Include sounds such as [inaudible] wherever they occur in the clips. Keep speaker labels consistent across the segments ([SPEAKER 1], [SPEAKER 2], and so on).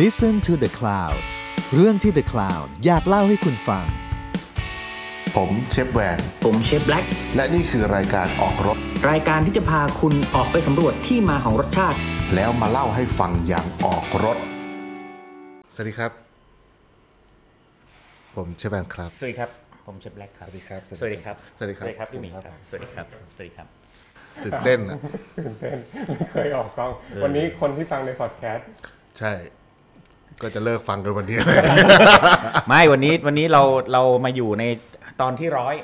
[SPEAKER 1] Listen to the Cloud เรื่องที่ The Cloud อยากเล่าให้คุณฟัง
[SPEAKER 2] ผมเชฟแวน
[SPEAKER 3] ผมเชฟแบล็ก
[SPEAKER 2] และนี่คือรายการออกรถ
[SPEAKER 3] รายการที่จะพาคุณออกไปสำรวจที่มาของรสชาติ
[SPEAKER 2] แล้วมาเล่าให้ฟังอย่างออกรถ สวัสดีครับ ผมเชฟแวนครับ
[SPEAKER 3] สวัสดีครับ ผมเชฟแบล็กครั
[SPEAKER 2] ส
[SPEAKER 3] บ
[SPEAKER 2] วัสดีครับ
[SPEAKER 3] สวัสดีครับ
[SPEAKER 2] สวัสดีครับ
[SPEAKER 3] สวัสดีครับพี่หมี
[SPEAKER 2] สวัส
[SPEAKER 3] ค
[SPEAKER 2] ดี
[SPEAKER 3] รั
[SPEAKER 2] ครับ บ
[SPEAKER 3] สวัสดีครับ สวัสดีครับ
[SPEAKER 2] ตื่นเต้นอ่ะ
[SPEAKER 4] เต้น [laughs] ไม่เคยออกกล้อง วันนี้คนที่ฟังในพอดแคสต์
[SPEAKER 2] ใช่ ก็จะเลิกฟังกันวันนี้
[SPEAKER 3] ไม่ วันนี้ วันนี้เรา เรามาอยู่ในตอนที่ร้อย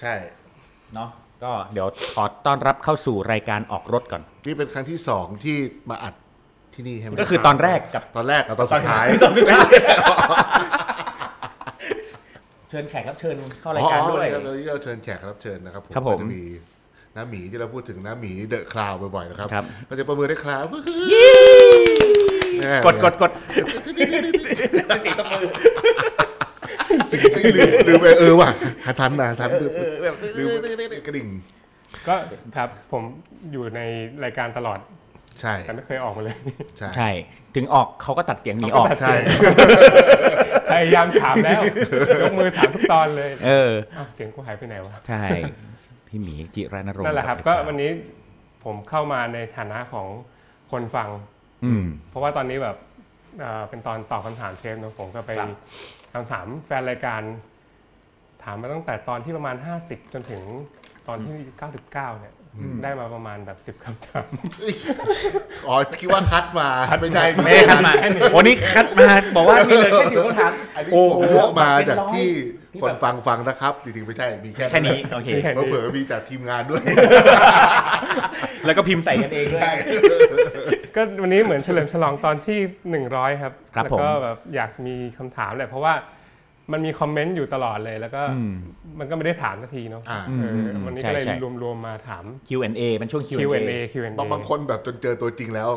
[SPEAKER 2] ใช่
[SPEAKER 3] เนาะ ก็เดี๋ยวขอต้อนรับเข้าสู่รายการออกรถก่อน
[SPEAKER 2] นี่เป็นครั้งที่สองที่มาอัดที่นี่ใช่ไหม
[SPEAKER 3] ก็คือตอนแรกกับ
[SPEAKER 2] ตอนแรกกับตอนสุดท้าย
[SPEAKER 3] ตอนสุดท้าย เชิญแขกรับเชิญเข้ารายการด้วย
[SPEAKER 2] อ๋อวันนี้เราเชิญแขกรับเชิญนะครับ
[SPEAKER 3] ครับผม
[SPEAKER 2] ก็จะมีน้าหมีที่เราพูดถึงน้าหมีเดอะคลาวบ่อยๆนะครับ
[SPEAKER 3] ครับ
[SPEAKER 2] ก็จะประเมินได้คลาว
[SPEAKER 3] [laughs] กดกดกด
[SPEAKER 2] สีตะมือลืมลืมไปเออว่ะหาทันนะหาทันลืมลืมกระดิ่ง
[SPEAKER 4] ก็ครับผมอยู่ในรายการตลอด
[SPEAKER 2] ใช่
[SPEAKER 4] แต่ไม่เคยออกมาเลย
[SPEAKER 2] ใช่
[SPEAKER 3] ใช่ ถึงออกเขาก็ตัดเสียงหนีออก
[SPEAKER 2] ใช่
[SPEAKER 4] [laughs]
[SPEAKER 3] [laughs]
[SPEAKER 4] พยายามถาม [laughs] แล้วยกมือถามทุกตอนเลย
[SPEAKER 3] เออ
[SPEAKER 4] อ้าวเสียงกูหายไปไหนวะ
[SPEAKER 3] ใช่ พี่หมีจิรานรงค์
[SPEAKER 4] นั่นแหละครับ ก็วันนี้ผมเข้ามาในฐานะของคนฟัง
[SPEAKER 3] อืม
[SPEAKER 4] เพราะว่าตอนนี้แบบเอ่อเป็นตอนตอบคำถามเชฟเนอะผมก็ไป
[SPEAKER 3] ครับ
[SPEAKER 4] คำถามแฟนรายการ ถามมาตั้งแต่ตอนที่ประมาณ 50 จนถึงตอนที่ 99 เนี่ย ได้มาประมาณแบบ 10คำถาม [laughs]
[SPEAKER 2] อ๋อคิดว่าคัดมาไม่ใช่
[SPEAKER 3] ไม่ได้คัดมาวันนี้คัดมาบอกว่ามีเลยแค่สิบคำถาม
[SPEAKER 2] อันนี้
[SPEAKER 3] โอ้
[SPEAKER 2] ผ
[SPEAKER 3] โห
[SPEAKER 2] มเลือกมาจาก
[SPEAKER 3] เป็นร้อย
[SPEAKER 2] ที่คนฟังฟังนะครับจริงๆไม่ใช่มีแค่
[SPEAKER 3] แค่นี้โอเค
[SPEAKER 4] แค่นี้
[SPEAKER 2] เผลอๆมีจากทีมงานด้วย
[SPEAKER 3] แล้วก็พิมพ์ใส่กันเองด้วย
[SPEAKER 2] ใช่
[SPEAKER 4] ก็วันนี้เหมือนเฉลิมฉลองตอนที่ 100 ครับ
[SPEAKER 3] ครับ
[SPEAKER 4] แล้ว
[SPEAKER 3] ผม
[SPEAKER 4] ก็แบบอยากมีคำถามแหละเพราะว่ามันมีคอมเมนต์อยู่ตลอดเลย แล้วก็มันก็ไม่ได้ถามสักทีเนาะ
[SPEAKER 2] อ่า
[SPEAKER 4] เออ
[SPEAKER 3] ม
[SPEAKER 4] วันนี้
[SPEAKER 3] ใช่
[SPEAKER 4] ก็เลย
[SPEAKER 3] ใช่
[SPEAKER 4] รวมๆมาถาม
[SPEAKER 3] Q&A เป็นช่วง
[SPEAKER 4] Q&A Q&A
[SPEAKER 2] บางบางคนแบบจนเจอตัวจริงแล้ว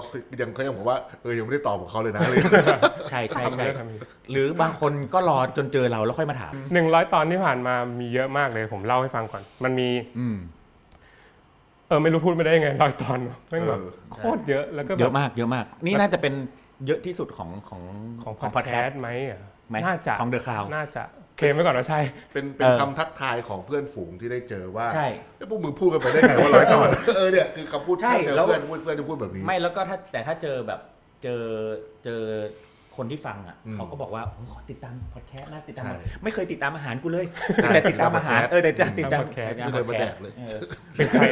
[SPEAKER 2] ยังเขายังบอกว่าเออยังไม่ได้ตอบของเขาเลยนะ
[SPEAKER 3] ใช่ใช่
[SPEAKER 4] ทำ
[SPEAKER 3] ใช่
[SPEAKER 4] เรื่องทำอีก
[SPEAKER 3] หรือบางคนก็รอจนเจอเราแล้วค่อยมาถาม
[SPEAKER 4] หนึ่งร้อยตอนที่ผ่านมามีเยอะมากเลย ผมเล่าให้ฟังก่อน มันมี
[SPEAKER 3] อืม
[SPEAKER 4] เออไม่รู้พูดไม่ได้ยังไงร้อยตอนเนอะแม่งแบบ
[SPEAKER 2] เออ
[SPEAKER 4] โคตรเยอะแล้วก็
[SPEAKER 3] เย
[SPEAKER 4] แบ
[SPEAKER 3] อะ
[SPEAKER 4] บ
[SPEAKER 3] มากเยอะมาก นี่น่าจะเป็นเยอะที่สุดของของ
[SPEAKER 4] ของพอดแคสต์ไหมอ่ะ
[SPEAKER 3] ไหม
[SPEAKER 4] น่าจะ
[SPEAKER 3] ของเดอะคลาว
[SPEAKER 4] น่าจะเคลมไว้ก่อนว่าใช่
[SPEAKER 2] เป็นเป็น
[SPEAKER 3] เออ
[SPEAKER 2] คำทักทายของเพื่อนฝูงที่ได้เจอว่า
[SPEAKER 3] ใช่
[SPEAKER 2] เอ้ยพวกมึงพูดกันไปได้ไงว่าร้อยตอน [laughs] เออเนี่ยคือคำพูด
[SPEAKER 3] ใช่
[SPEAKER 2] ที่เจอ
[SPEAKER 3] แล้ว
[SPEAKER 2] เพื่อนเพื่อนเพื่อนจะพูดแบบนี้
[SPEAKER 3] ไม่แล้วก็ถ้าแต่ถ้าเจอแบบเจอเจอคนที่ฟังอ่ะเขาก็บอกว่าโอ้ขอติดตามพอดแคสต์นะติดตาม
[SPEAKER 2] ใช่
[SPEAKER 3] ไม่เคยติดตามอาหารกูเลย
[SPEAKER 2] ใช่
[SPEAKER 3] แต่ติดตามอาหาร
[SPEAKER 2] ติดตาม podcast
[SPEAKER 3] เออแต่ติดตาม
[SPEAKER 4] ติดตาม podcast
[SPEAKER 2] ไม่เคยมาแดกเลย
[SPEAKER 3] ออ
[SPEAKER 4] เป็นใคร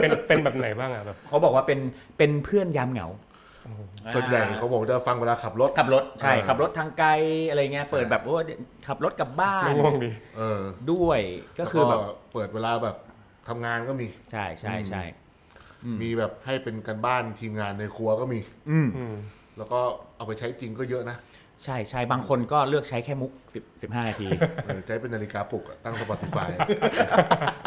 [SPEAKER 4] เป็นเป็นแบบไหนบ้างอ่ะแบบ
[SPEAKER 3] เขาบอกว่าเป็นเป็นเพื่อนยามเหงา
[SPEAKER 2] ส่วนใหญ่
[SPEAKER 3] อ่า
[SPEAKER 2] เขาบอกจะฟังเวลาขับรถ
[SPEAKER 3] ขับรถใช่
[SPEAKER 2] เออ
[SPEAKER 3] ขับรถทางไกลอะไรเงี้ยเปิดแบบว่าขับรถกลับบ้าน
[SPEAKER 4] ไม่ง่วงดี
[SPEAKER 2] เออ
[SPEAKER 3] ด้วยก็คือแบบ
[SPEAKER 2] ล้วเปิดเวลาแบบทำงานก็มี
[SPEAKER 3] ใช่ใช่ใช่
[SPEAKER 2] มีแบบให้เป็นการบ้านทีมงานในครัวก็มี
[SPEAKER 3] อืม
[SPEAKER 4] อืม
[SPEAKER 2] แล้วก็เอาไปใช้จริงก็เยอะนะ
[SPEAKER 3] ใช่ใช่บางคนก็เลือกใช้แค่มุก10 15 นาที
[SPEAKER 2] เออใช้เป็นนาฬิกาปลุกอะตั้ง
[SPEAKER 3] [laughs]
[SPEAKER 2] Spotify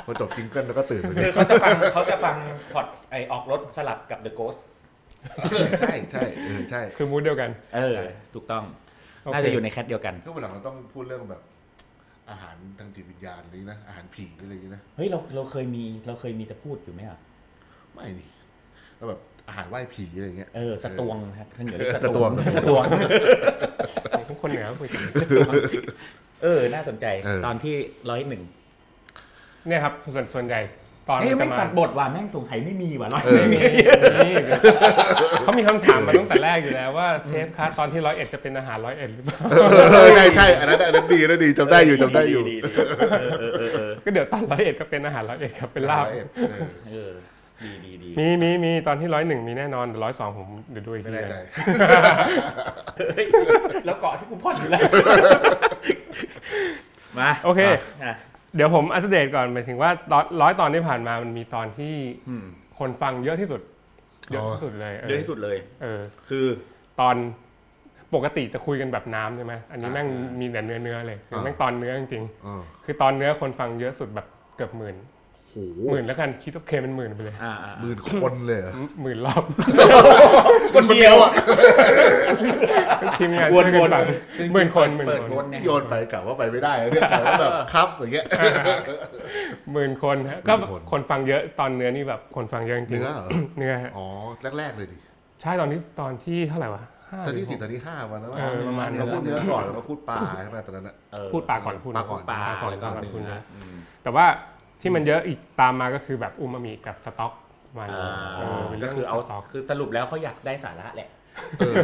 [SPEAKER 2] พอจบจิงเกิลแล้วก็ตื่นไปเล
[SPEAKER 3] คื
[SPEAKER 2] ย [laughs]
[SPEAKER 3] อเขาจะฟังเขาจะฟังพอดไอออกรถสลับกับ The Ghost
[SPEAKER 2] ใช่ใช่เออใช่
[SPEAKER 4] คือมูดเดียวกัน
[SPEAKER 3] เออ ถูกต้อง
[SPEAKER 4] โอเค
[SPEAKER 3] น่าจะอยู่ในแคทเดียวกัน
[SPEAKER 2] คือวันหลังเราต้องพูดเรื่องแบบ อาหารทางจิตวิญญาณอะไรอย่างนี้นะ อาหารผีอะไรอย่างนี้นะ
[SPEAKER 3] เฮ้ย เราเราเคยมีเราเคยมีจะพูดอยู่ไหมอ่ะ
[SPEAKER 2] ไม่นี่แล้วแบบอาหารไหว้ผีอะไรอย่างเงี้ย
[SPEAKER 3] เออ สตวงครับท่านเหนือเรียก
[SPEAKER 2] เออ
[SPEAKER 3] สตวง
[SPEAKER 2] ส
[SPEAKER 3] ส
[SPEAKER 2] ต
[SPEAKER 3] ต
[SPEAKER 2] ว
[SPEAKER 3] ว
[SPEAKER 2] ง
[SPEAKER 3] ง
[SPEAKER 4] ของคนเหนือคุยกัน
[SPEAKER 3] เออ น่าสนใจ
[SPEAKER 2] เออ
[SPEAKER 3] ตอนที่ร้อยหนึ่ง
[SPEAKER 4] เนี่ยครับส่วนส่วนใหญ่ตอน
[SPEAKER 3] เอ้ย
[SPEAKER 4] จะ
[SPEAKER 3] แม่ง
[SPEAKER 4] มา
[SPEAKER 3] ตัดบทว่ะแม่งสงสัยไม่มีว่ะร้อย
[SPEAKER 4] ไม่มีนี่เขามีคำถามมาตั้งแต่แรกอยู่แล้วว่าเทปคัสตอนที่ร้อยเอ็ดจะเป็นอาหารร้อยเอ็ดหรือเปล่า
[SPEAKER 2] เออใช่ใช่อันนั้นอันนั้นดีอันนั้นดีจำได้อยู่จำได้อยู่
[SPEAKER 3] เออเออเออเออ
[SPEAKER 4] ก็เดี๋ยวตอนร้อยเอ็ดก็เป็นอาหารร้อยเอ็ดครับเป็นลาบ
[SPEAKER 2] เออเออ
[SPEAKER 3] เออดีดีดี
[SPEAKER 4] มีมีมีตอนที่ร้อยหนึ่งมีแน่นอนร้อยสองผมเดี๋ยวดูอีก
[SPEAKER 2] ไม่
[SPEAKER 4] ที
[SPEAKER 2] แน่ใจ
[SPEAKER 4] นะ
[SPEAKER 3] เฮ้ยแล้วเกาะที่กูพ่นอยู่แล้ว มา
[SPEAKER 4] โอเค
[SPEAKER 3] อ่ะ
[SPEAKER 4] เดี๋ยวผมอัปเดตก่อนหมายถึงว่าร้อยตอนที่ผ่านมามันมีตอนที่คนฟังเยอะที่สุด เยอะที่สุดเลย
[SPEAKER 3] เยอะที่สุดเลย
[SPEAKER 4] เออ
[SPEAKER 3] คือ
[SPEAKER 4] ตอนปกติจะคุยกันแบบน้ำใช่ไหมอันนี้แม่งมีแต่เนื้อเนื้อเลยคือแม่งตอนเนื้อจริงๆ
[SPEAKER 2] เออ
[SPEAKER 4] คือตอนเนื้อคนฟังเยอะสุดแบบเกือบหมื่น
[SPEAKER 2] โห
[SPEAKER 4] หมื่นแล้วกันคิดว่าเคเป็นหมื่นไปเลย
[SPEAKER 3] อ่าอ่า
[SPEAKER 2] หมื่นคนเลยเหรอ
[SPEAKER 4] หมื่นรอบ [laughs]
[SPEAKER 3] คนเดียวอ่ะ
[SPEAKER 4] ทีมงาน
[SPEAKER 3] วนๆ
[SPEAKER 4] ช่ยกัฟัง
[SPEAKER 3] จริงๆ
[SPEAKER 4] หมื่นคนห
[SPEAKER 3] เปิ
[SPEAKER 4] มื่
[SPEAKER 3] ด
[SPEAKER 4] น
[SPEAKER 3] เปิด
[SPEAKER 4] คน
[SPEAKER 2] นี่โยนไปกะว่าไปไม่ได้เรื่องแต่ว่าแบบครับอย่างเงี้ย
[SPEAKER 4] หมื่นคนฮะก็
[SPEAKER 2] หมื่นคน
[SPEAKER 4] คนฟังเยอะตอนเนื้อนี่แบบคนฟังเยอะจริงๆ
[SPEAKER 2] เนื้อเหรอ
[SPEAKER 4] เนื้อฮะ
[SPEAKER 2] อ๋อแรกๆเลยดิ
[SPEAKER 4] ใช่ตอนที่ตอนที่เท่าไหร่วะ ห้า
[SPEAKER 2] ตอนที่
[SPEAKER 4] หรือหก
[SPEAKER 2] สี่ตอนที่ห้าวันแล้ว
[SPEAKER 4] เออประมาณนี้
[SPEAKER 2] เราพูดเนื้อก่อนแล้วก็พูดปลาใช่ไหมตอนนั้นอะ
[SPEAKER 3] เออ
[SPEAKER 4] พูดปลาก่อนพูด
[SPEAKER 2] ปลาก่อน
[SPEAKER 3] ปลา
[SPEAKER 4] ปลาก่อน
[SPEAKER 3] แล้วก็
[SPEAKER 4] ปลาก่อน
[SPEAKER 3] เนื้
[SPEAKER 4] คุณ
[SPEAKER 3] อ
[SPEAKER 4] นะ
[SPEAKER 3] อืม
[SPEAKER 4] แต่ว่าที่มันเยอะอีกตามมาก็คือแบบอูมามิกับสต็อกมัน
[SPEAKER 3] อ่า
[SPEAKER 4] เออเป็น
[SPEAKER 3] ก็
[SPEAKER 4] เรื่อง
[SPEAKER 3] คือเอา
[SPEAKER 4] สต็อก
[SPEAKER 3] คือสรุปแล้วเขาอยากได้สาระแหละ
[SPEAKER 2] เออ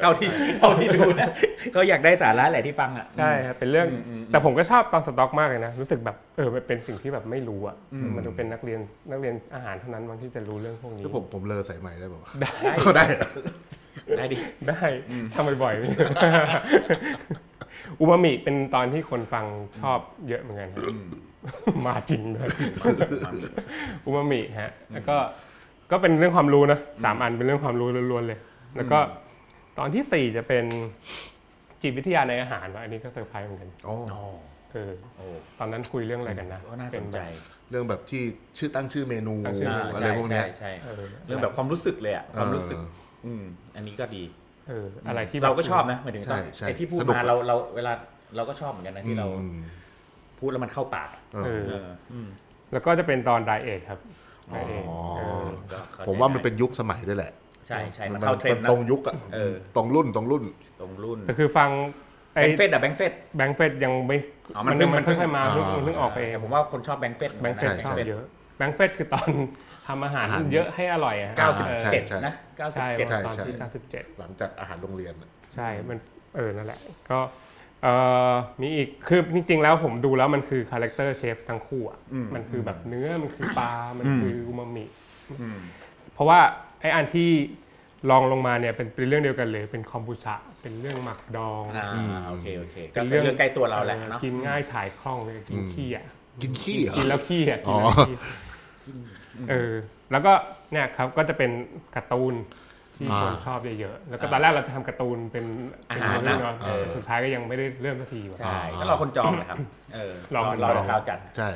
[SPEAKER 3] เท่าที่เท่าที่ดูนะเขาอยากได้สาระแหละที่ฟังอ่ะ
[SPEAKER 4] ใช่ครับเป็นเรื่อง
[SPEAKER 3] อืมอืมอืม
[SPEAKER 4] แต่ผมก็ชอบตอนสต็อกมากเลยนะ รู้สึกแบบเออมันเป็นสิ่งที่แบบไม่รู้อ่ะ
[SPEAKER 2] อืม
[SPEAKER 4] มันดูเป็นนักเรียนนักเรียนอาหารเท่านั้นบางที่จะรู้เรื่องพวกนี้
[SPEAKER 2] แล้วผมผมเลอสายใหม่ได้ป่าวะ
[SPEAKER 4] ได้
[SPEAKER 3] ได้
[SPEAKER 2] ก็ได้เหรอ
[SPEAKER 3] ได้ดิ
[SPEAKER 4] ได้ทำบ่อย
[SPEAKER 3] [laughs]
[SPEAKER 4] ๆ อูมามิเป็นตอนที่คนฟังชอบเยอะเหมือนกันครับมาจริง
[SPEAKER 3] [laughs]
[SPEAKER 4] ด้วยอูมามิฮะแล้วก็ก็เป็นเรื่องความรู้นะสามอันเป็นเรื่องความรู้ล้วนๆเลย แล้วก็ตอนที่สี่จะเป็นจิตวิทยาในอาหารว่ะอันนี้ก็เซอร์ไพรส์เหมือนกัน
[SPEAKER 2] อ๋อ
[SPEAKER 3] อ๋อ
[SPEAKER 4] เออ
[SPEAKER 3] โอ้
[SPEAKER 4] ตอนนั้นคุยเรื่องอะไรกันนะ
[SPEAKER 3] ก็น่าส
[SPEAKER 4] เป็น แบบ
[SPEAKER 3] ใจ
[SPEAKER 2] เรื่องแบบที่ชื่อตั้งชื่อเมนู
[SPEAKER 4] ตั้งชื่
[SPEAKER 3] อ่า
[SPEAKER 2] อะไร
[SPEAKER 3] ใช่
[SPEAKER 2] พวกเนี้
[SPEAKER 3] ใช่
[SPEAKER 2] ย
[SPEAKER 3] ใช่
[SPEAKER 4] เออ
[SPEAKER 3] เรื่องแบบความรู้สึกเลยอ่ะความรู้สึก อืมอันนี้ก็ดี
[SPEAKER 4] เอออะไรที่
[SPEAKER 3] เราก็ชอบนะหมายถึงตอน
[SPEAKER 2] ใช่ใช่
[SPEAKER 3] ไอ้ที่พูด
[SPEAKER 2] สนุก
[SPEAKER 3] มา
[SPEAKER 2] อะ
[SPEAKER 3] เราเราเวลาเราก็ชอบเหมือนกันนะที่เรา
[SPEAKER 2] อืม
[SPEAKER 3] พูดแล้วมันเข้าปากอะ
[SPEAKER 2] เออ
[SPEAKER 4] เออ
[SPEAKER 3] เอออืม
[SPEAKER 4] แล้วก็จะเป็นตอนไดเอทครับไดเอท
[SPEAKER 2] อ๋อ
[SPEAKER 4] เออ
[SPEAKER 3] ก็เข้ใจ
[SPEAKER 2] ผมว่ามันเป็นยุคสมัยด้วยแหละ
[SPEAKER 3] ใช่ใช่มันเข้าเทรนด์
[SPEAKER 2] มั
[SPEAKER 3] นะ
[SPEAKER 2] ตรงยุคอะ
[SPEAKER 3] เออ
[SPEAKER 2] ตรงรุ่นตรงรุ่น
[SPEAKER 3] ตรงรุ่น
[SPEAKER 4] แต่คือฟัง
[SPEAKER 3] แบ
[SPEAKER 4] ไอ้
[SPEAKER 3] งค์เฟสอะแบงค์เฟส
[SPEAKER 4] แบงค์เฟดยังไม่
[SPEAKER 3] อ๋อมันเพิ่งมันเพิ่ง
[SPEAKER 4] เพิ่งค่อยมา
[SPEAKER 2] อ๋อ
[SPEAKER 4] เพิ่งเพิ่งออกไปเอง
[SPEAKER 3] แต่ผมว่าคนชอบแบงค์เฟส
[SPEAKER 4] แบงค์เฟด
[SPEAKER 2] ใช่
[SPEAKER 4] ชอบ
[SPEAKER 2] ใช่
[SPEAKER 4] เยอะแบงค์เฟดคือตอนทำอาหาร
[SPEAKER 2] อาหาร
[SPEAKER 4] เยอะให้อร่อยอะฮะ
[SPEAKER 2] เก้าสิบ
[SPEAKER 4] ออ
[SPEAKER 2] ใช่
[SPEAKER 3] เจ็ด
[SPEAKER 2] ใช่
[SPEAKER 3] นะเก้าสิบ
[SPEAKER 4] ใช่
[SPEAKER 3] เจ็ด
[SPEAKER 4] ตอน
[SPEAKER 2] ใช่
[SPEAKER 4] ที่97
[SPEAKER 2] หลังจากอาหารโรงเรียนอะ
[SPEAKER 4] ใช่มันเออนั่นแหละก็เอ่อมีอีกคือจริง ๆ แล้วผมดูแล้วมันคือคาแรคเตอร์เชฟทั้งคู่อ่ะ
[SPEAKER 3] อืม
[SPEAKER 4] มันคือแบบเนื้อมันคือปลา มันคืออูมามิ เพราะว่าไออันที่ลองลงมาเนี่ยเป็นเป็นเรื่องเดียวกันเลยเป็นคอมบูชาเป็นเรื่องหมักดอง
[SPEAKER 3] อ่าโอเคโอเคก็เป็นเรื่องใกล้ตัวเราแหละเนาะ
[SPEAKER 4] กินง่ายถ่ายคล่องเลยกินขี้อ่ะ
[SPEAKER 2] กินขี้เหรอ
[SPEAKER 4] กินแล้วขี้อ่ะ
[SPEAKER 2] อ๋
[SPEAKER 4] กิ
[SPEAKER 2] อ
[SPEAKER 4] นแล้วขี้เออแล้วก็เนี่ยครับก็จะเป็นการ์ตูนที่คนชอบเยอะๆแล้วก็ตอนแรกเราจะทำการ์ตูนเป็นเป็นเรื่องเนาะ
[SPEAKER 2] เออ
[SPEAKER 4] สุดท้ายก็ยังไม่ได้เริ่มสักทีว่ะ
[SPEAKER 3] ใช่ก็รอคนจองนะครับเออ
[SPEAKER 4] รอคนจอง
[SPEAKER 3] เราข่าวจัด
[SPEAKER 2] ใช่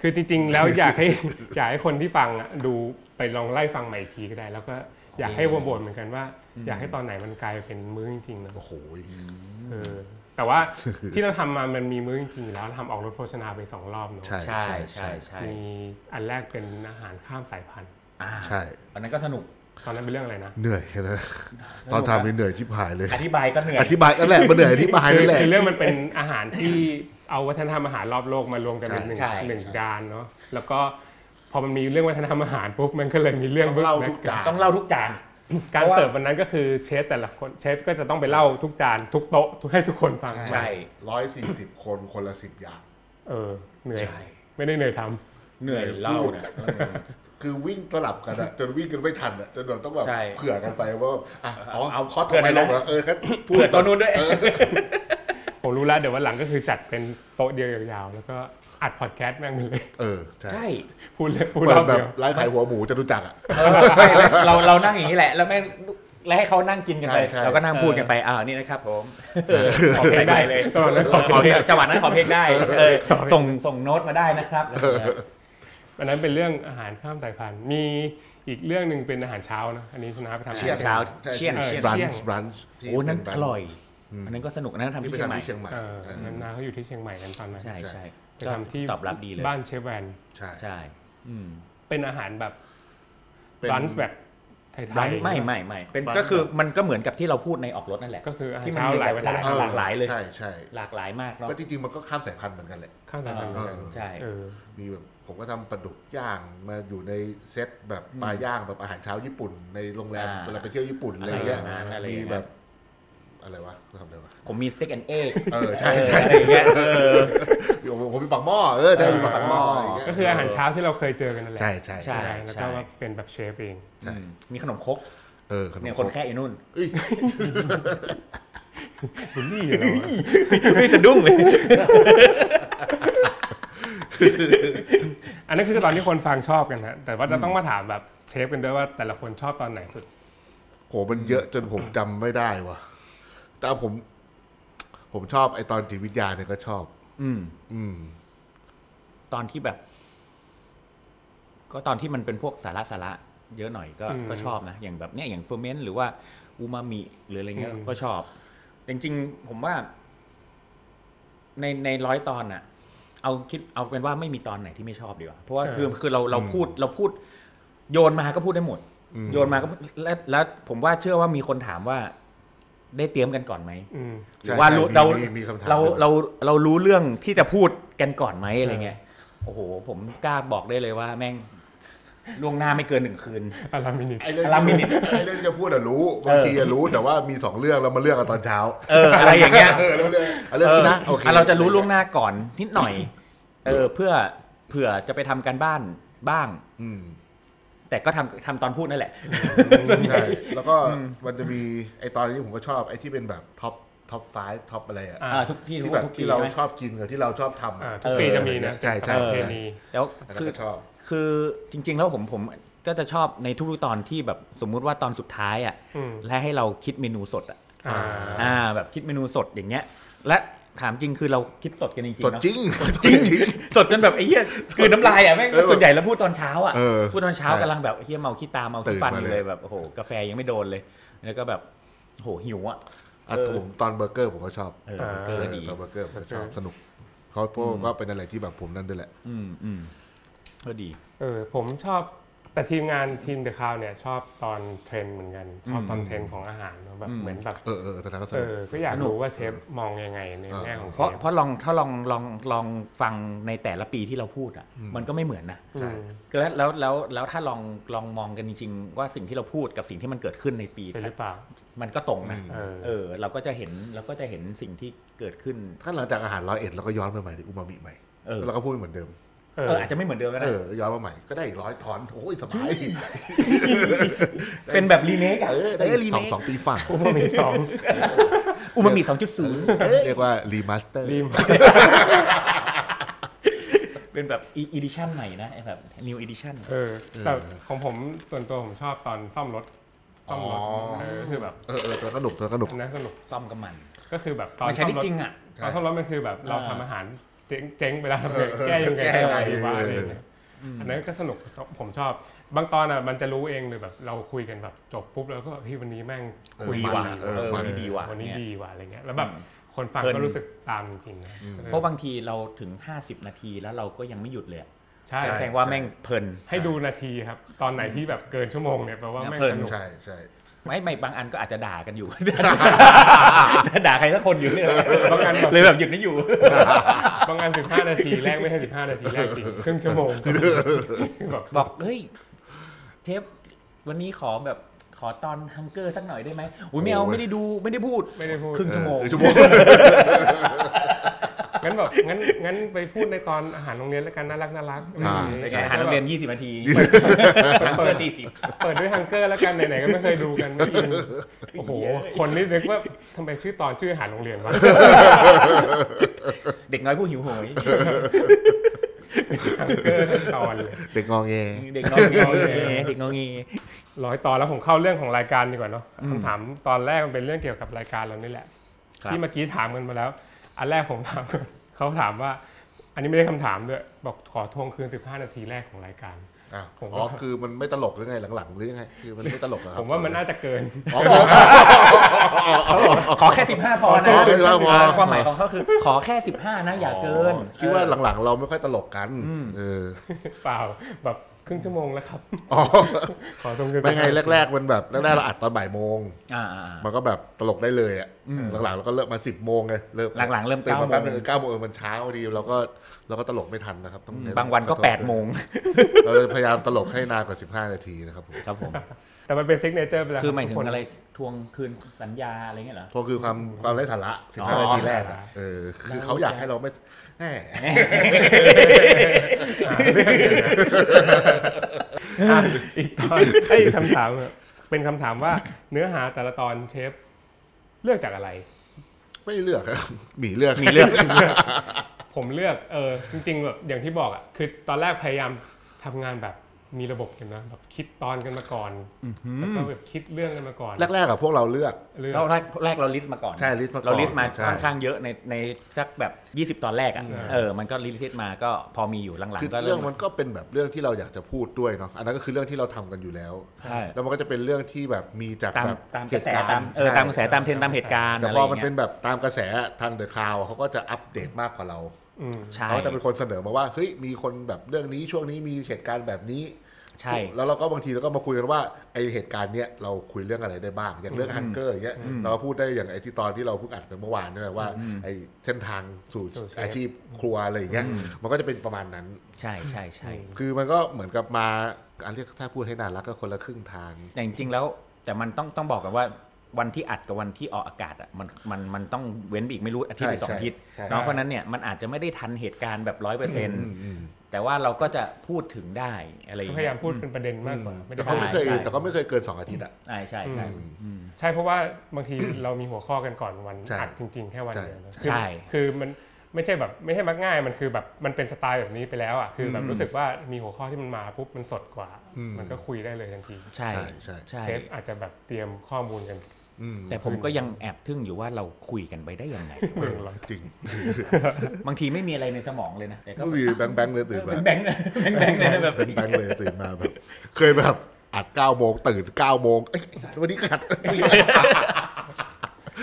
[SPEAKER 4] คือจริง ๆ แล้วอยากให้ อยากให้คนที่ฟังอะดูไปลองไล่ฟังใหม่อีกทีก็ได้ แล้วก็อยากให้วนๆเหมือนกันว่า อยากให้ตอนไหนมันกลายเป็นมื้อจริงๆนะ
[SPEAKER 2] โอ้โห
[SPEAKER 4] เออแต่ว่า [laughs] ที่เราทำมามันมีมื้อจริงๆอยู่แล้วเราทำออกรถโภชนาไปสองรอบเนอะ
[SPEAKER 2] ใช่
[SPEAKER 3] ใช่ใช่ใช่
[SPEAKER 4] มีอันแรกเป็นอาหารข้ามสายพันธุ์
[SPEAKER 3] อ่า
[SPEAKER 2] ใช่
[SPEAKER 3] วันนั้นก็สนุก
[SPEAKER 4] ตอนนั้นเป็นเรื่องอะไรนะ
[SPEAKER 2] เห
[SPEAKER 3] [laughs]
[SPEAKER 2] นื่อยนะตอนทำนี่เหนื่อยชิบหายเลย
[SPEAKER 3] อธิบายก็เหนื่อย
[SPEAKER 2] อธิบายนั่นแหละมันเหนื่อยอธิบาย
[SPEAKER 4] คื
[SPEAKER 2] นั่นแหละ
[SPEAKER 4] คือเรื่องมันเป็นอาหารที่เอาวัฒนธรรมอาหารรอบโลกมารวมกันเป็นหนึ่ง
[SPEAKER 2] ใช่
[SPEAKER 4] หนึ่ง
[SPEAKER 2] ใช่
[SPEAKER 4] จานเนาะแล้วก็พอมันมีเรื่องวัฒนธรรมอาหารปุ๊บมันก็เลยมีเรื่อง
[SPEAKER 2] ต้องเล่า
[SPEAKER 4] Big
[SPEAKER 2] ทุก
[SPEAKER 4] Mac
[SPEAKER 2] จาน
[SPEAKER 3] ต้องเล่าทุกจาน
[SPEAKER 4] การ
[SPEAKER 3] เพราะว่า
[SPEAKER 4] เสิร์ฟวันนั้นก็คือเชฟแต่ละคนเชฟก็จะต้องไปเล่าทุกจานทุกโต๊ะให้ทุกคนฟัง
[SPEAKER 3] ใช่
[SPEAKER 2] ร้อยสี่สิบคนคนละสิบอย่าง
[SPEAKER 4] เออเหนื่อย
[SPEAKER 3] ใช่
[SPEAKER 4] ไม่ได้เหนื่อยทำ
[SPEAKER 3] เหนื่อยเล่าเนี่ย
[SPEAKER 2] คือวิ่งสลับกันอะจนวิ่งกันไม่ทันอะจนเราต้องแบบ
[SPEAKER 3] ใช่
[SPEAKER 2] เผื่อกันไปว่าแบบอ่ะอ๋อเอาคอส
[SPEAKER 3] เผื่
[SPEAKER 2] ต่อ
[SPEAKER 3] อ
[SPEAKER 2] ไป
[SPEAKER 3] นะ
[SPEAKER 2] ลงเหรอเออแค่พูด
[SPEAKER 3] เผื่อตัวนู้นด้วย
[SPEAKER 4] ผมรู้แล้วเดี๋ยววันหลังก็คือจัดเป็นโต๊ะเดียวยาวๆ แล้วก็อัดพอดแคสต์แม่งไปเลย [laughs]
[SPEAKER 2] เออใช่
[SPEAKER 3] ใช่
[SPEAKER 4] พูดเลยพูด
[SPEAKER 2] เปิ
[SPEAKER 4] ร
[SPEAKER 2] ด
[SPEAKER 4] อบ
[SPEAKER 2] แบบ
[SPEAKER 4] เดียว
[SPEAKER 2] ร้านขายหัวหมูจะรู้จักอะ
[SPEAKER 3] เออไม่ไม่เราเรานั่งอย่างนี้แหละ แล้วแม่งแล้วให้เขานั่งกินกันไป
[SPEAKER 2] ใช่ใช่
[SPEAKER 3] เราก็นั่งพูดกันไปอ้าวนี่นะครับผม
[SPEAKER 4] ขอเพลงได้เลยตอนนั้นขอ
[SPEAKER 3] ข
[SPEAKER 4] เพล
[SPEAKER 3] อง เพลง
[SPEAKER 4] ได้
[SPEAKER 3] [laughs] จังหวะนั้นขอเพลงได้เออส่งส่งโน้ตมาได้นะครับ
[SPEAKER 4] อันนั้นเป็นเรื่องอาหารข้ามสายพันธุ์ มีอีกเรื่องหนึ่งเป็นอาหารเช้านะอันนี้ชนะไปทำ
[SPEAKER 3] เชี่ย ง เช้า
[SPEAKER 2] ใช่
[SPEAKER 3] เชี่ยงเชี่ยง
[SPEAKER 2] บรัน
[SPEAKER 4] เชี่ยง
[SPEAKER 2] ช์บรันช์ที่
[SPEAKER 3] โอ้นั่น
[SPEAKER 2] เป็
[SPEAKER 3] อร่อย
[SPEAKER 2] อืม
[SPEAKER 3] อันนั้นก็สนุกอันนั้นทำ
[SPEAKER 2] ที่
[SPEAKER 3] ที่
[SPEAKER 2] ไป
[SPEAKER 3] เชียง
[SPEAKER 2] ทำที่เชียง
[SPEAKER 3] ใหม่
[SPEAKER 2] ใหม่
[SPEAKER 4] เออ
[SPEAKER 2] เออ
[SPEAKER 4] นานาเขาอยู่ที่เชียงใหม่กันตอนนั้น
[SPEAKER 3] ใช่ใช่
[SPEAKER 4] ไปทำที่
[SPEAKER 3] ตอบรับดีเลย
[SPEAKER 4] บ้านเชฟแวน
[SPEAKER 2] ใช่
[SPEAKER 3] ใช่อืม
[SPEAKER 4] เป็นอาหารแบบ
[SPEAKER 2] เป็น
[SPEAKER 4] ร้านแบบไทยๆ
[SPEAKER 3] ร้านไม่ไม่ไม่เป็น
[SPEAKER 2] ร้าน
[SPEAKER 3] ก็คือมันก็เหมือนกับที่เราพูดในออกรถนั่นแหละ
[SPEAKER 4] ก็คืออาหาร
[SPEAKER 3] ที่มัน
[SPEAKER 4] เช้าหลายวัฒนธรรม
[SPEAKER 3] หลากหลายเลย
[SPEAKER 2] ใช่ใช่
[SPEAKER 3] หลากหลายมากเนาะ
[SPEAKER 2] ก็จริงๆมันก็ข้ามสายพันธุ์เหมือนกันแหละ
[SPEAKER 4] ข้ามสายพันธุ์
[SPEAKER 2] เออ
[SPEAKER 3] ใช่
[SPEAKER 4] เออ
[SPEAKER 2] มีแบบผมก็ทำปลาดุกย่างมาอยู่ในเซตแบบปลาย่างแบบอาหารเช้าญี่ปุ่น ในโรงแรม
[SPEAKER 3] อ่า
[SPEAKER 2] เวลาไปเที่ยวญี่ปุ่นอะไรเงี้ย
[SPEAKER 3] อะไรอย่างนั้นอะไรอ
[SPEAKER 2] มี
[SPEAKER 3] ย่างนั้น
[SPEAKER 2] แบบอะไรวะทำอะไรวะ
[SPEAKER 3] ผมมีสเต็กแอนเอ็ก
[SPEAKER 2] เออใช่ใช่
[SPEAKER 3] เอออะไรอย่างเงี้ยเออ
[SPEAKER 2] ผมผมมีปากหม้อเออใช่มีปากหม้ออะไรย่งเงี้ย
[SPEAKER 4] ก็คืออาหารเช้าที่เราเคยเจอกันนั่นแหละ
[SPEAKER 2] ใช่ใช่
[SPEAKER 3] ใช่
[SPEAKER 2] ใช่
[SPEAKER 4] แล้ว
[SPEAKER 3] ใช่
[SPEAKER 4] ก็ว่าเป็นแบบเชฟเอง
[SPEAKER 3] อืมมีขนมครก
[SPEAKER 2] เออขนม
[SPEAKER 3] เนี่ย
[SPEAKER 2] ค
[SPEAKER 3] ค
[SPEAKER 2] ร
[SPEAKER 3] น
[SPEAKER 2] ก
[SPEAKER 3] แค่ไอ้นุ่น [laughs]
[SPEAKER 2] เอ้ย
[SPEAKER 4] บุลลี่อยู่แล้วอะ
[SPEAKER 3] ไม่สะดุ้งเลย
[SPEAKER 4] อันนั้นคือตอนที่คนฟังชอบกันฮะแต่ว่าจะต้องมาถามแบบเทปกันด้วยว่าแต่ละคนชอบตอนไหนสุด
[SPEAKER 2] โหมันเยอะจนผมจำไม่ได้ว่ะแต่ผม ผมชอบไอตอนจิตวิทยาเนี่ยก็ชอบ
[SPEAKER 3] อืม
[SPEAKER 2] อืม
[SPEAKER 3] ตอนที่แบบ ก็ตอนที่มันเป็นพวกสาระสาระเยอะหน่อยก็
[SPEAKER 4] อืม
[SPEAKER 3] ก็ชอบนะ อย่างแบบเนี้ยอย่างเฟอร์เมนต์หรือว่าอูมามิหรืออะไรเงี้ย
[SPEAKER 4] อืม
[SPEAKER 3] ก็ชอบแต่จริงๆ ผมว่า ในในร้อยตอนอะเอาคิดเอาเป็นว่าไม่มีตอนไหนที่ไม่ชอบดีกว่าเพราะว่าคือคือเราเราพูดเราพูด โยนมาก็พูดได้หมด โยนมาก็พูดและและผมว่าเชื่อว่ามีคนถามว่า ได้เตรียมกันก่อนไหม
[SPEAKER 4] อืม
[SPEAKER 3] หรือว่ารู้เรา
[SPEAKER 2] มีมีคำถาม
[SPEAKER 3] เรา
[SPEAKER 2] ด้วย
[SPEAKER 3] เราเรารู้เรื่องที่จะพูดกันก่อนไหมอะไรเงี้ยโอ้โห ผมกล้าบอกได้เลยว่าแม่งล่วงหน้าไม่เกินหนึ่งคืน
[SPEAKER 4] อารามินิต
[SPEAKER 2] ไอ้เรื่อง
[SPEAKER 3] อารามมินิ
[SPEAKER 2] ไอ้เรื่องที่จะพูดอะรู้บางทีอะรู้แต่ว่ามีสองเรื่องเรามาเลือกกันตอนเช้า
[SPEAKER 3] เอออะไรอย่างเงี้ย
[SPEAKER 2] เออแล้วเรื่องเอาเรื่องนี้นะโอเค
[SPEAKER 3] เออเราจะรู้ล่วงหน้าก่อนนิดหน่อย เออเพื่อเผื่อจะไปทำการบ้านบ้าง
[SPEAKER 2] อืม
[SPEAKER 3] แต่ก็ทำทำตอนพูดนั่นแหละ
[SPEAKER 2] ใช่แล้วก็มันจะมีไอ้ตอนนี้ผมก็ชอบไอ้ที่เป็นแบบท็อปท็อป5ท็อปอะไรอะ
[SPEAKER 4] อ่า
[SPEAKER 3] อ่าทุกที่ทุ
[SPEAKER 2] ที่
[SPEAKER 3] ก
[SPEAKER 2] แบบ
[SPEAKER 3] ทุกปี
[SPEAKER 2] ที่เรา
[SPEAKER 3] ใช่ไหม
[SPEAKER 2] ชอบกินกับที่เราชอบทำอะ
[SPEAKER 4] อ่าทุกปีจะมีนะ
[SPEAKER 2] ใช่ใช่
[SPEAKER 3] เออ
[SPEAKER 4] เพ
[SPEAKER 2] ใช่
[SPEAKER 4] ณี
[SPEAKER 3] แล้ว
[SPEAKER 2] อันนั้น
[SPEAKER 3] คือ
[SPEAKER 2] ก็ชอบ
[SPEAKER 3] คือจริง ๆ แล้วผมผมก็จะชอบในทุกๆตอนที่แบบสมมุติว่าตอนสุดท้ายอ่ะ
[SPEAKER 4] อืม
[SPEAKER 3] และให้เราคิดเมนูสดอ่ะ
[SPEAKER 4] อ่า
[SPEAKER 3] อ่าแบบคิดเมนูสดอย่างเงี้ย และถามจริงคือเราคิดสดกันจริงๆ
[SPEAKER 2] สด
[SPEAKER 3] เนอะ
[SPEAKER 2] จริง
[SPEAKER 3] สดจนแบบไอ้เหี้ยคือน้ำลายอ่ะแม่ง
[SPEAKER 2] เออ
[SPEAKER 3] ส่วนใหญ่เราพูดตอนเช้าอ่ะ
[SPEAKER 2] เออ
[SPEAKER 3] พูดตอนเช้า
[SPEAKER 2] ใช่
[SPEAKER 3] กำลังแบบไอ้เหี้ยเมาขี้ตาเมาขี้ฟัน
[SPEAKER 2] ตื่นมา
[SPEAKER 3] อยู่
[SPEAKER 2] เล
[SPEAKER 3] เลย ยแบบโอ้โหกาแฟยังไม่โดนเลย แล้วก็แบบโอ้โหหิวอ่ะ
[SPEAKER 2] อ่ะผมตอนเบอร์เกอร์ผมก็ชอบ
[SPEAKER 3] เออเกอ
[SPEAKER 2] เออ
[SPEAKER 3] ร์ดี
[SPEAKER 2] ตอนเบอร์เกอร์ผมก็ชอบสนุกเพราะเพราะว่าเป็นอะไรที่แบบผมนั่นด้วยแหละ
[SPEAKER 3] อืมอืมก็ดี
[SPEAKER 4] เออผมชอบแต่ทีมงานทีมเดอะคาวเนี่ย ชอบตอนเทรนด์เหมือนกัน ชอบตอนเทรนด์ของอาหารเนอะแบบ
[SPEAKER 3] อืม
[SPEAKER 4] เหมือนแบบ
[SPEAKER 2] เออเออตอนนั้นก็ส
[SPEAKER 4] เอ
[SPEAKER 2] นุก
[SPEAKER 4] อก็อยากรู้ว่าเชฟมองยังไงในแง่ของเช
[SPEAKER 3] เพราะ
[SPEAKER 4] ฟ
[SPEAKER 3] เพราะลองถ้าลองลองลองฟังในแต่ละปีที่เราพูดอ่ะ มันก็ไม่เหมือนนะ
[SPEAKER 4] อืม
[SPEAKER 3] คือแล้วแล้วแล้วแล้วถ้าลองลองมองกันจริงๆ ว่าสิ่งที่เราพูดกับสิ่งที่มันเกิดขึ้นในปี
[SPEAKER 4] เป็นหรือเปล่า
[SPEAKER 3] มันก็ตรงนะ
[SPEAKER 4] เออ
[SPEAKER 3] เออเราก็จะเห็นเราก็จะเห็นสิ่งที่เกิดขึ้น
[SPEAKER 2] ถ้าหลังจากอาหารร้อยเอ็ดเราก็ย้อนไปใหม่ดิอูมามิใหม่
[SPEAKER 3] เออ
[SPEAKER 2] แล้วก็พูดเหมือนเดิม
[SPEAKER 4] เอ
[SPEAKER 3] เอ
[SPEAKER 4] อ
[SPEAKER 3] ออาจจะไม่เหมือนเดิมก็
[SPEAKER 2] เอ
[SPEAKER 3] ได้
[SPEAKER 2] อย้อนมาใหม่ก็ได้อีกร้อยถอนโอ้ยสบาย
[SPEAKER 3] เป็นแบบรีเมคอะ
[SPEAKER 2] เออได้อีกสองสองปีฝั่ง
[SPEAKER 4] ผมว่ามีสอง
[SPEAKER 3] อุมามิสองจุดศูนย์
[SPEAKER 2] เออเรียกว่ารีมาสเตอร์
[SPEAKER 4] ดีม
[SPEAKER 3] เป็นแบบอีดิชั่นใหม่นะไอ้แบบนิวอีดิชั่น
[SPEAKER 4] เออแต่ของผมส่วนตัวผมชอบตอนซ่อมรถซ่อมรถเออคือแบบ
[SPEAKER 2] เออเออตอนนั้นก็หนุกตอนนั้นก็หนุก
[SPEAKER 4] อันนั้นสนุก
[SPEAKER 3] ซ่อมกับมัน
[SPEAKER 4] ก็คือแบบตอน
[SPEAKER 3] มันใช้ได้
[SPEAKER 4] ซ่อถ
[SPEAKER 3] จริงอ่ะ
[SPEAKER 4] ตอนทดลองมันคือแบบเรา
[SPEAKER 3] อ่า
[SPEAKER 4] ทำอาหารเจ๊งเจ๊งไปแล้วทำไง
[SPEAKER 2] เออ
[SPEAKER 4] แก้ยังไง
[SPEAKER 2] แก้
[SPEAKER 4] แก้
[SPEAKER 2] ยัง
[SPEAKER 4] ยัง
[SPEAKER 2] ไง
[SPEAKER 4] ไงดีวะ
[SPEAKER 2] เอออ
[SPEAKER 4] อะไรอย่างเงี้ยอันนั้นก็สนุกผมชอบ บางตอนอ่ะมันจะรู้เองเลยแบบเราคุยกันแบบจบปุ๊บแล้วก็เฮ้ยวันนี้แม่งคุย
[SPEAKER 3] ดี
[SPEAKER 4] มัน
[SPEAKER 3] ว่ะ
[SPEAKER 2] เอ
[SPEAKER 3] เอ
[SPEAKER 2] อ
[SPEAKER 3] อวันนี้ดีว่ะ
[SPEAKER 4] วันนี้
[SPEAKER 3] เนี่ย
[SPEAKER 4] ดีว่ะอะไรเงี้ยแล้วแบบ
[SPEAKER 3] อืม
[SPEAKER 4] คนฟัง
[SPEAKER 3] เพลิน
[SPEAKER 4] ก็รู้สึกตามจริงๆนะออ
[SPEAKER 3] เพราะบางทีเราถึง 50 นาทีแล้วเราก็ยังไม่หยุดเลยอะ
[SPEAKER 4] ใช่
[SPEAKER 3] แสดงว่าแม่งเพลิน
[SPEAKER 4] ให้ดูนาทีครับ ตอนไหนที่แบบเกินชั่วโมงเนี่ยแปลว่า
[SPEAKER 3] เนี่ย
[SPEAKER 4] แม่ง
[SPEAKER 3] เพลิน
[SPEAKER 4] สนุก
[SPEAKER 2] ใช่ใช่
[SPEAKER 3] ไม่ไม่บางอันก็อาจจะด่ากัน
[SPEAKER 4] [laughs]
[SPEAKER 3] อยู่ [laughs] ด่าใครสักคนอยู่เนี่ย
[SPEAKER 4] บางอันแบบ
[SPEAKER 3] เลยแบบหยุดไม่อยู่
[SPEAKER 4] บางอันสิบห้านาทีแรกไม่ใช่สิบห้านาทีแรกจริงครึ่งชั่วโมงคือแบบ
[SPEAKER 3] บอกเฮ้ยเทปวันนี้ขอแบบขอตอนฮังเกอร์สักหน่อยได้ไหมอุ้ยไม่เอาไม่ได้ดูไม่ได้พูด
[SPEAKER 4] ไม่ได้พูด
[SPEAKER 3] ครึ่งชั่วโมง
[SPEAKER 2] เออชั่วโมง
[SPEAKER 4] งั้นแบบงั้นงั้นไปพูดในตอนอาหารโรงเรียนแล้วกันน่ารักน่ารัก
[SPEAKER 3] ไปไงอาหารโรงเรียน 20 นาทีฮังเกอร์40
[SPEAKER 4] เปิดด้วยฮังเกอร์แล้วกันไหนๆก็ไม่เคยดูกันไม่อินโอ้โห คนนี่นึกว่าทำไมชื่อตอนชื่ออาหารโรงเรียนวะ
[SPEAKER 3] เด็กน้อยผู้หิวโหย
[SPEAKER 4] ฮังเกอร์ทั้งตอนเลย
[SPEAKER 2] เด็กงอแง
[SPEAKER 3] เด็กน้อยผู้หิวโหย
[SPEAKER 4] โอเค
[SPEAKER 3] เด็กงองี
[SPEAKER 4] ร้อยตอนแล้วผมเข้าเรื่องของรายการดีกว่าเนาะคำถามตอนแรกมันเป็นเรื่องเกี่ยวกับรายการเรานี่แหละ ที่เมื่อกี้ถามกันมาแล้ว อันแรกผมถามก่อนเขาถามว่า อันนี้ไม่ได้คำถามด้วยบอกขอทวงคืน 15 นาทีแรกของรายการ
[SPEAKER 2] อ่ะ
[SPEAKER 4] ผมว่า
[SPEAKER 2] อ๋อคือมันไม่ตลกหรือไงหลังๆหรือยังไงคือมันไม่ตลกเหรอครับ
[SPEAKER 4] ผมว่ามันน่าจะเกิน
[SPEAKER 2] อ๋อผม
[SPEAKER 3] ขอแค่ 15 พอนะ
[SPEAKER 2] ขอแค่15พอ
[SPEAKER 3] ความหมายของเขา
[SPEAKER 2] [laughs]
[SPEAKER 3] คือ ขอแค่ 15 นะอย่าเกิน
[SPEAKER 2] อ๋อคิดว่าหลังๆ เราไม่ค่อยตลกกันเออ
[SPEAKER 4] เปล่าแบบครึ่งชั่วโมงแล้วครับ
[SPEAKER 2] อ๋อ
[SPEAKER 4] ขอทวงคืน
[SPEAKER 2] ไม่ไงแรก ๆ มันแบบแรกๆเราอัดตอนบ่ายโมง
[SPEAKER 3] อ่า
[SPEAKER 2] มันก็แบบตลกได้เลยอ่ะหลังๆเราก็เลิกมาสิบโมงไงเลิก
[SPEAKER 3] หลังๆเริ่ม
[SPEAKER 2] ตื่นมา
[SPEAKER 3] 9
[SPEAKER 2] แป๊บนึง
[SPEAKER 3] โมง
[SPEAKER 2] เก้าโมงเออมันเช้าพอดีเราก็เราก็ตลกไม่ทันนะครับต้อง
[SPEAKER 3] ๆบางวันก็ 8 โมง
[SPEAKER 2] เราเลยพยายามตลกให้นานกว่าสิบห้านาทีนะครับผม
[SPEAKER 3] ครับผม
[SPEAKER 4] แต่มันเป็นซิกเนเจอร์ไปแล้ว
[SPEAKER 3] คือหมายถึง
[SPEAKER 4] ทุกน
[SPEAKER 3] อะไรทวงคืนสัญญาอะไรเงี้ยเหรอ
[SPEAKER 2] พวกคือความความไร้สาระสิบ
[SPEAKER 3] อ๋
[SPEAKER 2] ห้า
[SPEAKER 3] อ
[SPEAKER 2] นาทีแรกอะเออคือเขาอยากให้เราไม่แหม
[SPEAKER 4] อ่ะอีกตอน [laughs] ไอ้ยคำถามอะเป็นคำถามว่าเนื้อหาแต่ละตอนเชฟเลือกจากอะไร
[SPEAKER 2] ไม่เลือกอะหมีเลือก
[SPEAKER 3] มีเรื่อง
[SPEAKER 4] ผมเลือกเออจริงๆแบบอย่างที่บอกอ่ะคือตอนแรกพยายามทำงานแบบมีระบบกันนะแบบคิดตอนกันมาก่อนแล้วก็แบบคิดเรื่องกันมาก่อน
[SPEAKER 2] แรกๆอะพวกเราเลือก
[SPEAKER 4] เรื่อง
[SPEAKER 3] เราแรกแรกเราลิสต์มาก่อน
[SPEAKER 2] ใช่ลิสต์มาก่อน
[SPEAKER 3] เราลิสต์มา
[SPEAKER 2] ใช่
[SPEAKER 3] ค่อนข้างเยอะในในสักแบบ 20 ตอนแรกอ่ะ
[SPEAKER 4] อืม
[SPEAKER 3] เออมันก็ลิสต์มาก็พอมีอยู่หลัง
[SPEAKER 2] คือ
[SPEAKER 3] ๆก็
[SPEAKER 2] เรื่
[SPEAKER 3] เริ่
[SPEAKER 2] อง
[SPEAKER 3] ม
[SPEAKER 2] มันก็เป็นแบบเรื่องที่เราอยากจะพูดด้วยเนาะอันนั้นก็คือเรื่องที่เราทำกันอยู่แล้ว
[SPEAKER 3] ใช่
[SPEAKER 2] แล้วมันก็จะเป็นเรื่องที่แบบมีจาก
[SPEAKER 3] ตาม
[SPEAKER 2] แบบ
[SPEAKER 3] ตาม
[SPEAKER 2] เห
[SPEAKER 3] กระ
[SPEAKER 2] ตุ
[SPEAKER 3] แส
[SPEAKER 2] การณ์
[SPEAKER 3] ตามเออ
[SPEAKER 2] ใช่
[SPEAKER 3] ตามกระแสตามเทรนด์ตามเหตุการณ์
[SPEAKER 2] แต่
[SPEAKER 3] อะไร
[SPEAKER 2] พอ
[SPEAKER 3] อย่าง
[SPEAKER 2] มันเป็น
[SPEAKER 3] เงี้ย
[SPEAKER 2] แบบตามกระแสทางเดอะคาวเขาก็จะอัปเดตมากกว่าเรา
[SPEAKER 4] อืม
[SPEAKER 3] ใช่
[SPEAKER 2] เขาจะเป็นคนเสนอมาว่าเฮ้ยมีคนแบบเรื่องนี้ช่วงนี้มีเหตุการณ์แบบนี้
[SPEAKER 3] ใช่
[SPEAKER 2] แล้วเราก็บางทีเราก็มาคุยกันว่าไอเหตุการณ์เนี้ยเราคุยเรื่องอะไรได้บ้าง อย่างเรื่องฮังเกอร์อย่างเงี้ยเราก็พูดได้อย่างไอที่ตอนที่เราเพิ่งอัดไปเมื่อวานนี่แหละว่าไอเส้นทางสู่
[SPEAKER 4] สู่เชฟ
[SPEAKER 2] อาชีพครัวอะไรอย่างเงี้ยมันก็จะเป็นประมาณนั้น
[SPEAKER 3] ใช่ใช่ใช่
[SPEAKER 2] คือมันก็เหมือนกับมาอันเรียกถ้าพูดให้นานรักก็คนละครึ่งทาง
[SPEAKER 3] แต่จริงๆแล้วแต่มันต้องต้องบอกกันว่าวันที่อัดกับวันที่ออกอากาศอ่ะมันมันมันต้องเว้นไปอีกไม่รู้อาทิตย์หรือ
[SPEAKER 2] ใช่
[SPEAKER 3] สองอาทิตย์
[SPEAKER 2] ใช่ใช่
[SPEAKER 3] เนาะเพราะฉะนั้นเนี่ยมันอาจจะไม่ได้ทันเหตุการณ์แบบร้อยเปอร์เซ็นต์แต่ว่าเราก็จะพูดถึงได้อะไรอ
[SPEAKER 4] ก็
[SPEAKER 3] ง
[SPEAKER 4] พ
[SPEAKER 3] เงี้
[SPEAKER 4] ยายามพูดเป็นประเด็นมากกว่าไม่
[SPEAKER 2] แต่
[SPEAKER 4] ได้
[SPEAKER 2] ก็ไม่เคย
[SPEAKER 3] ใช่
[SPEAKER 2] แต่ก็ไม่เคยเกินสองอาทิตย์อะ
[SPEAKER 3] อ่าใช่ใช่
[SPEAKER 4] ใช่เพราะว่าบางที [coughs] เรามีหัวข้อกันก่อนวัน
[SPEAKER 2] ใช่
[SPEAKER 4] อัดจริง ๆ แค่วันเดียวนะ
[SPEAKER 3] ใช่
[SPEAKER 4] คือ
[SPEAKER 3] ใช่
[SPEAKER 4] คือมันไม่ใช่แบบไม่ใช่มักง่ายมันคือแบบมันเป็นสไตล์แบบนี้ไปแล้วอ่ะคือแบบรู้สึกว่ามีหัวข้อที่มันมาปุ๊บมันสดกว่า
[SPEAKER 2] อืม
[SPEAKER 4] มันก็คุยได้เลยทันที
[SPEAKER 3] ใช่
[SPEAKER 2] ใช่ใช่
[SPEAKER 3] ใช่
[SPEAKER 4] เชฟอาจจะแบบเตรียมข้อมูลกัน
[SPEAKER 2] อืม
[SPEAKER 3] แต่ผมก็ยังแอบทึ่งอยู่ว่าเราคุยกันไปได้
[SPEAKER 2] [laughs]
[SPEAKER 3] ยังไง
[SPEAKER 2] เออจริง
[SPEAKER 3] บางทีไม่มีอะไรในสมองเลยนะแต่ก็
[SPEAKER 2] ก็มีแบงค์แบงค์เลยตื่นมา
[SPEAKER 3] แบงค์ๆแบง
[SPEAKER 2] [laughs]
[SPEAKER 3] ค์ๆเลยนะแบบ
[SPEAKER 2] แบงค์เลยตื่นมาแบบ เคยแบบอัดเก้าโมงตื่นเก้าโมงเอ้ยไอ้สัตว์วันนี้ขัด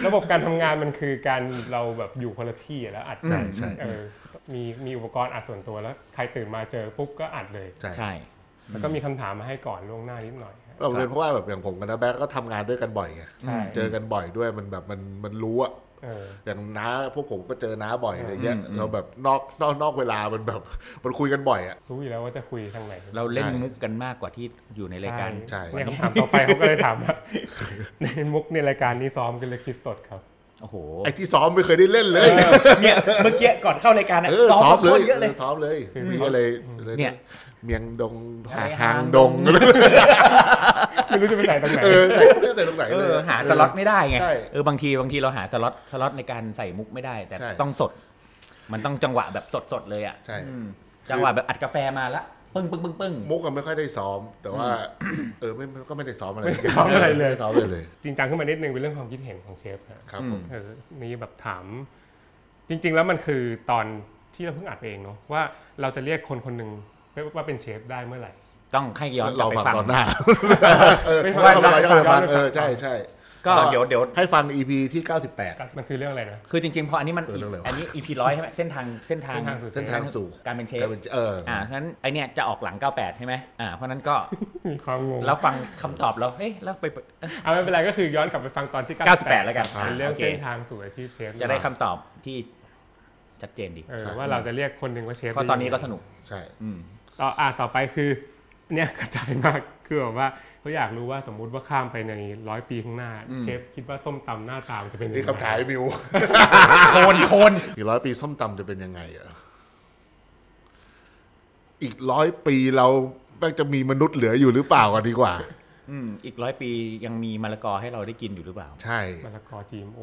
[SPEAKER 4] ระบบการทำงานมันคือการเราแบบอยู่คนละที่แล้วอัด
[SPEAKER 2] ใช่ใช่
[SPEAKER 4] เออมีมีอุปกรณ์อัดส่วนตัวแล้ว ใครตื่นมาเจอปุ๊บก็อัดเลย
[SPEAKER 2] ใช่
[SPEAKER 3] ใช่
[SPEAKER 4] แล้วก็มีคำถามมาให้ก่อนล่วงหน้านิดหน่อยฮะ
[SPEAKER 2] เราเป็นเพราะว่าแบบอย่างผมกับน้าแบ๊กก็ทำงานด้วยกันบ่อยไง
[SPEAKER 4] ใช่
[SPEAKER 2] เจอกันบ่อยด้วยมันแบบมันมันรู้อะ
[SPEAKER 4] เออ
[SPEAKER 2] อย่างน้าพวกผมก็เจอน้าบ่อยอะไรเงี้ย
[SPEAKER 3] อืม
[SPEAKER 2] เราแบบนอกนอกนอกเวลามันแบบ มันคุยกันบ่อยอะ
[SPEAKER 4] รู้อยู่แล้วว่าจะคุยทางไหน
[SPEAKER 3] เราเล่น
[SPEAKER 2] ใช่
[SPEAKER 3] มุกกันมากกว่าที่อยู่ในรายการ
[SPEAKER 2] ใช่
[SPEAKER 4] เนี่ยคำถามต่อไปเขาก็เลยถาม [laughs] ว่า ในมุกในรายการนี้ซ้อมกันเลยคิดสดครับ
[SPEAKER 3] โอ้โห
[SPEAKER 2] ไอ้ที่ซ้อมไม่เคยได้เล่นเลย
[SPEAKER 3] เนี่ยเมื่อกี้ก่อนเข้ารายการอะ
[SPEAKER 2] เออ
[SPEAKER 3] ซ้อม
[SPEAKER 2] ซ้อมเลย
[SPEAKER 3] โคตรเยอะเลย
[SPEAKER 2] ซ้อมเลยมีอะไรอะไร
[SPEAKER 3] เนี่ย
[SPEAKER 2] เมียงดงหา
[SPEAKER 3] อะไร
[SPEAKER 2] หางดงเลย
[SPEAKER 4] ไม่รู้จะไปใส่ตรงไหน
[SPEAKER 2] เออใส่ไม่ได้ใส่ตรงไหน
[SPEAKER 3] เอ
[SPEAKER 2] เลย
[SPEAKER 3] อหาสล็อตไม่ได้ไง
[SPEAKER 2] ใช่
[SPEAKER 3] เออบางทีบางทีเราหาสล็อตสล็อตในการใส่มุกไม่ได้ แต่
[SPEAKER 2] ใช่
[SPEAKER 3] ต้องสด มันต้องจังหวะแบบสดๆเลยอ่ะ
[SPEAKER 2] ใช่
[SPEAKER 3] อืมจังหวะแบบอัดกาแฟมาละปึ้งปึ้งปึ้งปึ้ง
[SPEAKER 2] มุกก็ไม่ค่อยได้ซ้อม แต่ว่า เออไม่ไม่ก็ไม่ได้ซ้อมอะไร
[SPEAKER 4] ไม่ซ้อมอะไรเลย
[SPEAKER 2] ม่ด้ซ้อมอะไรเลย
[SPEAKER 4] จริงจังขึ้นมานิดนึงเป็นเรื่องความคิดเห็นของเชฟฮะ
[SPEAKER 2] ครับ
[SPEAKER 3] อื
[SPEAKER 2] ผม ม
[SPEAKER 4] เออนี่แบบถาม จริง ๆ แล้วมันคือตอนที่เราเพิ่งอัดเองเนาะว่าเราจะเรียกคนคนหนึ่งว่าเป็นเชฟได้เมื่อไหร่
[SPEAKER 3] ต้องให้ย้อนกลั
[SPEAKER 2] เรา
[SPEAKER 3] บไป
[SPEAKER 2] ฟังต
[SPEAKER 3] ฟัง
[SPEAKER 2] อนหน้า เออ
[SPEAKER 4] ไม่
[SPEAKER 2] ว่า
[SPEAKER 4] ฟั
[SPEAKER 2] เรา
[SPEAKER 4] ง
[SPEAKER 2] ไป
[SPEAKER 4] ย้อนหลัง
[SPEAKER 2] ฟังเออใช่ใช่
[SPEAKER 3] ก็เดี๋ยวเดี๋ยว
[SPEAKER 2] ให้ฟัง EP ที่ 98
[SPEAKER 4] มันคือเรื่องอะไรนะ
[SPEAKER 3] คือจริงๆพออันนี้มัน
[SPEAKER 2] เออเรื่องอะไรวะ
[SPEAKER 3] อันนี้ EP ร้อยใช่ไหมเส้นทางเส้นทาง
[SPEAKER 4] เส้นทางสู่
[SPEAKER 2] เส้นทางสู่
[SPEAKER 3] การเป็นเชฟ
[SPEAKER 2] การเป็นเอออ
[SPEAKER 3] อ่าเพราะฉะนั้นไอเนี่ยจะออกหลัง 98 ใช่ไหมอ่าเพราะฉะนั้น
[SPEAKER 2] [laughs]
[SPEAKER 3] ก็
[SPEAKER 4] มีความงง
[SPEAKER 3] เราฟังคำตอบเราเฮ้ยแล้วไป
[SPEAKER 4] เอาไม่เป็นไรก็คือย้อนกลับไปฟังตอนที่
[SPEAKER 3] 98แล้วกัน
[SPEAKER 4] เป็นเรื่อง
[SPEAKER 3] โอเค
[SPEAKER 4] เส้นทางสู่อาชีพเชฟ
[SPEAKER 3] จะได้คำตอบที่ชัดเจนดี
[SPEAKER 4] เออว่าเราจะเรียกคนหนึ่งว่าเชฟ
[SPEAKER 3] เพราะตอนนี้ก็สนุก
[SPEAKER 2] ใช่
[SPEAKER 4] ต่ออ่ะต่อไปคือเนี่ย [laughs] กระจายมากคือแบบว่าเขาอยากรู้ว่าสมมุติว่าข้ามไปในร้อยปีข้างหน้า เชฟคิดว่าส้มตำหน้าตามันจะเป็นยังไง
[SPEAKER 2] นี่คำถามไอ้มิว
[SPEAKER 3] โคนโคน
[SPEAKER 2] อีกร้อยปีส้มตำจะเป็นยังไงอ่ะอีกร้อยปีเราแม่งจะมีมนุษย์เหลืออยู่หรือเปล่ากันดีกว่า
[SPEAKER 3] อืมอีกร้อยปียังมีมะละกอให้เราได้กินอยู่หรือเปล่า
[SPEAKER 2] ใช่
[SPEAKER 4] มะละกอ GMO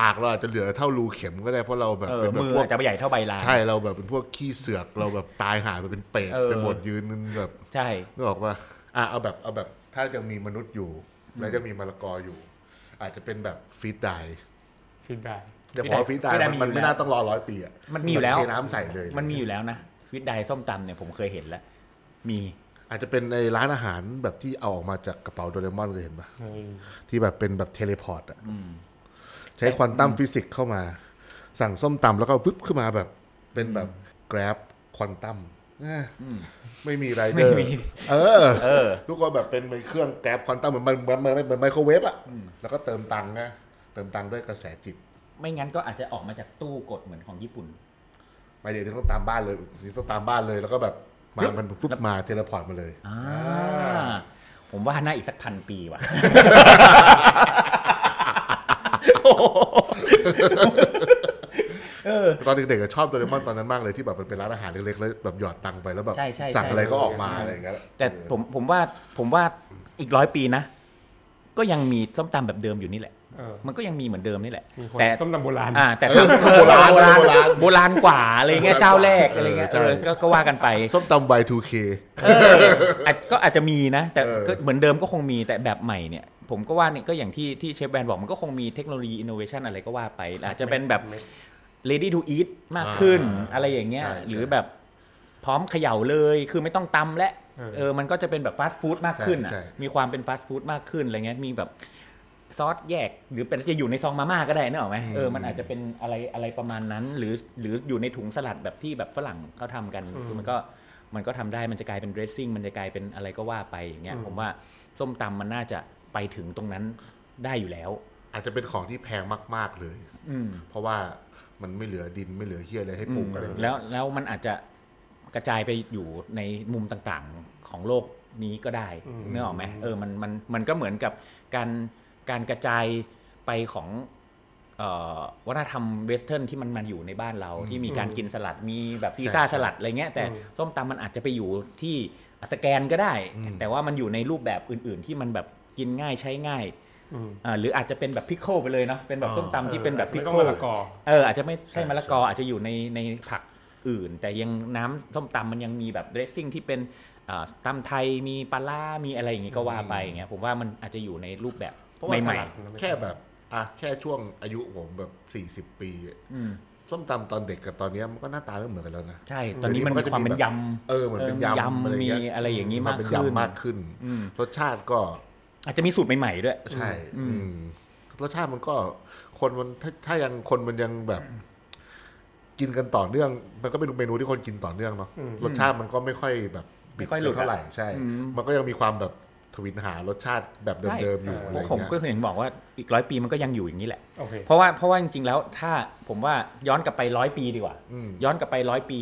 [SPEAKER 2] ปากเราอาจจะเหลือเท่ารูเข็มก็ได้เพราะเราแบบ
[SPEAKER 3] เออ
[SPEAKER 2] เป็นแบบ
[SPEAKER 3] มือ
[SPEAKER 2] พวก
[SPEAKER 3] อาจจะไม่ใหญ่เท่าใบลาน
[SPEAKER 2] ใช่เราแบบเป็นพวกขี้เสือกเราแบบตายหายไปเป็นเปรต
[SPEAKER 3] เออ
[SPEAKER 2] จะหมดยืนแบบ
[SPEAKER 3] ใช่
[SPEAKER 2] นึกออกว่าอ่ะเอาแบบเอาแบบถ้ายังมีมนุษย์อยู่ แล้วยังมีมะละกออยู่ อาจจะเป็นแบบฟีดไดร์
[SPEAKER 4] คิดได้
[SPEAKER 2] แต่พอ
[SPEAKER 3] ฟี
[SPEAKER 2] ฟี
[SPEAKER 3] ด
[SPEAKER 2] ด
[SPEAKER 3] ได
[SPEAKER 2] ได
[SPEAKER 3] ร์
[SPEAKER 2] ร์มันมัน
[SPEAKER 3] ฟีดไดร์มีอยู่
[SPEAKER 2] ไม่
[SPEAKER 3] แล้ว
[SPEAKER 2] น่าต้องรอร้อยปีอ่ะ
[SPEAKER 3] มันมีอยู่แล้ว
[SPEAKER 2] เทน้ำใส่เลย
[SPEAKER 3] มันมีอยู่แล้วนะวิทย์ใดส้มตำเนี่ยผมเคยเห็นแล้วมี
[SPEAKER 2] อาจจะเป็นในร้านอาหารแบบที่เอาออกมาจากกระเป๋าโดเรมอนเลยเห็นปะที่แบบเป็นแบบเทเลพอร์ตอ่ะใช้ควอนตัมฟิสิกส์เข้ามา สั่งส้มตำแล้วก็วึบขึ้นมาแบบเป็นแบบแกร็บควอนตัมไม่มีไรเดอร์เออ
[SPEAKER 3] เออ
[SPEAKER 2] ทุกคนแบบเป็นเครื่องแกร็บควอนตัมเหมือนมันเหมือนเหมือนเหมือนไมโครเวฟอ่ะแล้วก็เติมตังค์นะเติมตังค์ด้วยกระแสจิต
[SPEAKER 3] ไม่งั้นก็อาจจะออกมาจากตู้กดเหมือนของญี่ปุ่น
[SPEAKER 2] ไปเดี๋ยวนี้ต้องตามบ้านเลยเดี๋ยวต้องตามบ้านเลย แล้วก็แบบมามันปุ๊บมาเทเลพอร์ตมาเลย
[SPEAKER 3] อ่าผมว่าน่าอีกสักพันปี
[SPEAKER 2] [laughs]
[SPEAKER 3] ว่ะ
[SPEAKER 2] ตอนเด็กๆอะชอบโดเรมอนตอนนั้นมากเลยที่แบบมันเป็นร้านอาหารเล็กๆแล้วแบบหยอดตังค์ไปแล้วแบบ
[SPEAKER 3] ใช่ใช่
[SPEAKER 2] สั่ง
[SPEAKER 3] ใช่
[SPEAKER 2] อะไรก็ออกมาอะไรอย่างเงี้ย
[SPEAKER 3] แต่
[SPEAKER 2] เออ
[SPEAKER 3] ผมผมว่าผมว่าอีกร้อยปีนะ ก็ยังมีส้มตำแบบเดิมอยู่นี่แหละ
[SPEAKER 4] เออ
[SPEAKER 3] มันก็ยังมีเหมือนเดิมนี่แหละ
[SPEAKER 4] มีคน
[SPEAKER 3] แต่
[SPEAKER 4] ส้มตำโบราณ
[SPEAKER 3] อ่า แต่
[SPEAKER 2] เออโบราณโบราณโบราณ
[SPEAKER 3] โบราณกว่าอะไรเงี้ยเจ้าแรกอะไรเงี้ย
[SPEAKER 2] เอ
[SPEAKER 3] เอ
[SPEAKER 2] อใช่
[SPEAKER 3] อก็ก็ว่ากันไป
[SPEAKER 2] ส้มตำ Y2K
[SPEAKER 3] เอออาจก็อาจจะมีนะ แต่
[SPEAKER 2] เออ
[SPEAKER 3] ก็เหมือนเดิมก็คงมีแต่แบบใหม่เนี่ย ผมก็ว่าเนี่ยก็อย่างที่ที่เชฟแบรนด์บอกมันก็คงมีเทคโนโลยีอินโนเวชันอะไรก็ว่าไป อาจจะเป็นแบบ ready to eat มากขึ้น
[SPEAKER 2] อ่า
[SPEAKER 3] อะไรอย่างเงี้ย
[SPEAKER 2] ใช่ใช่
[SPEAKER 3] หรือแบบพร้อมเขย่าเลย คือไม่ต้องตำและ
[SPEAKER 4] เออ
[SPEAKER 3] เออ มันก็จะเป็นแบบฟาสต์ฟู้ดมากขึ้นอะ
[SPEAKER 2] ใช่ใช่
[SPEAKER 3] มีความเป็นฟาสต์ฟู้ดมากขึ้นอะไรเงี้ยมีแบบซอสแยก หรือเป็นจะอยู่ในซองมาม่าก็ได้นึกออกไหมเออมันอาจจะเป็นอะไรอะไรประมาณนั้น หรือหรืออยู่ในถุงสลัดแบบที่แบบฝรั่งเขาทำกันคือมันก็ มันก็ทำได้มันจะกลายเป็นเดรสซิ่งมันจะกลายเป็นอะไรก็ว่าไปอย่างเงี้ยผมว่าส้มตำมันน่าจะไปถึงตรงนั้นได้อยู่แล้ว
[SPEAKER 2] อาจจะเป็นของที่แพงมาก ๆเลย
[SPEAKER 3] อืม
[SPEAKER 2] เพราะว่ามันไม่เหลือดินไม่เหลือเฮียอะไรให้ปลูกอะไรอย่างเงี้ย
[SPEAKER 3] แล้วแล้วมันอาจจะกระจายไปอยู่ในมุมต่างๆของโลกนี้ก็ได้เนื้อออกไหมเออมันมันมันก็เหมือนกับการการกระจายไปของเอ่อวัฒนธรรมเวสเทิร์นที่มันมาอยู่ในบ้านเราที่มีการกินสลัดมีแบบซีซ่าสลัดอะไรเงี้ยแต่ส้มตำมันอาจจะไปอยู่ที่สแกนก็ได้ แต่ว่ามันอยู่ในรูปแบบอื่นๆ ที่มันแบบกินง่ายใช้ง่าย
[SPEAKER 4] อืม
[SPEAKER 3] อ่าหรืออาจจะเป็นแบบพิคโคไปเลยเนาะเป็นแบบส้มตำที่เป็นแบบพิ
[SPEAKER 4] ไม่
[SPEAKER 3] ค
[SPEAKER 4] ต้อง
[SPEAKER 3] โค
[SPEAKER 4] มะละกอ
[SPEAKER 3] เอออาจจะไม่ใช่มะละกออาจจะอยู่ในในผักอื่น แต่ยังน้ำส้มตำมันยังมีแบบเดรสซิ่งที่เป็นอ่าตำไทยมีปลาล่ามีอะไรอย่างงี้ก็ว่าไปอย่างเงี้ยผมว่ามันอาจจะอยู่ในรูปแบบ
[SPEAKER 2] เพราะว่า
[SPEAKER 3] ใหม่
[SPEAKER 2] แค่แบบอ่ะแค่ช่วงอายุผมแบบสี่สิบ40 ปี
[SPEAKER 3] อืม
[SPEAKER 2] ส้มตำตอนเด็กกับตอนเนี้ยมันก็หน้าตาไม่เหมือนกันแล้วนะ
[SPEAKER 3] ๆ ใช่ ตอนนี้มันมีความเป็นยำ
[SPEAKER 2] เออเหมือนเป็น
[SPEAKER 3] เออย
[SPEAKER 2] ำอะไร
[SPEAKER 3] มี
[SPEAKER 2] เงี้ย
[SPEAKER 3] อะไรอย่างงี้มาก
[SPEAKER 2] เป็น
[SPEAKER 3] ขึ้น
[SPEAKER 2] ยำมากขึ้น
[SPEAKER 3] อืม
[SPEAKER 2] รสชาติก็
[SPEAKER 3] อาจจะมีสูตรใหม่ๆด้วย
[SPEAKER 2] ใช่ อืมรสชาติมันก็คนมันถ้าถ้ายังคนมันยังแบบ กินกันต่อเนื่อง มันก็เป็นเมนูที่คนกินต่อเนื่องเนาะรสชาติมันก็ไม่ค่อยแบบ
[SPEAKER 3] ไม่ค่อยหลุดอะ
[SPEAKER 2] เท่าไหร่ใช่
[SPEAKER 3] อืม
[SPEAKER 2] มันก็ยังมีความแบบทวินหารสชาติแบบเดิมๆอยู่อะไร
[SPEAKER 3] พวก
[SPEAKER 2] เงี้ย
[SPEAKER 3] ผมก็เห็นบอกว่าอีกร้อยปีมันก็ยังอยู่อย่างนี้แหละ
[SPEAKER 4] โอเค
[SPEAKER 3] เพราะว่าเพราะว่าจริงๆแล้วถ้าผมว่าย้อนกลับไปร้อยปีดีกว่า
[SPEAKER 2] อืม
[SPEAKER 3] ย้อนกลับไปร้อยปี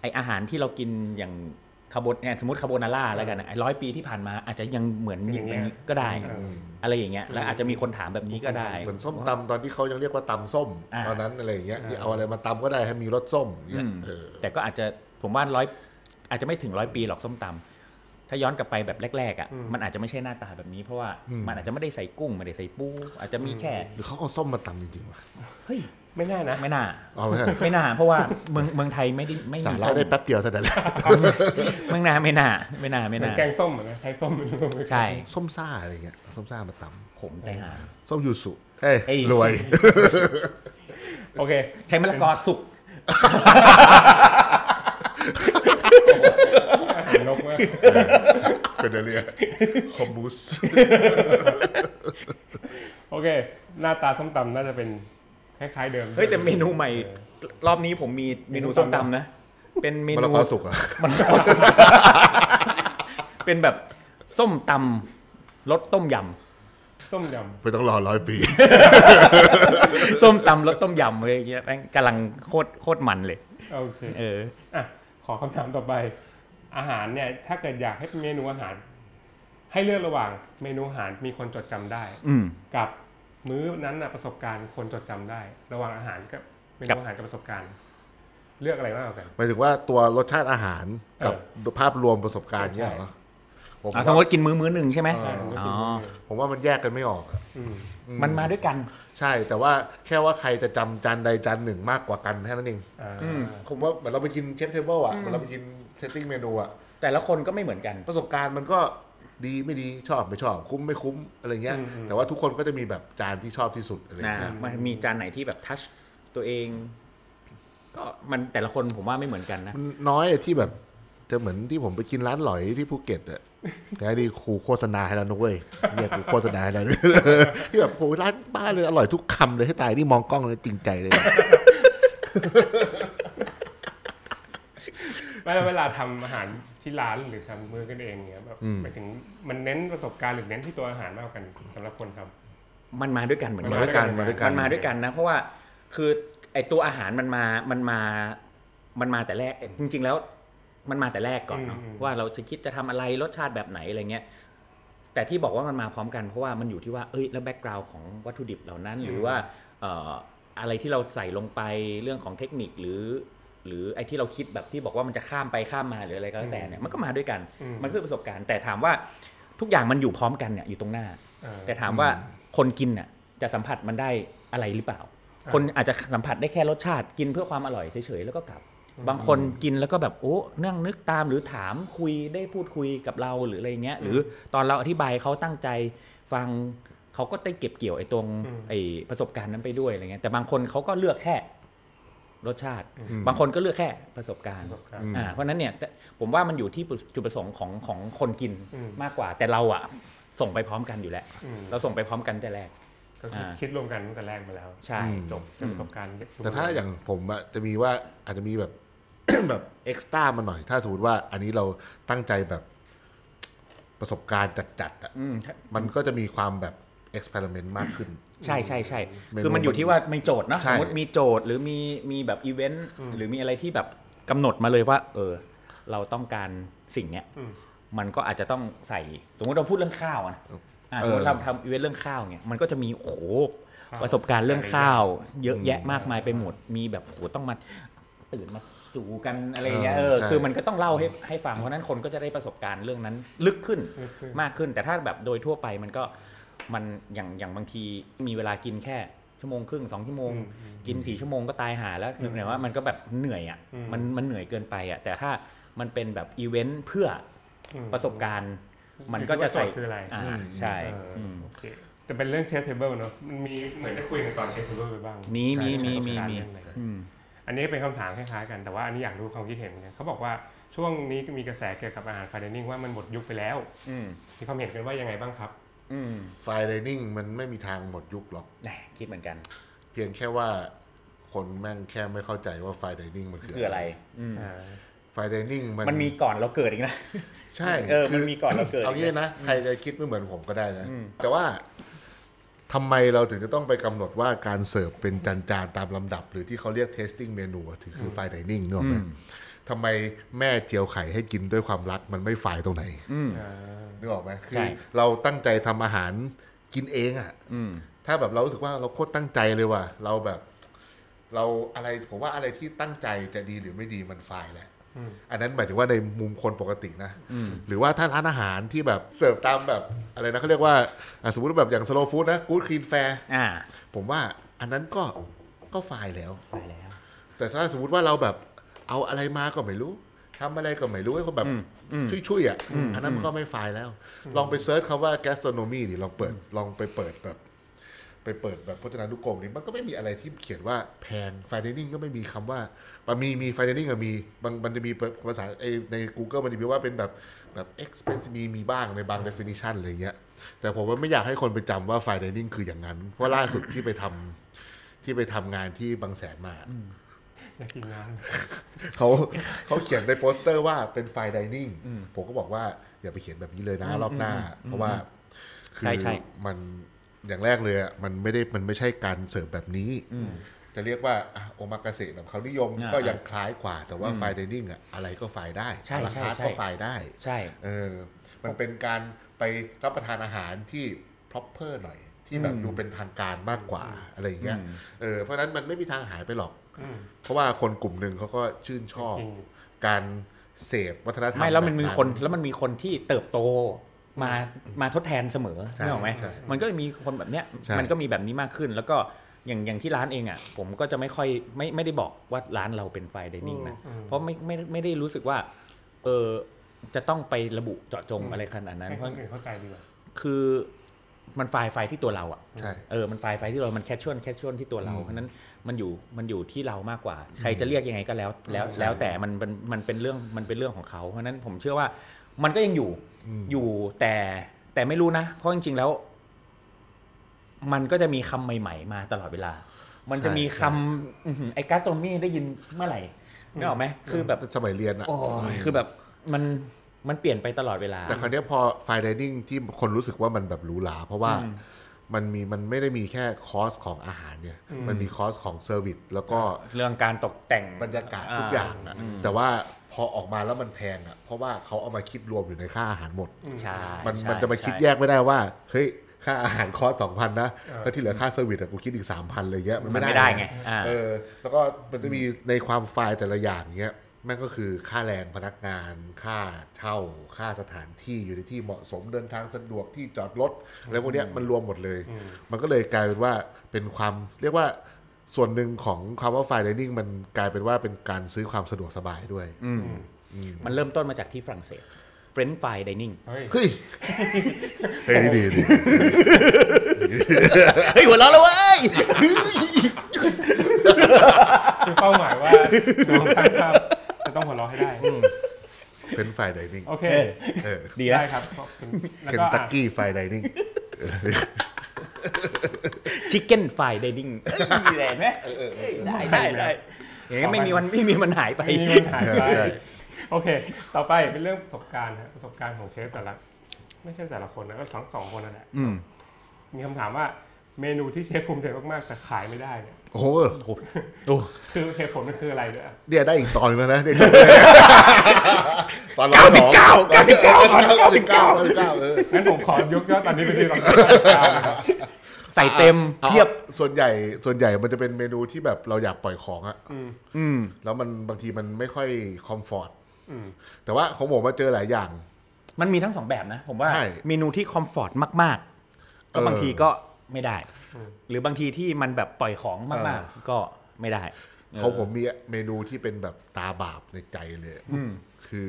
[SPEAKER 3] ไออาหารที่เรากินอย่างคาโบเนี่ยสมมติคาโบนาร่าแล้วกันนะไอร้อยปีที่ผ่านมาอาจจะยังเหมือน
[SPEAKER 4] อย่
[SPEAKER 3] อา
[SPEAKER 4] ย่าง งเงี้ย
[SPEAKER 3] นี้ก็ได้ อะไรอย่างเงี้ยแล้วอาจจะมีคนถามแบบนี้ก็ได้
[SPEAKER 2] เหมือนส้มตำตอนที่เขายังเรียกว่าตำส้ม
[SPEAKER 3] อ่า
[SPEAKER 2] ตอนนั้นอะไรอย่างเงี้ยที่เอาอะไรมาตำก็ได้ให้มีรสส้มเงี้ยเออ
[SPEAKER 3] แต่ก็อาจจะผมว่าร้อยอาจจะไม่ถึงร้อยปีหรอกส้มตำถ้าย้อนกลับไปแบบแรกๆอ่ะมันอาจจะไม่ใช่หน้าตาแบบนี้ เพราะว่า
[SPEAKER 2] อืม
[SPEAKER 3] มันอาจจะไม่ได้ใส่กุ้งไม่ได้ใส่ปู อาจจะมีแค่
[SPEAKER 2] หรือเขาเอาส้มมาตำจริงๆวะ
[SPEAKER 3] เฮ้ย
[SPEAKER 4] ไม่น่านะ
[SPEAKER 3] ไม่น่า
[SPEAKER 2] เอาไม่ใช่
[SPEAKER 3] ไม่น่า เพราะว่าเมืองเมืองไทยไม่ได้ไม่มี
[SPEAKER 2] สาระ
[SPEAKER 3] ส้ม
[SPEAKER 2] ได้แป๊บเดียวเท่านั้นแหละ
[SPEAKER 3] มึงนาไม่น่าไม่น่าไม่
[SPEAKER 4] เหมือ
[SPEAKER 3] น่าน
[SPEAKER 4] แกงส้มเหมือนกันใช้ส้มรวมกัน
[SPEAKER 3] ใช่
[SPEAKER 2] ส้มซ่าอะไรเงี้ยเอาส้มซ่ามาต
[SPEAKER 3] ขมใจหา
[SPEAKER 2] ำส้มยูสุเอ้ย
[SPEAKER 3] เอ้ย
[SPEAKER 2] รวย
[SPEAKER 4] โอเค
[SPEAKER 3] ใช้มะละกอสุก
[SPEAKER 4] อาหารนกมาก
[SPEAKER 2] เป็นอะไรเนี่ยคอม [laughs] บูส
[SPEAKER 4] โอเค หน้าตาส้มตำน่าจะเป็นคล้ายๆเดิม
[SPEAKER 3] เฮ้ยแต่เมนูใหม่ รอบนี้ผมมีเมนูส้มตำนะ เป็นเม
[SPEAKER 2] มะ
[SPEAKER 3] นู
[SPEAKER 2] ละกอสุกเหรอ่ะ
[SPEAKER 3] มะละกอสุกเป็นแบบส้มตำรสต้มย
[SPEAKER 4] ส้มย
[SPEAKER 2] ไม่ต้องรอร้อยปี
[SPEAKER 3] ำส้มตำรสต้มยำเลยอย่างเงี้ยแม่งกำลังโคตรโคตรมันเลย
[SPEAKER 4] ำโอเค
[SPEAKER 3] เออ
[SPEAKER 4] อ่ะขอคำถามต่อไป อาหารเนี่ย ถ้าเกิดอยากให้เป็นเมนูอาหาร ให้เลือกระหว่างเมนูอาหารมีคนจดจำได้
[SPEAKER 3] อืม
[SPEAKER 4] กับมื้อนั้นนะประสบการณ์คนจดจำได้ ระหว่างอาหารกับเม
[SPEAKER 3] กั
[SPEAKER 4] นู
[SPEAKER 3] บ
[SPEAKER 4] อาหารกับประสบการณ์ เลือกอะไรมากกว่ากัน
[SPEAKER 2] หมายถึงว่าตัวรสชาติอาหารกับภาพรวมประสบการณ์เนี่ยเหรอผม
[SPEAKER 3] อ่ะ
[SPEAKER 2] ว่า
[SPEAKER 3] สมมติกินมื้อมื้อหนึ่งใช่ไหม
[SPEAKER 4] ใช่ผมก็กิน
[SPEAKER 3] อ๋อ
[SPEAKER 4] มื้อหนึ่ง
[SPEAKER 2] ผมว่ามันแยกกันไม่ออกอะ
[SPEAKER 4] อืม
[SPEAKER 3] มันมาด้วยกัน
[SPEAKER 2] ใช่ แต่ว่าแค่ว่าใครจะจำจานใดจานหนึ่งมากกว่ากันแค่นั้นเอง
[SPEAKER 4] อ่า
[SPEAKER 2] ผมว่าเหมือนเราไปกินเชฟเทเบิลอ่ะเหมือนเราไปกินเซตติ้งเมนูอ่ะ
[SPEAKER 3] แต่ละคนก็ไม่เหมือนกัน
[SPEAKER 2] ประสบการณ์มันก็ดีไม่ดีชอบไม่ชอบ คุ้มไม่คุ้มอะไรเงี้ย แต่ว่าทุกคนก็จะมีแบบจานที่ชอบที่สุดอะไร
[SPEAKER 3] นะ
[SPEAKER 2] เงี้ย
[SPEAKER 3] มันมีจานไหนที่แบบทัชตัวเอง ก็มันแต่ละคนผมว่าไม่เหมือนกันนะ
[SPEAKER 2] มันน้อยอะที่แบบ จะเหมือนที่ผมไปกินร้านหลอยที่ภูเก็ต
[SPEAKER 3] [laughs]
[SPEAKER 2] อะแต่อันนี่ครูโฆษณาให้แล้วนะเว้ยเนี่ยกูโฆษณาให้แล้ว
[SPEAKER 3] [laughs]
[SPEAKER 2] ที่แบบโหร้านบ้าเลยอร่อยทุกคำเลยให้ตายนี่มองกล้องเลยจริงใจเลย
[SPEAKER 3] [laughs]
[SPEAKER 4] แล้วเวลาทำอาหารที่ร้านหรือทำมื้อกันเองเนี่ยแบบ
[SPEAKER 2] อืม
[SPEAKER 4] หมายถึงมันเน้นประสบการณ์หรือเน้นที่ตัวอาหารมากกว่ากันสำหรับคนทำ
[SPEAKER 3] มันมาด้วยกันเหมือน
[SPEAKER 2] มา
[SPEAKER 3] กัน
[SPEAKER 2] ด้วยกันมาด้วยกัน
[SPEAKER 3] มันมาด้วยกันนะ เพราะว่าคือไอตัวอาหารมันมามันมามันมาแต่แรกจริง ๆ แล้วมันมาแต่แรกก่อนเนาะ
[SPEAKER 4] อืม
[SPEAKER 3] ว่าเราจะคิดจะทำอะไรรสชาติแบบไหนอะไรเงี้ยแต่ที่บอกว่ามันมาพร้อมกันเพราะว่ามันอยู่ที่ว่าเอ้ยแล้วแบ็กกราวน์ของวัตถุดิบเหล่านั้น หรือว่าเอ่ออะไรที่เราใส่ลงไปเรื่องของเทคนิคหรือ หรือไอ้ที่เราคิดแบบที่บอกว่ามันจะข้ามไปข้ามมาหรืออะไรก็แล้วแต่เนี่ยมันก็มาด้วยกันมันคือประสบการณ์ แต่ถามว่าทุกอย่างมันอยู่พร้อมกันเนี่ยอยู่ตรงหน้า
[SPEAKER 4] เออ
[SPEAKER 3] แต่ถามว่าคนกินน่ะจะสัมผัสมันได้อะไรหรือเปล่า
[SPEAKER 4] อ่า
[SPEAKER 3] คนอาจจะสัมผัสได้แค่รสชาติกินเพื่อความอร่อยเฉยๆแล้วก็กลับ บางคนกินแล้วก็แบบโอ้นั่งนึกตามหรือถามคุยได้พูดคุยกับเราหรืออะไรเงี้ยหรือตอนเราอธิบายเขาตั้งใจฟังเขาก็ได้เก็บเกี่ยวไอ้ตรงไอ้ประสบการณ์นั้นไปด้วยอะไรเงี้ยแต่บางคนเขาก็เลือกแค่รสชาติ บางคนก็เลือกแค่ประสบการ
[SPEAKER 4] ป
[SPEAKER 3] ณ์
[SPEAKER 4] ระสบการณ์
[SPEAKER 3] อ่าเพราะฉะนั้นเนี่ยแต่ผมว่ามันอยู่ที่จุดประสงค์ของของคนกิน
[SPEAKER 4] อืม
[SPEAKER 3] มากกว่า แต่เราอ่ะส่งไปพร้อมกันอยู่แล้ว เราส่งไปพร้อมกันแต่แรก
[SPEAKER 4] ก็คืออา คิดรวมกันตั้งแต่แรกมาแล้ว
[SPEAKER 3] ใช่
[SPEAKER 4] จบเป็นประสบการณ์
[SPEAKER 2] แต่ถ้าอย่างผมอะจะมีว่าอาจจะมีแบบ [coughs] แบบเอ็กซ์ต้ามาหน่อย ถ้าสมมติว่าอันนี้เราตั้งใจแบบประสบการณ์จัดๆอ่ะ
[SPEAKER 3] อืม
[SPEAKER 2] มันก็จะมีความแบบเอ็กซ์เพร์เมนต์มากขึ้น
[SPEAKER 3] ใช่ใช่ใช่
[SPEAKER 2] เมนู
[SPEAKER 3] คือมันอยู่ที่ว่ามีโจทย์เนอะ
[SPEAKER 2] ใช่
[SPEAKER 3] สมมติมีโจทย์หรือมีมีแบบอีเวนต์หรือมีอะไรที่แบบกำหนดมาเลยว่า เออ เราต้องการสิ่งเนี้ย
[SPEAKER 4] อืม
[SPEAKER 3] มันก็อาจจะต้องใส่ สมมติเราพูดเรื่องข้าวอะนะอ่ะสมมติเราทำอีเวนต์เรื่องข้าวเนี่ยมันก็จะมีโอ้โหประสบการณ์เรื่องข้าว เยอะแยะมากมายไปหมด มีแบบโอ้โหต้องมาตื่นมาจูกันอะไรเงี้ยเออ
[SPEAKER 2] ใช่
[SPEAKER 3] คือมันก็ต้องเล่าให้ให้ฟังเพราะฉะนั้นคนก็จะได้ประสบการณ์เรื่องนั้นลึกขึ้น
[SPEAKER 4] ลึกขึ้น
[SPEAKER 3] มากขึ้นแต่ถ้าแบบโดยทั่วไปมันก็มันอย่างอย่างบางทีมีเวลากินแค่ชั่วโมงครึ่งสองชั่วโมง
[SPEAKER 4] อืม
[SPEAKER 3] กินสี่ชั่วโมงก็ตายหาแล้วคือหมายว่ามันก็แบบเหนื่อยอ่ะ
[SPEAKER 4] อืม
[SPEAKER 3] มันมันเหนื่อยเกินไปอ่ะแต่ถ้ามันเป็นแบบอีเวนต์เพื่อ
[SPEAKER 4] อืม
[SPEAKER 3] ประสบการณ์ มัน
[SPEAKER 4] อยู่ที่
[SPEAKER 3] ก็จะใส่
[SPEAKER 4] ว่าโจทย์คืออะไร
[SPEAKER 3] าใช่
[SPEAKER 4] เอออ
[SPEAKER 3] ม
[SPEAKER 4] โอเคแต่เป็นเรื่องเชฟเทเบิลเนอะมันมีเหมือนได้คุยกันตอนเชฟเทเบิลไปบ้าง
[SPEAKER 3] มีมี
[SPEAKER 4] ใช่
[SPEAKER 3] มีมี
[SPEAKER 4] ใช่ประสบการณ์
[SPEAKER 3] มี
[SPEAKER 4] เรื่องอะไร
[SPEAKER 3] อืม
[SPEAKER 4] อันนี้เป็นคำถามคล้ายๆกันแต่ว่าอันนี้อยากรู้ความคิดเห็นเหมือนกันเขาบอกว่าช่วงนี้มีกระแสเกี่ยวกับอาหารฟาร์เดนิ่งว่ามันหมดยุคไปแล้ว
[SPEAKER 3] อืม
[SPEAKER 4] มีความเห็นกันว่ายังไงบ้างครับ
[SPEAKER 3] อืม
[SPEAKER 2] ไฟดิเนิ่งมันไม่มีทางหมดยุคหรอก
[SPEAKER 3] แหม่คิดเหมือนกัน
[SPEAKER 2] เพียงแค่ว่าคนแม่งแค่ไม่เข้าใจว่าไฟดิเนิ่งมันคือ
[SPEAKER 3] คืออะไรอืม
[SPEAKER 4] อ่า
[SPEAKER 2] ไฟดิเนิ่งมัน
[SPEAKER 3] มันมีก่อนเราเกิดอีกนะ
[SPEAKER 2] ใช่
[SPEAKER 3] เออ
[SPEAKER 2] คื
[SPEAKER 3] มันมีก่อนเราเกิด
[SPEAKER 2] เอางี้นะ ใครจะคิดไม่เหมือนผมก็ได้นะ แต่ว่าทำไมเราถึงจะต้องไปกำหนดว่าการเสิร์ฟเป็นจานๆตามลำดับ หรือที่เขาเรียก tasting menu อะถือคือไฟดิเนิ่งนึกออกไหม
[SPEAKER 3] อืม
[SPEAKER 2] ทำไมแม่เจียวไข่ให้กินด้วยความรักมันไม่ไฟตรงไหน
[SPEAKER 3] อืม
[SPEAKER 2] นึกออกไหมคื
[SPEAKER 3] ใช่
[SPEAKER 2] อเราตั้งใจทำอาหารกินเองอะ
[SPEAKER 3] อืม
[SPEAKER 2] ถ้าแบบเรารู้สึกว่าเราโคตรตั้งใจเลยว่ะเราแบบ เราอะไรผมว่าอะไรที่ตั้งใจจะดีหรือไม่ดีมันไฟล์แหละ
[SPEAKER 4] อืม
[SPEAKER 2] อันนั้นหมายถึงว่าในมุมคนปกตินะหรือว่าถ้าร้านอาหารที่แบบเสิร์ฟตามแบบอะไรนะเขาเรียกว่าอ่ะสมมติว่าแบบอย่างสโลฟู้ดนะกู๊ดคลีนแฟร์
[SPEAKER 3] อ่า
[SPEAKER 2] ผมว่าอันนั้นก็ก็ไฟล์แล้ว
[SPEAKER 3] ไปแล้ว
[SPEAKER 2] แต่ถ้าสมมติว่าเราแบบเอาอะไรมาก็ไม่รู้ทำอะไรก็ไม่รู้ให้คนแบบช่วยๆอ่ะอันนั้นมันก็ไม่ไฟล์แล้ว ลองไปเซิร์ชคำว่า gastronomy ดิลองเปิดลองไปเปิดแบบ ไปเปิดแบบพจนานุกรมนี่มันก็ไม่มีอะไรที่เขียนว่าแพง fine dining ก็ไม่มีคำว่ามันมีมี fine dining อะมีมันมันจะมีภาษาไอ้ใน Google มันจะมีว่าเป็นแบบแบบ expensive มีมีบ้างในบาง definition อะไรเงี้ย แต่ผมว่าไม่อยากให้คนไปจำว่า fine dining คืออย่างนั้น เพราะล่าสุดที่ไปทำที่ไปทำงานที่บางแสนมา
[SPEAKER 4] อยากกินน้
[SPEAKER 2] เขา [laughs] เขาเขียนในโปสเตอร์ว่าเป็นไฟดิเนิ่งผมก็บอกว่าอย่าไปเขียนแบบนี้เลยนะรอบหน้า เพราะว่าคื
[SPEAKER 3] ใช่ใช่
[SPEAKER 2] มันอย่างแรกเลยอะมันไม่ได้มันไม่ใช่การเสิร์ฟแบบนี้จะเรียกว่าโอมากาเสะแบบเขานิยมก็ยังคล้ายกว่า แต่ว่าไฟดิเนิ่งอะอะไรก็ไฟได้
[SPEAKER 3] ใช่
[SPEAKER 2] รา
[SPEAKER 3] ใช่
[SPEAKER 2] คา
[SPEAKER 3] ใช่
[SPEAKER 2] ก็ไฟได้
[SPEAKER 3] ใช่
[SPEAKER 2] เออมันเป็นการไปรับประทานอาหารที่ proper หน่อย ที่แบบดูเป็นทางการมากกว่าอะไรอย่างเงี้ยเออเพราะฉะนั้นมันไม่มีทางหายไปหรอก
[SPEAKER 4] ำอืม
[SPEAKER 2] เพราะว่าคนกลุ่มหนึ่งเขาก็ชื่นชอบ
[SPEAKER 4] จริง
[SPEAKER 2] การเสพวัฒนธรรม
[SPEAKER 3] ไม่แล้วมัน
[SPEAKER 2] บบ
[SPEAKER 3] มีคนแล้วมันมีคนที่เติบโตมามาทดแทนเสมอ
[SPEAKER 2] ใช่
[SPEAKER 3] ใช่ไหม
[SPEAKER 2] ใช่
[SPEAKER 3] มันก็เลยมีคนแบบเนี้ย
[SPEAKER 2] ใช่
[SPEAKER 3] มันก็มีแบบนี้มากขึ้น แล้วก็อย่างอย่างที่ร้านเองอ่ะผมก็จะไม่ค่อยไม่ไม่ได้บอกว่าร้านเราเป็นไฟดิเนิ่งนะ
[SPEAKER 4] อืม
[SPEAKER 3] เพราะไม่ไม่ไม่ได้รู้สึกว่าเออจะต้องไประบุเจาะจง
[SPEAKER 4] อืม
[SPEAKER 3] อะไรขนาดนั้น
[SPEAKER 4] ให้
[SPEAKER 3] เพ
[SPEAKER 4] ค
[SPEAKER 3] ราะ
[SPEAKER 4] นอื่นเข้าใจดีกว่า
[SPEAKER 3] คือมันไฟล์ไฟล์ที่ตัวเราอ่ะ
[SPEAKER 2] ใช่
[SPEAKER 3] เออ มันไฟล์ไฟล์ที่เรา มันแคชชวลแคชชวลที่ตัวเรา
[SPEAKER 2] อืม
[SPEAKER 3] เพราะฉะนั้น มันอยู่ มันอยู่ที่เรามากกว่า ใครจะเรียกยังไงก็แล้ว แล้ว แล้วแต่ มัน มัน มันเป็นเรื่อง มันเป็นเรื่องของเขา เพราะฉะนั้นผมเชื่อว่า มันก็ยังอยู่
[SPEAKER 2] อืม
[SPEAKER 3] อยู่ แต่ แต่ไม่รู้นะ เพราะจริงๆ แล้ว มันก็จะมีคำใหม่ๆ มาตลอดเวลา มันจะมีคำอื้อหือไอ้การ์ดตรงนี้ได้ยินเมื่อไหร่นึกออกไหม คือแบบ
[SPEAKER 2] สมัยเรียนอะ
[SPEAKER 3] โอ้ยคือแบบ มัน มันเปลี่ยนไปตลอดเวลา
[SPEAKER 2] แต่คราวเนี้ยพอไฟดิเนิ่งที่คนรู้สึกว่ามันแบบหรูหราเพราะว่ามันมีมันไม่ได้มีแค่คอสของอาหารเนี่ย มันมีคอสของเซอร์วิสแล้วก็
[SPEAKER 3] เรื่องการตกแต่ง
[SPEAKER 2] บรรยากาศทุกอย่างอะแต่ว่าพอออกมาแล้วมันแพงอะเพราะว่าเขาเอามาคิดรวมอยู่ในค่าอาหารหมด
[SPEAKER 3] ใช่
[SPEAKER 2] มัน
[SPEAKER 3] ใช่
[SPEAKER 2] มันจะมาคิด
[SPEAKER 3] ใช่
[SPEAKER 2] แยกไม่ได้ว่า เฮ้ย ค่าอาหารคอสสองพันนะ
[SPEAKER 4] เออ
[SPEAKER 2] แล้วที่เหลือค่าเซอร์วิสอะกูคิดอีกสามพันเลยเยอะมัน
[SPEAKER 3] มันไม่
[SPEAKER 2] ไม่
[SPEAKER 3] ได้
[SPEAKER 2] ได้
[SPEAKER 3] ไงอ่า
[SPEAKER 2] เออ แล้วก็มันจะมีในความไฟล์แต่ละอย่างเงี้ยแม่งก็คือค่าแรงพนักงาน ค่าเช่า ค่าสถานที่อยู่ในที่เหมาะสมเดินทางสะดวกที่จอดรถอะไรพวกเนี้ยมันรวมหมดเลย มันก็เลยกลายเป็นว่าเป็นความเรียกว่าส่วนหนึ่งของคำว่าไฟล์ไดนิ่งมันกลายเป็นว่าเป็นการซื้อความสะดวกสบายด้วย
[SPEAKER 3] มันเริ่มต้นมาจากที่ฝรั่งเศส เฟรนช์ฟรายดิเนิ่ง
[SPEAKER 4] เฮ้ย
[SPEAKER 2] เฮ้ย [laughs] เฮ้ยดีดี
[SPEAKER 3] เฮ้ยหัวเราะแล้วเว้ย
[SPEAKER 4] คือเป้าหมายว่าน้องตั้งภาพจะต้องหัวเราะให้ได้
[SPEAKER 2] เป็นไฟไดนิ่ง
[SPEAKER 4] โอเค
[SPEAKER 2] เออ
[SPEAKER 3] ดีนะ
[SPEAKER 4] ได้ครับขอบคุณแล้ว
[SPEAKER 2] เคน
[SPEAKER 4] ก็
[SPEAKER 2] ตัก
[SPEAKER 4] อ่ะ
[SPEAKER 2] กี้ไฟไดนิ่ง
[SPEAKER 3] ชิคเก้นฟรายดิเนิ่งได้ไหมได้ได้ได้ อย่างนี้นไม่มีวันไม่มีวันหายไป
[SPEAKER 4] ไม่มีวันหายไป
[SPEAKER 2] [laughs] ใช่
[SPEAKER 4] โอเค ต่อไปเป็นเรื่องประสบการณ์ฮะประสบการณ์ของเชฟแต่ละไม่ใช่แต่ละคนนะก็สองสองคนนั่นแหละ
[SPEAKER 3] อืม
[SPEAKER 4] มีคำถามว่าเมนูที่เชฟภูมิใจมากๆแต่ขายไม่ได้เนี่ย
[SPEAKER 2] โอ้โห
[SPEAKER 3] โอ้
[SPEAKER 4] คือเหตุผลมันคืออะไรด้วยอะ
[SPEAKER 2] เนี่ยได้อีกตอนหนึงแล้วนะเนี่ยจบเลยตอนร้อยสอง
[SPEAKER 3] [laughs] เก้าสิบเก้า
[SPEAKER 2] เก้าสิบเก้าเก้าสิบเก้าเออ
[SPEAKER 4] งั้นผมขอยกยอดตอนนี้ไปที่ตอนนี้
[SPEAKER 3] ใส่เต็มเพียบ
[SPEAKER 2] อาส่วนใหญ่ส่วนใหญ่มันจะเป็นเมนูที่แบบเราอยากปล่อยของอะ
[SPEAKER 4] อืม
[SPEAKER 3] อืม
[SPEAKER 2] แล้วมันบางทีมันไม่ค่อยคอมฟอร์ต
[SPEAKER 4] อืม
[SPEAKER 2] แต่ว่าของผมมาเจอหลายอย่าง
[SPEAKER 3] มันมีทั้งสองแบบนะ ผมว่า
[SPEAKER 2] ใช่
[SPEAKER 3] เมนูที่คอมฟอร์ตมาก ๆ
[SPEAKER 2] เออบ
[SPEAKER 3] ก็างทีก็ไม่ได้ หรือบางทีที่มันแบบปล่อยของมาก
[SPEAKER 2] เออ
[SPEAKER 3] ๆ ก็ไม่ได้
[SPEAKER 2] ของผมมีเมนูที่เป็นแบบตาบาปในใจเลยคือ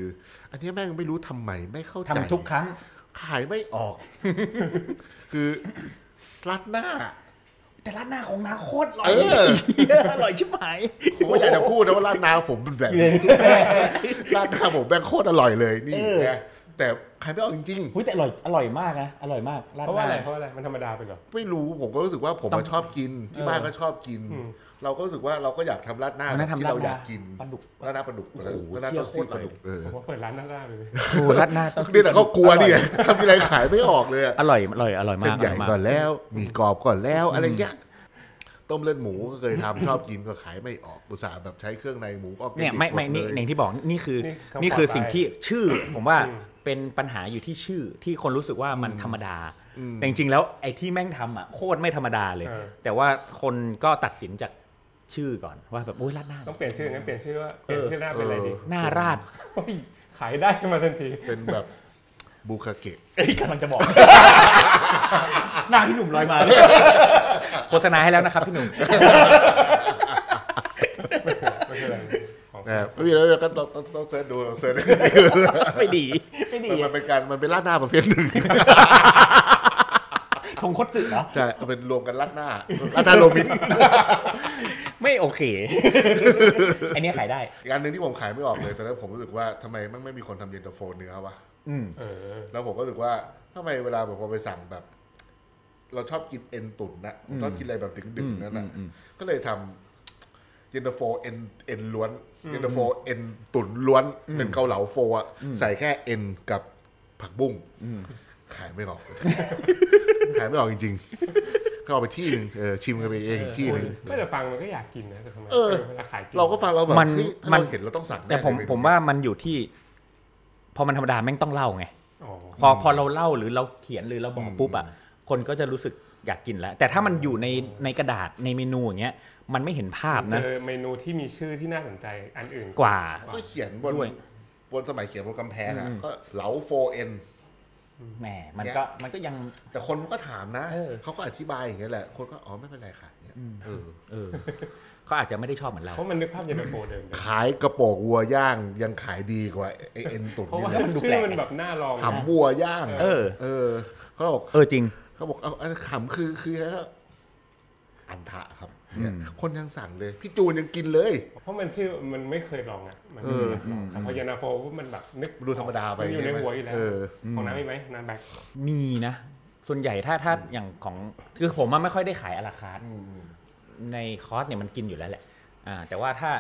[SPEAKER 2] อันเนี้ยแม่งไม่รู้ทำไมไม่เข้าใจ
[SPEAKER 3] ทำทุกครั้ง
[SPEAKER 2] ขายไม่ออก [laughs] คือรัดหน้า
[SPEAKER 3] แต่ร้านหน้าของนาโคตรอร่อ
[SPEAKER 2] เอย อ
[SPEAKER 3] เหี้ยอร่อยชิบหาย
[SPEAKER 2] ผมไม่อยากจะพูดนะว่าราดหน้าผมเป็นแบบนี้ราดหน้าผมแบงโคตรอร่อยเลยนี่
[SPEAKER 3] เออ
[SPEAKER 2] นะแต่ขายไม่ออกจริง
[SPEAKER 3] หุ้ยแต่อร่อยอร่อยมากนะอร่อยมากร้าน
[SPEAKER 4] เพราะ
[SPEAKER 3] ห
[SPEAKER 4] ว่า
[SPEAKER 3] น้า
[SPEAKER 4] อะไรเพราะอะไรมันธรรมดาไปเหรอ
[SPEAKER 2] ๆ ไม่รู้ผมก็รู้สึกว่าผม
[SPEAKER 3] ต้
[SPEAKER 2] อะ
[SPEAKER 3] อง
[SPEAKER 2] ชอบกิน ที่
[SPEAKER 4] เออ
[SPEAKER 2] บ้านก็ชอบกิน
[SPEAKER 4] อืม
[SPEAKER 2] เราก็รู้สึกว่าเราก็อยากทำราดหน้า
[SPEAKER 3] วันนั้นทำ
[SPEAKER 2] ที่
[SPEAKER 3] ร้าน
[SPEAKER 2] เรา
[SPEAKER 3] ห
[SPEAKER 2] อยา
[SPEAKER 3] น้าก
[SPEAKER 2] กิน
[SPEAKER 3] ปลาดุก
[SPEAKER 2] ราดหน้าปลาดุกเออราดหน้า
[SPEAKER 3] เชี่
[SPEAKER 2] เต้าย ซี่
[SPEAKER 3] โคตร
[SPEAKER 2] ป
[SPEAKER 3] อร่
[SPEAKER 2] ลา
[SPEAKER 3] อย
[SPEAKER 2] ดุกเออ
[SPEAKER 4] ผมว่าเปิดร้านหน้าๆเลย
[SPEAKER 3] โอ้ร้านหน้าต้อง
[SPEAKER 2] นี่แหละเขากลัวเนี่ยทำอะไรขายไม่ออกเลยอะ
[SPEAKER 3] อร่อยอร่อยอร่อยมา
[SPEAKER 2] เส้น
[SPEAKER 3] ก
[SPEAKER 2] ใหญ่
[SPEAKER 3] อร่อยมาก
[SPEAKER 2] ก่อนแล้วหมีกรอบก่อนแล้วอะไรเงี้ยต้มเลือดหมูก็เคยทำชอบกินก็ขายไม่ออกอุตส่าห์แบบใช้เครื่องในหมูออร์แก
[SPEAKER 3] เนี่ย
[SPEAKER 2] ก
[SPEAKER 3] ไม่ไม่
[SPEAKER 2] หด
[SPEAKER 3] นี่
[SPEAKER 2] เลย
[SPEAKER 3] อย่างที่บอกนี่คือ
[SPEAKER 4] นี่เขา
[SPEAKER 3] นี่คือ
[SPEAKER 4] ปลอดภัย
[SPEAKER 3] สิ่งที่ชื่อ ผมว่า
[SPEAKER 4] อืม
[SPEAKER 3] เป็นปัญหาอยู่ที่ชื่อที่คนรู้สึกว่ามันธรรมดา แต่จริงๆแล้วไอ้ที่แม่งทำอ่ะโคตรไม่ธรรมดาเลย
[SPEAKER 4] เออ
[SPEAKER 3] แต่ว่าคนก็ตัดสินจากชื่อก่อนว่าแบบโอ้ยราดหน้า
[SPEAKER 4] ต้องเปลี่ยนชื่องั้นเปลี่ยนชื่อว่าเปลี่ยนชื่อหน้าเป็นอะไรดี
[SPEAKER 2] เออ
[SPEAKER 3] หน้าราด
[SPEAKER 4] โอ้ยขายได้มาทันที
[SPEAKER 2] เป็นแบบบูคาเกะ
[SPEAKER 3] เอ้ยกำลังจะบอก [laughs] หน้าพี่หนุ่มลอยมา [laughs] เลยโฆษณาให้แล้วนะครับ
[SPEAKER 2] [laughs]
[SPEAKER 3] พี่หนุ่ม
[SPEAKER 4] ไม่ใช่อะไรของ
[SPEAKER 2] นะครับพี่แล้วก็ต้องต้องต้องเซิร์ชดูเราเซิร์ช
[SPEAKER 3] ไม่ดีไม่ดี
[SPEAKER 2] มันเป็นการมันเป็นราดหน้าประเภทหนึ่ง
[SPEAKER 3] ทงคดตื่นเหรอ
[SPEAKER 2] ใช่มันเป็นรวมกันราดหน้าราดหน้าโรมิน
[SPEAKER 3] ไม่โอเค [laughs] อันเนี้ยขายได้
[SPEAKER 2] อีกอันหนึ่งที่ผมขายไม่ออกเลยตอนนั้นผมรู้สึกว่าทำไมมันไม่มีคนทำเย็นตาโฟเนื้อวะ
[SPEAKER 3] อืม
[SPEAKER 4] เออ
[SPEAKER 2] แล้วผมก็รู้สึกว่าทำไมเวลาแบบพอไปสั่งแบบ เราชอบกินเอ็นตุ๋นนะผมชอบกินอะไรแบบดึงๆนั่นนะก็เลยทำเย็นตาโฟเอ็นเอ็นล้วนเย็นตาโฟเอ็นตุ๋นล้วนเป็นเกาเหลาโฟอะใส่แค่เอ็นกับผักบุ้ง ขายไม่ออก ขายไม่ออกจริงๆ ก็เอาไปที่หนึ่งเออชิมกันไปเองอีกที่หนึ่ง
[SPEAKER 4] ไม่แต่ฟังมันก็อยากกินนะแต่ทำไม
[SPEAKER 2] เออ
[SPEAKER 4] เวลาขายจริง
[SPEAKER 2] เราก็ฟังเราแบบ
[SPEAKER 3] มัน
[SPEAKER 2] เฮ้ยถ้า
[SPEAKER 3] มั
[SPEAKER 2] เรา
[SPEAKER 3] น
[SPEAKER 2] เห็นเราต้องสั่งน่
[SPEAKER 3] แต่ผม
[SPEAKER 2] เลย
[SPEAKER 3] ผมว่ามันอยู่ที่ พอมันธรรมดาแม่งต้องเล่าไง
[SPEAKER 4] อ๋อ
[SPEAKER 3] พอพอเราเล่าหรือเราเขียนหรือเราบอกปุ๊บอ่ะคนก็จะรู้สึกอยากกินแล้ว แต่ถ้ามันอยู่ในในกระดาษในเมนูอย่างเงี้ยมันไม่เห็นภาพนะ
[SPEAKER 4] เจอเมนูที่มีชื่อที่น่าสนใจอันอื่น
[SPEAKER 3] กว่า
[SPEAKER 2] ก็เขียนบน
[SPEAKER 3] ด้วย
[SPEAKER 2] บนสมัยเขียนบนกำแพงอ่ะก็เหลาโฟเอ็น
[SPEAKER 3] แหมมันก็มันก็ยัง
[SPEAKER 2] แต่คนก็ถามนะ
[SPEAKER 3] เออ
[SPEAKER 2] เขาก็อธิบายอย่างเงี้ยแหละ คนก็อ๋อไม่เป็นไรค่ะเนี่ยเออ
[SPEAKER 3] เอ [laughs] อเขาอาจจะไม่ได้ชอบเหมือนเรา
[SPEAKER 4] เพราะมันนึกภาพเย็นตาโฟเดิมเลย
[SPEAKER 2] ขายกระโปรงวัวย่างยังขายดีกว่าไอเอ็นตุ๋น
[SPEAKER 4] เพราะ
[SPEAKER 2] นี่
[SPEAKER 4] ว่า
[SPEAKER 2] แหละ
[SPEAKER 3] มันดูแปล
[SPEAKER 4] ชื่
[SPEAKER 3] ก
[SPEAKER 4] อ
[SPEAKER 3] ไง
[SPEAKER 4] มันแบบน่าลองนะ
[SPEAKER 2] ขำวัวย่าง
[SPEAKER 3] เออ
[SPEAKER 2] เออเขาบอก
[SPEAKER 3] เออจริง
[SPEAKER 2] เขาบอกเอาอันขำคือคืออันทะครับเนี่ยคนยังสั่งเลย พี่จูนยังกินเลย
[SPEAKER 4] เพราะมันชื่อมันไม่เคยลองอ่ะมัน
[SPEAKER 2] เออ
[SPEAKER 4] แต่พอเย็นตาโฟปุ๊บมันแบบนึก
[SPEAKER 2] ดูธรรมดาไป
[SPEAKER 4] นอยู่ใน
[SPEAKER 2] ใช่ไหม
[SPEAKER 4] หัวอยู่แล้ว
[SPEAKER 2] เออ
[SPEAKER 4] ของน้ำมีไหมน้ำแบก
[SPEAKER 3] มีนะ ส่วนใหญ่ถ้าถ้าอย่างของคือผมมันไม่ค่อยได้ขายอลาคาร์ทในคอร์สเนี่ยมันกินอยู่แล้วแหละอ่าแต่ว่าถ้า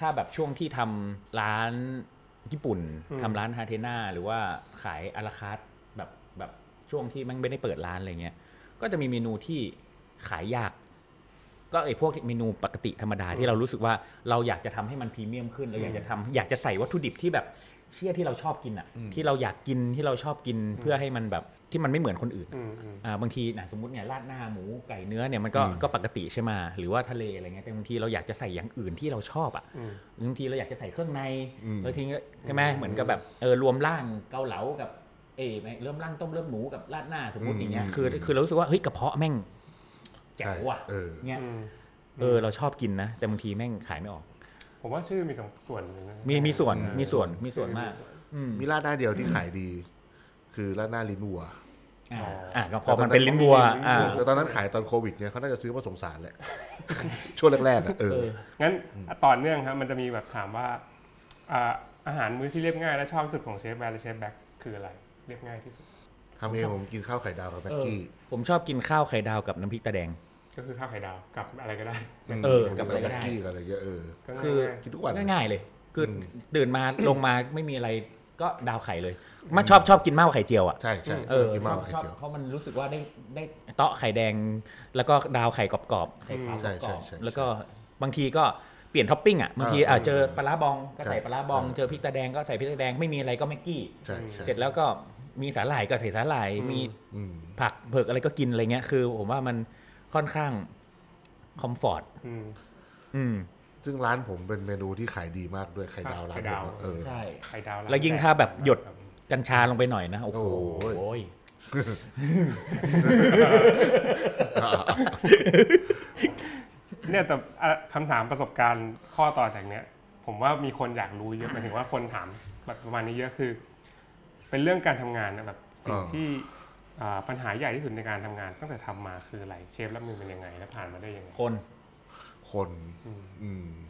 [SPEAKER 3] ถ้าแบบช่วงที่ทำร้านญี่ปุ่นทำร้านฮาเทนาหรือว่าขายอลาคาร์ทแบบแบบช่วงที่มันไม่ได้เปิดร้านอะไรเงี้ยก็จะมีเมนูที่ขายยาก ก็ไอ้พวกเมนูปกติธรรมดาที่เรารู้สึกว่าเราอยากจะทำให้มันพรีเมียมขึ้นเราอยากจะทำอยากจะใส่วัตถุดิบที่แบบเชื่อที่เราชอบกินอ่ะ ที่เราอยากกินที่เราชอบกินเพื่อให้มันแบบที่มันไม่เหมือนคนอื่นอะ
[SPEAKER 4] อืมอืม
[SPEAKER 3] อ่าบางทีนะสมมติเนี่ยราดหน้าหมูไก่เนื้อเนี่ยมันก็ก็ปกติใช่ไหมหรือว่าทะเลอะไรเงี้ยแต่บางทีเราอยากจะใส่อย่างอื่นที่เราชอบอ่ะ
[SPEAKER 4] อืม
[SPEAKER 3] บางทีเราอยากจะใส่เครื่องใน
[SPEAKER 2] อืม
[SPEAKER 3] แล้วทีนี้ใช่ไหมเหมือนกับแบบเออรวมร่างเกาเหลากับเอยไม่เริ่มร่างต้มเลือดหมูกับราดหน้าสมมติอย่างเงี้ยคือคือเรารู้สึกว่าเฮ้ยกระเพาะแม่งแจ๋วว่ะ
[SPEAKER 2] เออ
[SPEAKER 3] เงี้ย
[SPEAKER 4] อืม
[SPEAKER 3] เออเราชอบกินนะ แต่บางทีแม่งขายไม่ออก
[SPEAKER 4] ผมว่าชื่อมีสองส่วนเลยนะ
[SPEAKER 3] มีมีส่วน
[SPEAKER 4] เออ
[SPEAKER 3] มีส่วนมีส่วนมาก
[SPEAKER 2] มีราดหน้าเดียวที่ขายดี คือราดหน้าลิ้นวัว
[SPEAKER 3] อ่าอ่าก็พอมันเป็นลิ้นวัวอ่า
[SPEAKER 2] แต่ตอนนั้นขายตอนโควิดเนี่ยเขาน่าจะซื้อมาสงสารแหละ [laughs] ช่วงแรกๆอะเออ
[SPEAKER 4] งั้นต่อเนื่องครับมันจะมีแบบถามว่าอ่าอาหารมื้อที่เรียบง่ายและชอบที่สุดของเชฟแบร์และเชฟแบ็กคืออะไร เรียบง่ายที่สุด
[SPEAKER 2] ทำเองผมกินข้าวไข่ดาวกับแม็กกี้
[SPEAKER 3] ผมชอบกินข้าวไข่ดาวกับน้ำพริกตาแดง
[SPEAKER 4] ก็คือข้าวไข่ดาวกับอะไรก็ได้
[SPEAKER 3] เออกับอะไรก็ได้
[SPEAKER 2] แกี้อะไรเงี้ยเออ
[SPEAKER 4] ก็
[SPEAKER 3] คือ
[SPEAKER 4] ง่าย
[SPEAKER 2] กินทุกวัน
[SPEAKER 3] ง่ายๆเลยคือตื่น
[SPEAKER 2] [coughs]
[SPEAKER 3] มา ลงมาไม่มีอะไรก็ดาวไข่เลยมาชอบช [coughs] อบกินมากกว่าไข่เจียวอ่ะ
[SPEAKER 2] ใช่ใช่
[SPEAKER 3] เออ
[SPEAKER 2] กินมากกว่าไข่
[SPEAKER 3] ชอบ
[SPEAKER 2] เจียว
[SPEAKER 3] เพราะมันรู้สึกว่าได้ได้เตาะไข่แดง แล้วก็ดาวไข่กรอบๆไข่ขาว
[SPEAKER 2] ใช่
[SPEAKER 3] ก
[SPEAKER 2] ใช่
[SPEAKER 3] รอบ
[SPEAKER 2] ใช่
[SPEAKER 3] ๆแล้วก็บางทีก็เปลี่ยนท็อปปิ้งอ่ะบางที
[SPEAKER 2] อ่า
[SPEAKER 3] อ่ะเจอปลาร้าบองก็
[SPEAKER 2] ใช่
[SPEAKER 3] ใส่ปลาร้าบอง
[SPEAKER 2] อ่า
[SPEAKER 3] เจอพริกตาแดงก็ใส่พริกตาแดงไม่มีอะไรก็แม็กกี้
[SPEAKER 2] ใช่ใช่
[SPEAKER 3] เสร็จแล้วก็มีสาหร่ายก็ใส่สาหร่ายมี
[SPEAKER 2] อืม
[SPEAKER 3] ผักเผือกอะไรก็กินอะไรเงี้ยคือผมว่ามันค่อนข้างคอมฟอร์ต
[SPEAKER 4] ๆอืม
[SPEAKER 3] อืม
[SPEAKER 2] ซึ่งร้านผมเป็นเมนูที่ขายดีมากด้วยไข่ดาวร้านผ
[SPEAKER 4] ไข่ดาม ว
[SPEAKER 2] อะเออ
[SPEAKER 3] ใช่
[SPEAKER 4] ไข่ดาวร้น
[SPEAKER 3] แล้วยิ่งถ้าแบบหยด
[SPEAKER 4] ครับ
[SPEAKER 3] กัญชาลงไปหน่อยนะ โอ้โห
[SPEAKER 2] โอ้โห
[SPEAKER 3] โอ้ย
[SPEAKER 4] เนี่ยแต่อ่ะคำถามประสบการณ์ข้อต่อจากเนี้ย ผมว่ามีคนอยากรู้เยอะหมายถึงว่าคนถามแบบประมาณนี้เยอะคือ เป็นเรื่องการทำงานนะแบบสิ่ง
[SPEAKER 2] อ่า
[SPEAKER 4] ที่อ่าปัญหาใหญ่ที่สุดในการทำงานตั้งแต่ทำมาคืออะไรเชฟรับมือเป็นยังไง และผ่านมาได้ยังไง
[SPEAKER 3] คน
[SPEAKER 2] คน อืม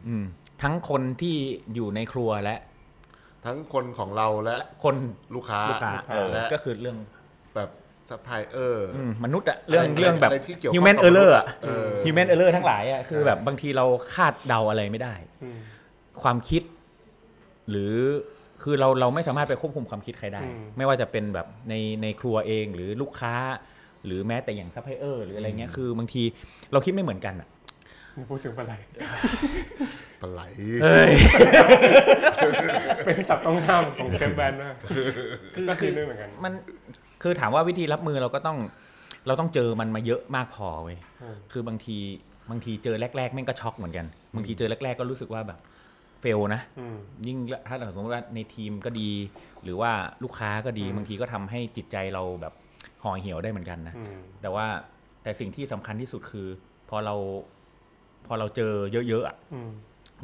[SPEAKER 3] อืม ทั้งคนที่อยู่ในครัวและ
[SPEAKER 2] ทั้งคนของเราและ
[SPEAKER 3] คน
[SPEAKER 2] ลูกค้า
[SPEAKER 3] ลูกค้าเออ
[SPEAKER 2] และ
[SPEAKER 3] ก็คือเรื่อง
[SPEAKER 2] แบบซัพพลายเออร์
[SPEAKER 3] อืมมนุษย์อะเรื่อง
[SPEAKER 2] อะไร
[SPEAKER 3] เรื่องแบบ
[SPEAKER 2] อะไรที่เกี่ยวข้อง
[SPEAKER 3] human
[SPEAKER 2] กับ
[SPEAKER 3] error อะ
[SPEAKER 2] เออ
[SPEAKER 3] human error ทั้งหลายอะคือแบบบางทีเราคาดเดาอะไรไม่ได้
[SPEAKER 4] อืม
[SPEAKER 3] ความคิด หรือคือเราเราไม่สามารถไปควบคุมความคิดใครได้
[SPEAKER 4] อืม
[SPEAKER 3] ไม่ว่าจะเป็นแบบในในครัวเองหรือลูกค้า หรือแม้แต่อย่างซัพพลายเออร์หรืออะไรเงี้ยคือบางทีเราคิดไม่เหมือนกันอ่ะ
[SPEAKER 4] นี่พูดถึงอะไร [laughs]
[SPEAKER 2] ปลาไหล
[SPEAKER 4] เป็นสับต้องห้ามของเชฟแบนมากก็คือเรื่องเหมือนกัน
[SPEAKER 3] มันคือถามว่าวิธีรับมือเราก็ต้อง เราต้องเจอมันมาเยอะมากพอเว้ย
[SPEAKER 4] อืม
[SPEAKER 3] คือบางทีบางทีเจอแรกๆแม่งก็ช็อกเหมือนกันบางทีเจอแรก ๆ ก็รู้สึกว่าแบบเฟลนะ
[SPEAKER 4] อืม
[SPEAKER 3] ยิ่งถ้าสมมติว่าในทีมก็ดี หรือว่าลูกค้าก็ดี
[SPEAKER 4] อืม
[SPEAKER 3] บางทีก็ทำให้จิตใจเราแบบห่อเหี่ยวได้เหมือนกันนะ
[SPEAKER 4] อืม
[SPEAKER 3] แต่ว่าแต่สิ่งที่สำคัญที่สุดคือ พอเราพอเราเจอเยอะๆอะ
[SPEAKER 4] อืม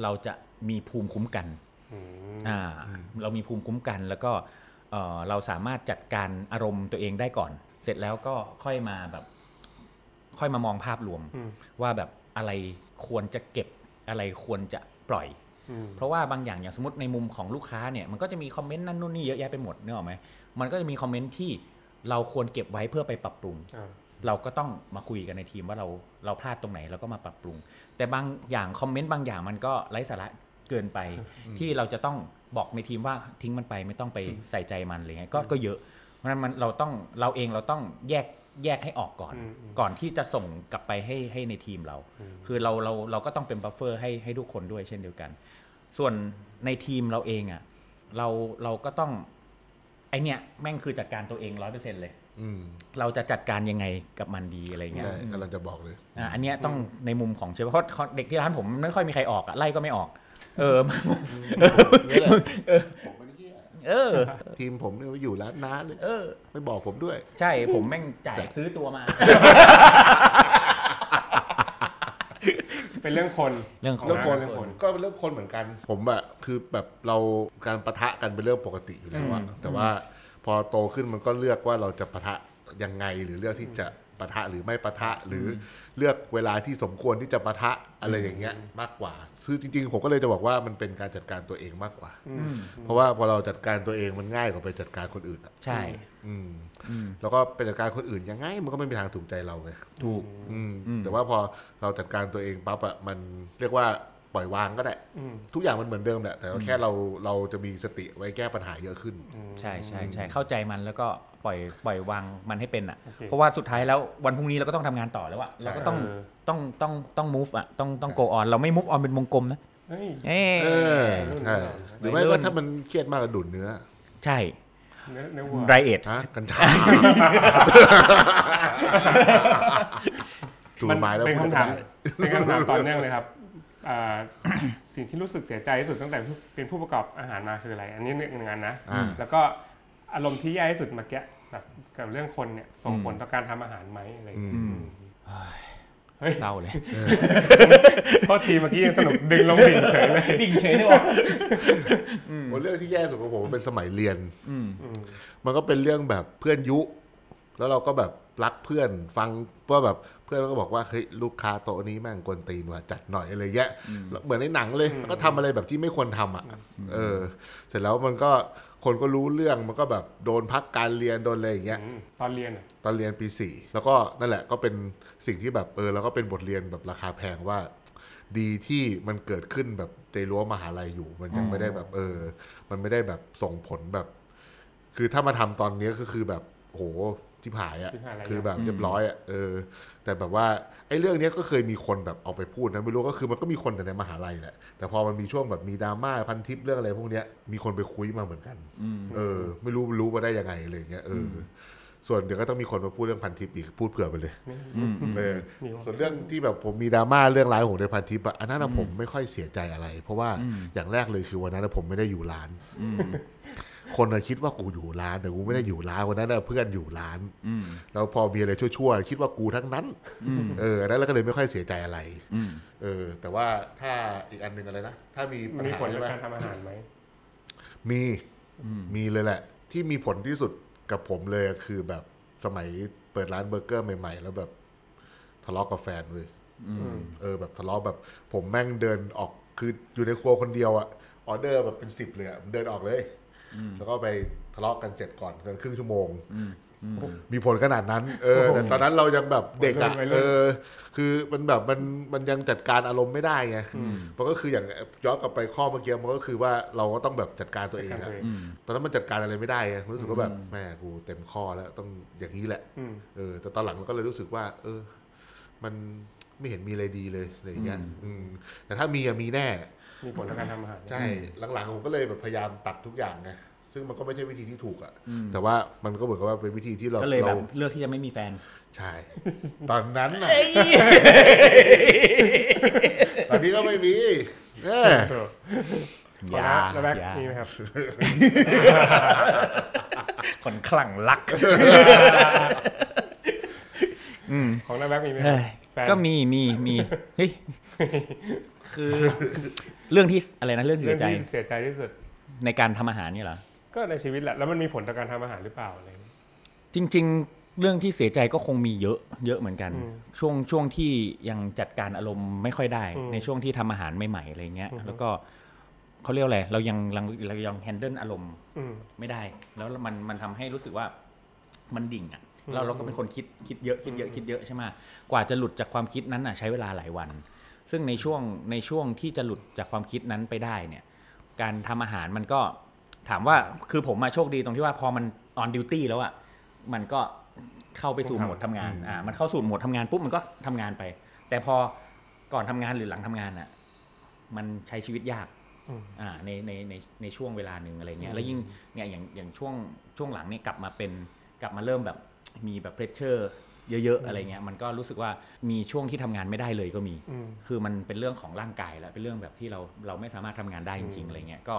[SPEAKER 3] เราจะมีภูมิคุ้มกัน
[SPEAKER 4] อืม
[SPEAKER 3] อ่าเรามีภูมิคุ้มกันแล้วก็เอ่อเราสามารถจัดการอารมณ์ตัวเองได้ก่อน เสร็จแล้วก็ค่อยมาแบบ ค่อยมามองภาพรวม
[SPEAKER 4] อืม
[SPEAKER 3] ว่าแบบอะไรควรจะเก็บอะไรควรจะปล่อย
[SPEAKER 4] อืม
[SPEAKER 3] เพราะว่าบางอย่างอย่างสมมติในมุมของลูกค้าเนี่ยมันก็จะมีคอมเมนต์นั่นนู่นนี่เยอะแยะไปหมดเนกอะไหมมันก็จะมีคอมเมนต์ที่เราควรเก็บไว้เพื่อไปปรับปรุง
[SPEAKER 4] อ่า
[SPEAKER 3] เราก็ต้องมาคุยกันในทีมว่าเราเราพลาดตรงไหนแล้วก็มาปรับปรุง แต่บางอย่างคอมเมนต์บางอย่างมันก็ไร้สาระเกินไป [laughs] ที่เราจะต้องบอกในทีมว่าทิ้งมันไปไม่ต้องไปใส่ใจมันอะไรเงี้ยก็ก็เยอะเพราะฉะนั้นมันเราต้องเราเองเราต้องแยกแยกให้ออกก่อน
[SPEAKER 4] อืมอืม
[SPEAKER 3] ก่อนที่จะส่งกลับไปให้ให้ในทีมเรา คือเราเราเราก็ต้องเป็นบัฟเฟอร์ให้ให้ทุกคนด้วยเช่นเดียวกัน ส่วนในทีมเราเองอะ่ะเราเราก็ต้องไอเนี้ยแม่งคือจัดการตัวเองร้อยเปอร์เซ็นต์เลย
[SPEAKER 2] อืม
[SPEAKER 3] เราจะจัดการยังไงกับมันดีอะไรเงี้ย
[SPEAKER 2] ใช่กำลังจะบอกเลย
[SPEAKER 3] อ่ะอันเนี้ยต้องในมุมของเชฟเพราะเขาเด็กที่ร้านผมไม่ค่อยมีใครออกอะไล่ก็ไม่ออก เออ
[SPEAKER 2] ผมเป็นเหี้ย
[SPEAKER 3] เออ
[SPEAKER 2] ทีมผมเนี่ยอยู่ร้านน้าเลย
[SPEAKER 3] เออ
[SPEAKER 2] ไม่บอกผมด้วย
[SPEAKER 3] ใช่ผมแม่งจ่ายซื้อตัวมา
[SPEAKER 4] เป็นเรื่องคน
[SPEAKER 3] เรื่องของ
[SPEAKER 2] เรื่องคน
[SPEAKER 4] เรื่องคน
[SPEAKER 2] ก็เป็นเรื่องคนเหมือนกัน ผมอะคือแบบเราการปะทะกันเป็นเรื่องปกติอยู่แล้วอะแต่ว่าพอโตขึ้นมันก็เลือกว่าเราจะปะทะยังไงหรือเลือกที่จะปะทะหรือไม่ปะทะหรืออเลือกเวลาที่สมควรที่จะปะทะอะไรอย่างเงี้ยมากกว่าคือจริง ๆ ผมก็เลยจะบอกว่ามันเป็นการจัดการตัวเองมากกว่า เพราะว่าพอเราจัดการตัวเองมันง่ายกว่าไปจัดการคนอื่นอะ
[SPEAKER 3] ใช่
[SPEAKER 2] อืมแล้วก็ไปจัดการคนอื่นยังไงมันก็ไม่มีทางถูกใจเราเลย
[SPEAKER 3] ถูก
[SPEAKER 2] อืมแต่ว่าพอเราจัดการตัวเองปั๊บอะมันเรียกว่าปล่อยวางก็ได้
[SPEAKER 4] อืม
[SPEAKER 2] ทุกอย่างมันเหมือนเดิมแหละแต่ว่าแค่เราเราจะมีสติไว้แก้ปัญหาเยอะขึ้น
[SPEAKER 3] ใช่ใช่ใช่เข้าใจมันแล้วก็ปล่อยปล่อยวางมันให้เป็นอ่ะ
[SPEAKER 4] โอเค
[SPEAKER 3] เพราะว่าสุดท้ายแล้ววันพรุ่งนี้เราก็ต้องทำงานต่อแล้วอ่ะเราก็ต้อง
[SPEAKER 4] เออ
[SPEAKER 3] ต้องต้องต้อง move อ่ะต้องต้อง
[SPEAKER 2] ใช่
[SPEAKER 3] go on เราไม่ move on เป็นวงกลมนะ
[SPEAKER 4] เฮ้ย
[SPEAKER 3] เอ้ย
[SPEAKER 2] เออใช่หรือไม่
[SPEAKER 3] วั
[SPEAKER 2] ก็
[SPEAKER 3] ยรุ่น
[SPEAKER 2] ถ้ามันเครียดมากก็ดูดเนื้อ
[SPEAKER 3] ใช่
[SPEAKER 4] เนื้อเนื้อวัว
[SPEAKER 3] ไรเอท
[SPEAKER 2] ฮะกัญชาถูกหมายแล้ว
[SPEAKER 4] เป็น
[SPEAKER 2] พูด
[SPEAKER 4] คำ
[SPEAKER 2] ไม่
[SPEAKER 4] ถาม
[SPEAKER 2] ได้
[SPEAKER 4] เป็นคำถามต่อเนื่องเลยครับอ่า [coughs] สิ่งที่รู้สึกเสียใจที่สุดตั้งแต่เป็นผู้ประกอบอาหารมาคืออะไร อันนี้หนึ่งงานนะ
[SPEAKER 2] อ่า
[SPEAKER 4] แล้วก็อารมณ์ที่แย่ที่สุดเมื่อกี้แบบกับเรื่องคนเนี่ยส่งผลต่อการทำอาหารไหมอะไรอย่างเงี้ย
[SPEAKER 3] เศร้าเลย
[SPEAKER 4] โทษทีเมื่อกี้ยังสนุกดึงลงดิ่งเฉย
[SPEAKER 3] [laughs]
[SPEAKER 4] เลย
[SPEAKER 3] ดิ่งเฉยเลยวะ
[SPEAKER 2] โอ้เรื่องที่แย่สุดของผมเป็นสมัยเรียน มันก็เป็นเรื่องแบบเพื่อนยุ แล้วเราก็แบบรักเพื่อนฟังว่าแบบเพื่อนก็บอกว่าเฮ้ยลูกค้าโต๊ะนี้แม่งกวนตีนว่ะจัดหน่อยอะไรเงี้ยแล้วเหมือนในหนังเลยแล้วก็ทำอะไรแบบที่ไม่ควรทำอ่ะเออ เสร็จแล้วมันก็ คนก็รู้เรื่องมันก็แบบโดนพักการเรียนโดนอะไรอย่างเงี้ย
[SPEAKER 4] อืมตอนเรียนอะ
[SPEAKER 2] ตอนเรียนปีสี่แล้วก็นั่นแหละก็เป็นสิ่งที่แบบเออแล้วก็เป็นบทเรียนแบบราคาแพงว่า ดีที่มันเกิดขึ้นแบบในรั้วมหาลัยอยู่ มันยังไม่ได้แบบ เออ มันไม่ได้แบบส่งผลแบบ คือถ้ามาทำตอนเนี้ยก็คือแบบโหที่ผายอะ่ะคือแบบเรียบร้อยอะ่ะเออ แต่แบบว่าไอ้เรื่องเนี้ยก็เคยมีคนแบบเอาไปพูดนะไม่รู้ก็คือมันก็มีคนแต่ในมหาลัยแหละแต่พอมันมีช่วงแบบมีดราม่าพันทิปเรื่องอะไรพวกเนี้ยมีคนไปคุยมาเหมือนกันเออ ไม่รู้รู้มาได้ยังไงอะไรอย่างเงี้ยเอออ ส่วนเดี๋ยวก็ต้องมีคนมาพูดเรื่องพันทิปอีกพูดเผื่อไปเลยเออส่วนเรื่องที่แบบผมมีดราม่าเรื่องร้ายของเดพันทิปอะอันนั้นอะผมไม่ค่อยเสียใจอะไร เพราะว่าอย่างแรกเลยคือวันนั้นอะผมไม่ได้อยู่ร้าน คนอะคิดว่ากูอยู่ร้านแต่กูไม่ได้อยู่ร้านวันนั้นอะเพื่อนอยู่ร้านแล้วพอมีอะไรชั่วๆคิดว่ากูทั้งนั้นเอออันนั้นเราก็เลยไม่ค่อยเสียใจอะไรเออ แต่ว่าถ้าอีกอันหนึ่งอะไรนะถ้ามีปัญ
[SPEAKER 4] มี
[SPEAKER 2] หา
[SPEAKER 4] ผล
[SPEAKER 2] ใช่ไห
[SPEAKER 4] ต่
[SPEAKER 2] ม
[SPEAKER 4] อการทำอาหารไหม
[SPEAKER 2] มีมีเลยแหละ ที่มีผลที่สุดกับผมเลยคือแบบสมัยเปิดร้านเบอร์เกอร์ใหม่ๆ แล้วแบบทะเลาะกับแฟนเลยเออ แบบทะเลาะแบบ ผมแม่งเดินออกคืออยู่ในครัวคนเดียวอะออเดอร์แบบเป็นสิบเลยอะผมเดินออกเลย แล้วก็ไปทะเลาะกันเสร็จก่อนกันครึ่งชั่วโมง มีผลขนาดนั้น เออ แต่ตอนนั้นเรายังแบบเด็กอะ
[SPEAKER 4] วัยรุ่นวัยรุ่
[SPEAKER 2] เอน อ คือมันแบบมันมันยังจัดการอารมณ์ไม่ได้ไงมันก็คืออย่างย้อนกลับไปข้อเมื่อกี้มันก็คือว่าเราก็ต้องแบบจัดการตัวเอง
[SPEAKER 4] การ
[SPEAKER 2] อะ
[SPEAKER 4] เรียน
[SPEAKER 2] ตอนนั้นมันจัดการอะไรไม่ได้ไงรู้สึกว่าแบบแม่กูเต็มข้อแล้วต้องอย่างนี้แหละ
[SPEAKER 4] อืม
[SPEAKER 2] เออ แต่ตอนหลังเราก็เลยรู้สึกว่า เออ มันไม่เห็นมีอะไรดีเลยอะไรอย่างเงี้ยอืมแต่ถ้ามีอะมีแน่
[SPEAKER 4] มีผลต่อการทำอาหารไหม
[SPEAKER 2] ใช่ หลังๆผมก็เลยแบบพยายามตัดทุกอย่างไงซึ่งมันก็ไม่ใช่วิธีที่ถูกอะแต่ว่ามันก็เหมือนกับว่าเป็นวิธีที่เรา
[SPEAKER 3] ก็เลยแบ
[SPEAKER 2] รา
[SPEAKER 3] บเลือกที่จะไม่มีแฟน
[SPEAKER 2] ใช่ ตอนนั้นน่ะตอนนี้ก็ไม่มีเออ
[SPEAKER 4] เออ
[SPEAKER 3] อ
[SPEAKER 4] ขอย่
[SPEAKER 3] า
[SPEAKER 4] นะแล้วแบ็ค
[SPEAKER 3] อย่า
[SPEAKER 4] มีไหมครับ
[SPEAKER 3] คนคลั่งรัก
[SPEAKER 4] ของแล้วแบ็คมีไหมค
[SPEAKER 3] เอ้
[SPEAKER 4] รับ
[SPEAKER 3] ย
[SPEAKER 4] แฟน
[SPEAKER 3] ก็มีมีมีเฮ้ยคือ เรื่องที่อะไรนะเรื่อง
[SPEAKER 4] เรื่
[SPEAKER 3] เสี
[SPEAKER 4] อย ง
[SPEAKER 3] ใจ
[SPEAKER 4] ที่เสียใจที่สุด
[SPEAKER 3] ในการทำอาหารเนี่ยเหรอ
[SPEAKER 4] ก็ในชีวิตแหละ แล้วมันมีผลต่อการทำอาหารหรือเปล่าอะไรอย่างเงี้ย
[SPEAKER 3] จริง ๆ เรื่องที่เสียใจก็คงมีเยอะ เยอะเหมือนกัน
[SPEAKER 4] อืม
[SPEAKER 3] ช่วงช่วงที่ยังจัดการอารมณ์ไม่ค่อยได้
[SPEAKER 4] อืม
[SPEAKER 3] ในช่วงที่ทำอาหารใหม่ๆอะไรเงี้ย
[SPEAKER 4] อือฮึ
[SPEAKER 3] แล้วก็เขาเรียกว่าอะไรเรายังเราเรายังแฮนเดิลอารมณ์
[SPEAKER 4] อืม
[SPEAKER 3] ไม่ได้ แล้วมันมันทำให้รู้สึกว่ามันดิ่งอะ่ะเราเราก็เป็นคนคิดคิดเยอะคิดเยอะคิดเยอะใช่ไหมกว่าจะหลุดจากความคิดนั้นอ่ะใช้เวลาหลายวัน ซึ่งในช่วงในช่วงที่จะหลุดจากความคิดนั้นไปได้เนี่ย การทำอาหารมันก็ถามว่าคือผมมาโชคดีตรงที่ว่าพอมันออนดิวตี้แล้วอะ่ะมันก็เข้าไปสู่
[SPEAKER 4] ต้องทำ
[SPEAKER 3] โหมดทำงานอ่ามันเข้าสู่โหมดทำงานปุ๊บมันก็ทำงานไป แต่พอก่อนทำงานหรือหลังทำงานอ่ะ มันใช้ชีวิตยาก
[SPEAKER 4] อืม
[SPEAKER 3] อ่าในในในในช่วงเวลาหนึ่งอะไรเงี้ยแล้วยิ่งเนี่ยอย่างอย่างช่วงช่วงหลังเนี่ยกลับมาเป็นกลับมาเริ่มแบบมีแบบเพรสเชอร์เยอะ ๆ อะไรเงี้ยมันก็รู้สึกว่ามีช่วงที่ทำงานไม่ได้เลยก็มี
[SPEAKER 4] อืม
[SPEAKER 3] คือมันเป็นเรื่องของร่างกายแล้วเป็นเรื่องแบบที่เราเราไม่สามารถทำงานได้จริงๆอะไรเงี้ยก็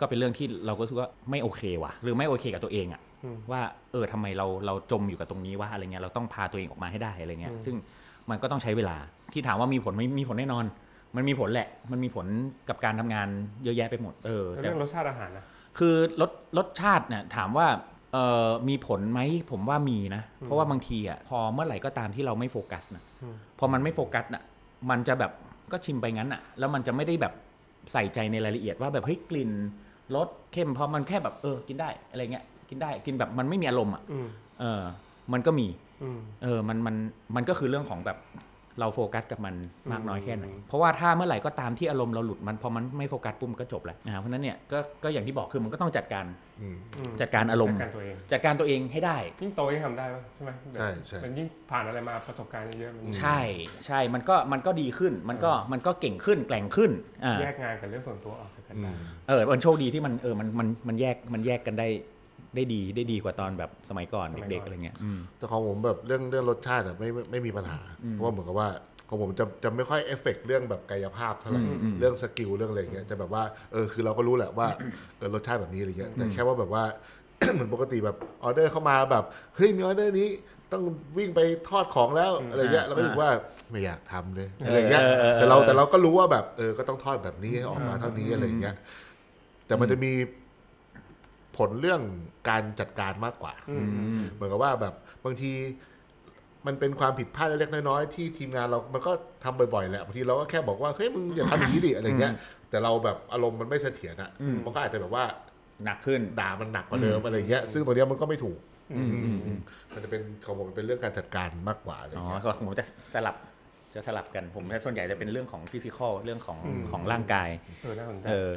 [SPEAKER 3] ก็เป็นเรื่องที่เราก็รู้สึกว่าไม่โอเคว่ะ หรือไม่โอเคกับตัวเองอะ
[SPEAKER 4] อืม
[SPEAKER 3] ว่าเออทำไมเราเราจมอยู่กับตรงนี้ว่าอะไรเงี้ยเราต้องพาตัวเองออกมาให้ได้อะไรเงี้ย
[SPEAKER 4] อืม
[SPEAKER 3] ซึ่งมันก็ต้องใช้เวลาที่ถามว่ามีผลไหม่มีผลแน่นอน มันมีผลแหละ มันมีผลกับการทำงานเยอะแยะไปหมดเออ
[SPEAKER 4] แล้
[SPEAKER 3] แต่
[SPEAKER 4] วเรื่องรสชาติอาหารนะ
[SPEAKER 3] คือรสรสชาติเนี่ยถามว่าเอ่อมีผลไหมผมว่ามีนะ เพราะว่าบางทีอ่ะพอเมื่อไหร่ก็ตามที่เราไม่โฟกัสนะ
[SPEAKER 4] อืม
[SPEAKER 3] พอมันไม่โฟกัสน่ะมันจะแบบก็ชิมไปงั้นอ่ะ แล้วมันจะไม่ได้แบบใส่ใจในรายละเอียดว่าแบบเฮ้ยกลิ่นรสเข้มเพราะมันแค่แบบเออกินได้อะไรเงี้ยกินได้กินแบบมันไม่มีอารมณ์อ่ะ
[SPEAKER 4] อืม
[SPEAKER 3] เออมันก็มี
[SPEAKER 4] อืม
[SPEAKER 3] เออ มัน มัน มันก็คือเรื่องของแบบเราโฟกัสกับมันมากน้อยแค่ไหน
[SPEAKER 4] อืม
[SPEAKER 3] เพราะว่าถ้าเมื่อไหร่ก็ตามที่อารมณ์เราหลุดมันพอมันไม่โฟกัสปุ๊บมนก็จบแล้วนะเพราะฉะนั้นเนี่ยก็ก็อย่างที่บอกคือมันก็ต้องจัดการ
[SPEAKER 2] อืม
[SPEAKER 4] อืม
[SPEAKER 3] จัดการอารมณ์
[SPEAKER 4] จัดการตัวเอง
[SPEAKER 3] จัดการตัวเองให้ได้
[SPEAKER 4] ยิ่งโตยิ่งทำได้ปะใช่ไหมแบบ
[SPEAKER 2] ใช่ใช่
[SPEAKER 4] มันยิ่งผ่านอะไรมาประสบการณ์เยอะๆมันยิ่ง
[SPEAKER 3] ใช่ใช่มันก็มันก็ดีขึ้นมันก็มันก็เก่งขึ้นแกร่งขึ้นอ่า
[SPEAKER 4] แยกงานกับเรื่องส่วนตัวออกจากกัน
[SPEAKER 2] อื
[SPEAKER 4] ได้
[SPEAKER 2] ม
[SPEAKER 3] เออมันโชคดีที่มันเออมันมันมันแยกมันแยกกันได้ได้ดีได้ดีกว่าตอนแบบสมัยก่อนเด็กๆอะไรเงี้ยอืม
[SPEAKER 2] แต่ของผมแบบเรื่องเรื่องรสชาติอะไม่ไม่ไม่มีปัญหา เพราะว่าเหมือนกับว่าของผมจะจะไม่ค่อยเอฟเฟกต์เรื่องแบบกายภาพเท่าไหร่เรื่องสกิลเรื่องอะไรอย่างเงี้ยจะแบบว่าเออคือเราก็รู้แหละ [coughs] ว่าเออรสชาติแบบนี้อะไรเงี้ยแต่แค่ว่าแบบว่า [coughs] เหมือนปกติแบบออเดอร์เข้ามาแบบเฮ้ยมีออเดอร์นี้ต้องวิ่งไปทอดของแล้วอะไรเงี้ยเราก็รู้สึกว่าไม่อยากทำเลยอะไรเงี้ย
[SPEAKER 3] เออเออเออ
[SPEAKER 2] แต่เราแต่เราก็รู้ว่าแบบเออก็ต้องทอดแบบนี้ให้ออกมาเท่านี้อะไรเงี้ยแต่มันจะมี ผลเรื่องการจัดการมากกว่า เหมือนกับว่าแบบบางทีมันเป็นความผิดพลาดเล็กๆน้อยๆที่ทีมงานเรา มันก็ทำบ่อยๆแหละบางทีเราก็แค่บอกว่าเฮ้ยมึงอย่าทำอย่างนี้ดิอะไรเงี้ย แต่เราแบบอารมณ์มันไม่เสถียรอะมันก็อาจจะแบบว่า
[SPEAKER 3] หนักขึ้น
[SPEAKER 2] ด่ามันหนักกว่าเดิมอะไรเงี้ยซึ่งตรงเนี้ยมันก็ไม่ถูก
[SPEAKER 4] อืม
[SPEAKER 2] อืมมันจะเป็นของผมเป็นเรื่องการจัดการมากกว่าอะไร
[SPEAKER 3] อ๋อ
[SPEAKER 2] เงี้ย
[SPEAKER 3] ก็ผมจะสลับจะสลับกันผมส่วนใหญ่จะเป็นเรื่องของฟิสิกอลเรื่องของ
[SPEAKER 4] อืม
[SPEAKER 3] ของร่างกาย
[SPEAKER 4] เออน่าสนใจ
[SPEAKER 3] เออ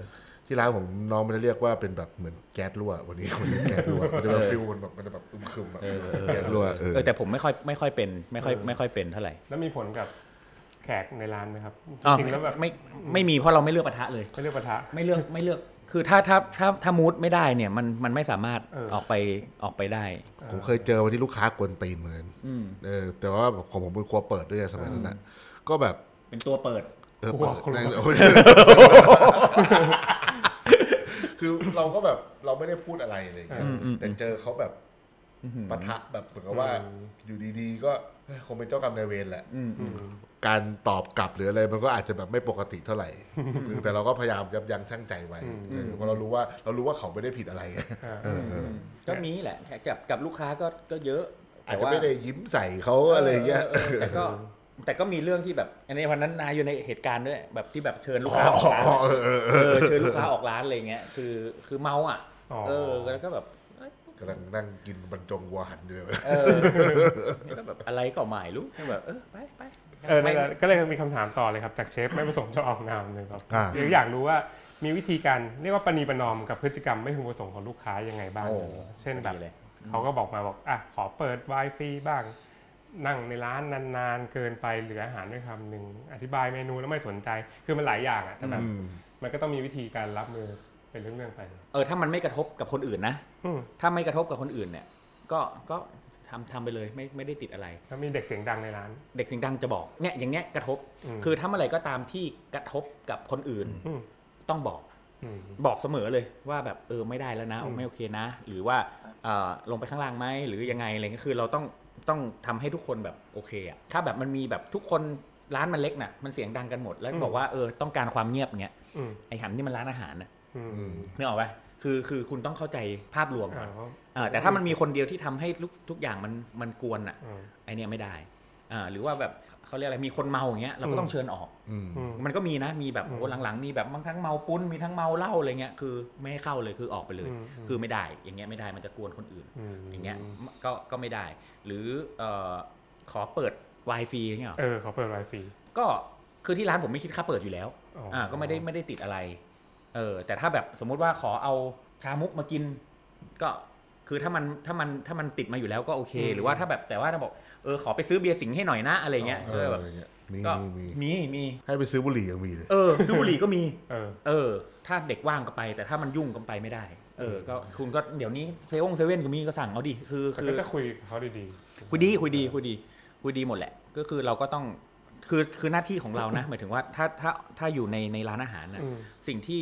[SPEAKER 2] ที่ร้านผมน้องมันจะเรียกว่าเป็นแบบเหมือนแก๊สรั่ววันนี้วันนี้แก๊สรั่วมันจะแบบฟิลมันแบบมันจะแบบอึมครึมแบบ
[SPEAKER 3] เออเออ
[SPEAKER 2] แก๊สรั่วเออ
[SPEAKER 3] เออแต่ผมไม่ค่อยไม่ค่อยเป็นไม่ค่อยไม่ค่อยเป็นเท่าไหร่
[SPEAKER 4] แล้วมีผลกับแขกในร้านไหมครับ
[SPEAKER 3] อ๋อ
[SPEAKER 4] จริงๆแล้วแบบ
[SPEAKER 3] ไม่ไม่มีเพราะเราไม่เลือกปะทะเลย
[SPEAKER 4] ไม่เลือกปะทะ
[SPEAKER 3] ไม่เลือกไม่เลือกคือถ้าถ้าถ้าถ้ามูดไม่ได้เนี่ยมันมันไม่สามารถ
[SPEAKER 4] เออ
[SPEAKER 3] ออกไปออกไปได้
[SPEAKER 2] ผมเคยเจอวันที่ลูกค้ากวนตีนเหมือนกัน
[SPEAKER 3] อืม
[SPEAKER 2] เออแต่ว่าของผมเป็นครัวเปิดด้วยสมัยนั้นนะก็แบบ
[SPEAKER 3] เป็นตัวเปิด
[SPEAKER 2] เออ
[SPEAKER 4] โอ้โห
[SPEAKER 2] เปิด
[SPEAKER 4] คนละ
[SPEAKER 2] แม่งโอ้ยคือเราก็แบบเราไม่ได้พูดอะไรอะไรอย่างเลย
[SPEAKER 3] อืมอืม
[SPEAKER 2] แต่เจอเขาแบบปะทะแบบเหมือนกับว่า อยู่ดีๆ ก็เฮ้ยคงเป็นเจ้ากรรมนายเวรแหละ
[SPEAKER 3] อืม
[SPEAKER 4] อืม
[SPEAKER 2] การตอบกลับหรืออะไรมันก็อาจจะแบบไม่ปกติเท่าไหร่คือแต่เราก็พยายามยับยั้งชั่งใจไว้เออเพราะเรารู้ว่าเรารู้ว่าเขาไม่ได้ผิดอะไร
[SPEAKER 4] อ่า
[SPEAKER 3] ก็มีแหละกับกับลูกค้าก็ก็เยอะ
[SPEAKER 2] อาจ
[SPEAKER 3] แต่
[SPEAKER 2] จะ
[SPEAKER 3] ว่า
[SPEAKER 2] ไม่ได้ยิ้มใส่เขาอะไรอย่างเงี้ย
[SPEAKER 3] ออแต่ก็แต่ก็มีเรื่องที่แบบอันนี้วันนั้นนายอยู่ในเหตุการณ์ด้วยแบบที่แบบเชิญลูกค้าออกร้าน เออเชิญลูกค้าออกร้านอะไรเงี้ยคือคือเมาอ่ะ
[SPEAKER 4] อ๋อ
[SPEAKER 3] เออแล้วก็แบบ
[SPEAKER 2] กำลังนั่งกินบรรจงวัวหันอยู่เลย
[SPEAKER 3] เออก็แบบอะไรก็ไม่รู้ก็แบบเออไปไป
[SPEAKER 4] เออ
[SPEAKER 3] ไม่
[SPEAKER 4] นั่นแหละก็เลยมีคำถามต่อเลยครับ จากเชฟไม่ประสงค์จะออกนามเลยครับ
[SPEAKER 2] อ่า
[SPEAKER 4] เดี๋ยวอยากรู้ว่ามีวิธีการเรียกว่าปณีประนอมกับพฤติกรรมไม่พึงประสงค์ของลูกค้ายังไงบ้าง
[SPEAKER 3] โอ้
[SPEAKER 4] เช่นแบบ
[SPEAKER 3] ดีเลย
[SPEAKER 4] เขาก็บอกมาบอกอ่ะขอเปิด Wi-Fi บ้าง นั่งในร้านนานๆ เกินไปเหลืออาหารด้วยคำหนึ่งอธิบายเมนูแล้วไม่สนใจคือมันหลายอย่างอ่ะแต่แบบมันก็ต้องมีวิธีการรับมือเป็นเรื่องๆไป
[SPEAKER 3] เออถ้ามันไม่กระทบกับคนอื่นนะ
[SPEAKER 4] อืม
[SPEAKER 3] ถ้าไม่กระทบกับคนอื่นเนี่ย ก็ก็ทำทำไปเลยไม่ไม่ได้ติดอะไร
[SPEAKER 4] แล้วมีเด็กเสียงดังในร้าน
[SPEAKER 3] เด็กเสียงดังจะบอกเนี่ยอย่างเงี้ยกระทบ
[SPEAKER 4] อืม
[SPEAKER 3] คือถ้าอะไรก็ตามที่กระทบกับคนอื่น
[SPEAKER 4] อืม
[SPEAKER 3] ต้องบอก
[SPEAKER 4] อืม
[SPEAKER 3] บอกเสมอเลยว่าแบบเออไม่ได้แล้วนะ
[SPEAKER 4] อืม
[SPEAKER 3] ไม่โอเคนะ หรือว่าเออลงไปข้างล่างไหมหรือยังไงอะไรเงี้ยคือเราต้องต้องทำให้ทุกคนแบบโอเคอะถ้าแบบมันมีแบบทุกคนร้านมันเล็กน่ะมันเสียงดังกันหมดแล้วบอกว่าเออต้องการความเงียบเงี้ย
[SPEAKER 4] อืม
[SPEAKER 3] ไอ้หำนี่มันร้านอาหารนะ
[SPEAKER 4] อืม
[SPEAKER 3] นึกออกปะคือคือคุณต้องเข้าใจภาพรวมก่อ
[SPEAKER 4] อ่า
[SPEAKER 3] น
[SPEAKER 4] เพราะ
[SPEAKER 3] เออแต่ถ้ามันมีคนเดียวที่ทำให้ทุกทุกอย่างมันมันกวนอ่ะ
[SPEAKER 4] อืม
[SPEAKER 3] ไอเนี้ยไม่ได้อ่าหรือว่าแบบเขาเรียกอะไรมีคนเมาอย่างเงี้ยเราก็ต้องเชิญออก
[SPEAKER 4] อืม
[SPEAKER 3] มันก็มีนะมีแบบ
[SPEAKER 4] อืม
[SPEAKER 3] โอ้หลังๆมีแบบบางทั้งเมาปุ้นมีทั้งเมาเหล้าอะไรเงี้ยคือไม่ให้เข้าเลยคือออกไปเลย
[SPEAKER 4] อืมอืม
[SPEAKER 3] คือไม่ได้อย่างเงี้ยไม่ได้มันจะกวนคนอื่น
[SPEAKER 4] ม
[SPEAKER 3] อย่างเงี้ยก็ก็ไม่ได้ หรือเอ่อขอเปิด Wi-Fi อย่างเงี้ยหรอ
[SPEAKER 4] เออขอเปิด Wi-Fi
[SPEAKER 3] ก็คือที่ร้านผมไม่คิดค่าเปิดอยู่แล้ว
[SPEAKER 4] อ๋ออ่
[SPEAKER 3] อ่าก็ไม่ได้ไม่ได้ติดอะไร เออแต่ถ้าแบบสมมุติว่าขอเอาชามุกมากิน ก็คือถ้ามันถ้ามันถ้ามันติดมาอยู่แล้วก็โอเค
[SPEAKER 4] อืม
[SPEAKER 3] หรือว่าถ้าแบบแต่ว่าเราบอกเออขอไปซื้อเบียร์สิงห์ให้หน่อยนะอะไรเงี้ย
[SPEAKER 2] เอ
[SPEAKER 3] ก็
[SPEAKER 2] อ
[SPEAKER 3] แบบ
[SPEAKER 2] อย่างเงี้ยมี
[SPEAKER 3] ก็
[SPEAKER 2] มีมี
[SPEAKER 3] มีมี
[SPEAKER 2] ให้ไปซื้อบุหรี่ยังมีเลย
[SPEAKER 3] เออซื้อบุหรี่ก็มี
[SPEAKER 4] เออ
[SPEAKER 3] เออ ถ้าเด็กว่างก็ไป แต่ถ้ามันยุ่งก็ไปไม่ได้ เออ ก็คุณก็เดี๋ยวนี้เซเว่นเซเว่นก็มีก็สั่งเอาดิคือ
[SPEAKER 4] แต่
[SPEAKER 3] คื
[SPEAKER 4] ก็
[SPEAKER 3] อ
[SPEAKER 4] จะคุยกับเขาดีๆ
[SPEAKER 3] คุยดีคุยดีคุยดีคุยดีหมดแหละ ก็คือเราก็ต้องคือคือหน้าที่ของเรานะ หมายถึงว่าถ้าถ้าถ้าอยู่ในในร้านอาหารนะ
[SPEAKER 4] อืม
[SPEAKER 3] สิ่งที่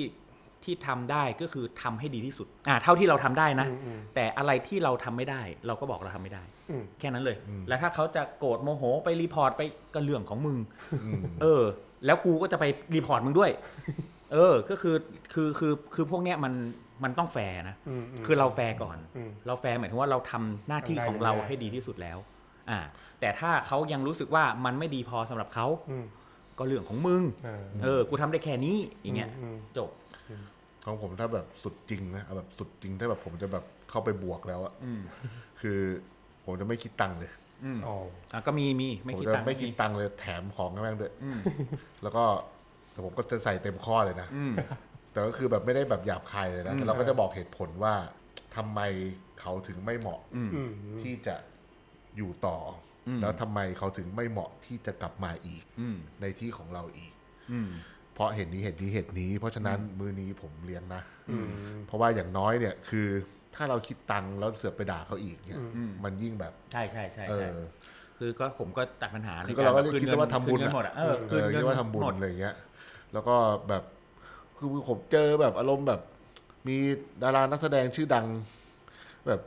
[SPEAKER 3] ที่ทำได้ก็คือทำให้ดีที่สุดอ่าเท่าที่เราทำได้นะ
[SPEAKER 4] อืมอืม
[SPEAKER 3] แต่อะไรที่เราทำไม่ได้ เราก็บอกเราทำไม่ได้
[SPEAKER 4] อืม
[SPEAKER 3] แค่นั้นเลย
[SPEAKER 2] อืม
[SPEAKER 3] แล้วถ้าเขาจะโกรธโมโหไปรีพอร์ตไปก็เรื่องของมึง เออ แล้วกูก็จะไปรีพอร์ตมึงด้วย เออก็คือคือคือคือพวกเนี้ยมันมันต้องแฟร์นะ
[SPEAKER 4] อืมม
[SPEAKER 3] คือเราแฟร์ก่อน
[SPEAKER 4] อืม
[SPEAKER 3] เราแฟร์หมายถึงว่าเราทำหน้าที่
[SPEAKER 4] ทำได้
[SPEAKER 3] ของเรา
[SPEAKER 4] ได้
[SPEAKER 3] ให้ดีที่สุดแล้ว อ่า แต่ถ้าเขายังรู้สึกว่ามันไม่ดีพอสำหรับเขา
[SPEAKER 4] อืม
[SPEAKER 3] ก็เรื่องของมึง
[SPEAKER 4] เออ
[SPEAKER 3] เออ กูทำได้แค่นี้ อย่างเงี้ย
[SPEAKER 4] อืม
[SPEAKER 3] จบ
[SPEAKER 2] ของผมถ้าแบบสุดจริงนะเอาแบบสุดจริงถ้าแบบผมจะแบบเข้าไปบวกแล้วอะ
[SPEAKER 3] อืม
[SPEAKER 2] คือผมจะไม่คิดตังค์เลย
[SPEAKER 3] อืม
[SPEAKER 4] อืมอ๋อ
[SPEAKER 3] อ่ะก็มีมีไม่
[SPEAKER 2] ผม
[SPEAKER 3] คิด
[SPEAKER 2] จะ
[SPEAKER 3] ตังค์
[SPEAKER 2] ไม่คิด
[SPEAKER 3] มี
[SPEAKER 2] ตังค์เลยแถมของให้แม่งด้วย
[SPEAKER 3] อืม
[SPEAKER 2] แล้วก็แต่ผมก็จะใส่เต็มข้อเลยนะ
[SPEAKER 3] อืม
[SPEAKER 2] แต่ก็คือแบบไม่ได้แบบหยาบคายเลยนะ
[SPEAKER 3] อืม
[SPEAKER 2] แต่เราก็จะบอกเหตุผลว่าทำไมเขาถึงไม่เหมาะ
[SPEAKER 3] อืม
[SPEAKER 4] อืม
[SPEAKER 2] ที่จะอยู่ต่ออ
[SPEAKER 3] ม
[SPEAKER 2] แล้วทำไมเขาถึงไม่เหมาะที่จะกลับมาอีก
[SPEAKER 3] อืม
[SPEAKER 2] ในที่ของเราอีก
[SPEAKER 3] อืม
[SPEAKER 2] เพราะเหตุนี้เหตุนี้เหตุนี้ เพราะฉะนั้นมือนี้ผมเลี้ยงนะ
[SPEAKER 4] อืม
[SPEAKER 2] เพราะว่าอย่างน้อยเนี่ยคือถ้าเราคิดตังค์แล้วเสือกไปด่าเขาอีกเนี่ย
[SPEAKER 4] อืม
[SPEAKER 2] มันยิ่งแบบ
[SPEAKER 3] ใช่ใช่ใช่
[SPEAKER 2] เอ
[SPEAKER 3] ใช่
[SPEAKER 2] อ
[SPEAKER 3] คือก็ผมก็ตัดปัญหาใน
[SPEAKER 2] คือก็
[SPEAKER 3] การ
[SPEAKER 2] เราก็
[SPEAKER 3] แบบ
[SPEAKER 2] คิดว่าทำบุญ
[SPEAKER 3] คืนเงิน
[SPEAKER 2] อะ
[SPEAKER 3] หมดอะเออ
[SPEAKER 2] เอ
[SPEAKER 3] คืน
[SPEAKER 2] อ
[SPEAKER 3] เงิ
[SPEAKER 2] คิ
[SPEAKER 3] น
[SPEAKER 2] ดว่าทำบุญ
[SPEAKER 3] หมด
[SPEAKER 2] อะไรอย่างเงี้ย แล้วก็แบบคือผมเจอแบบอารมณ์แบบ มีดารานักแสดงชื่อดัง แบบ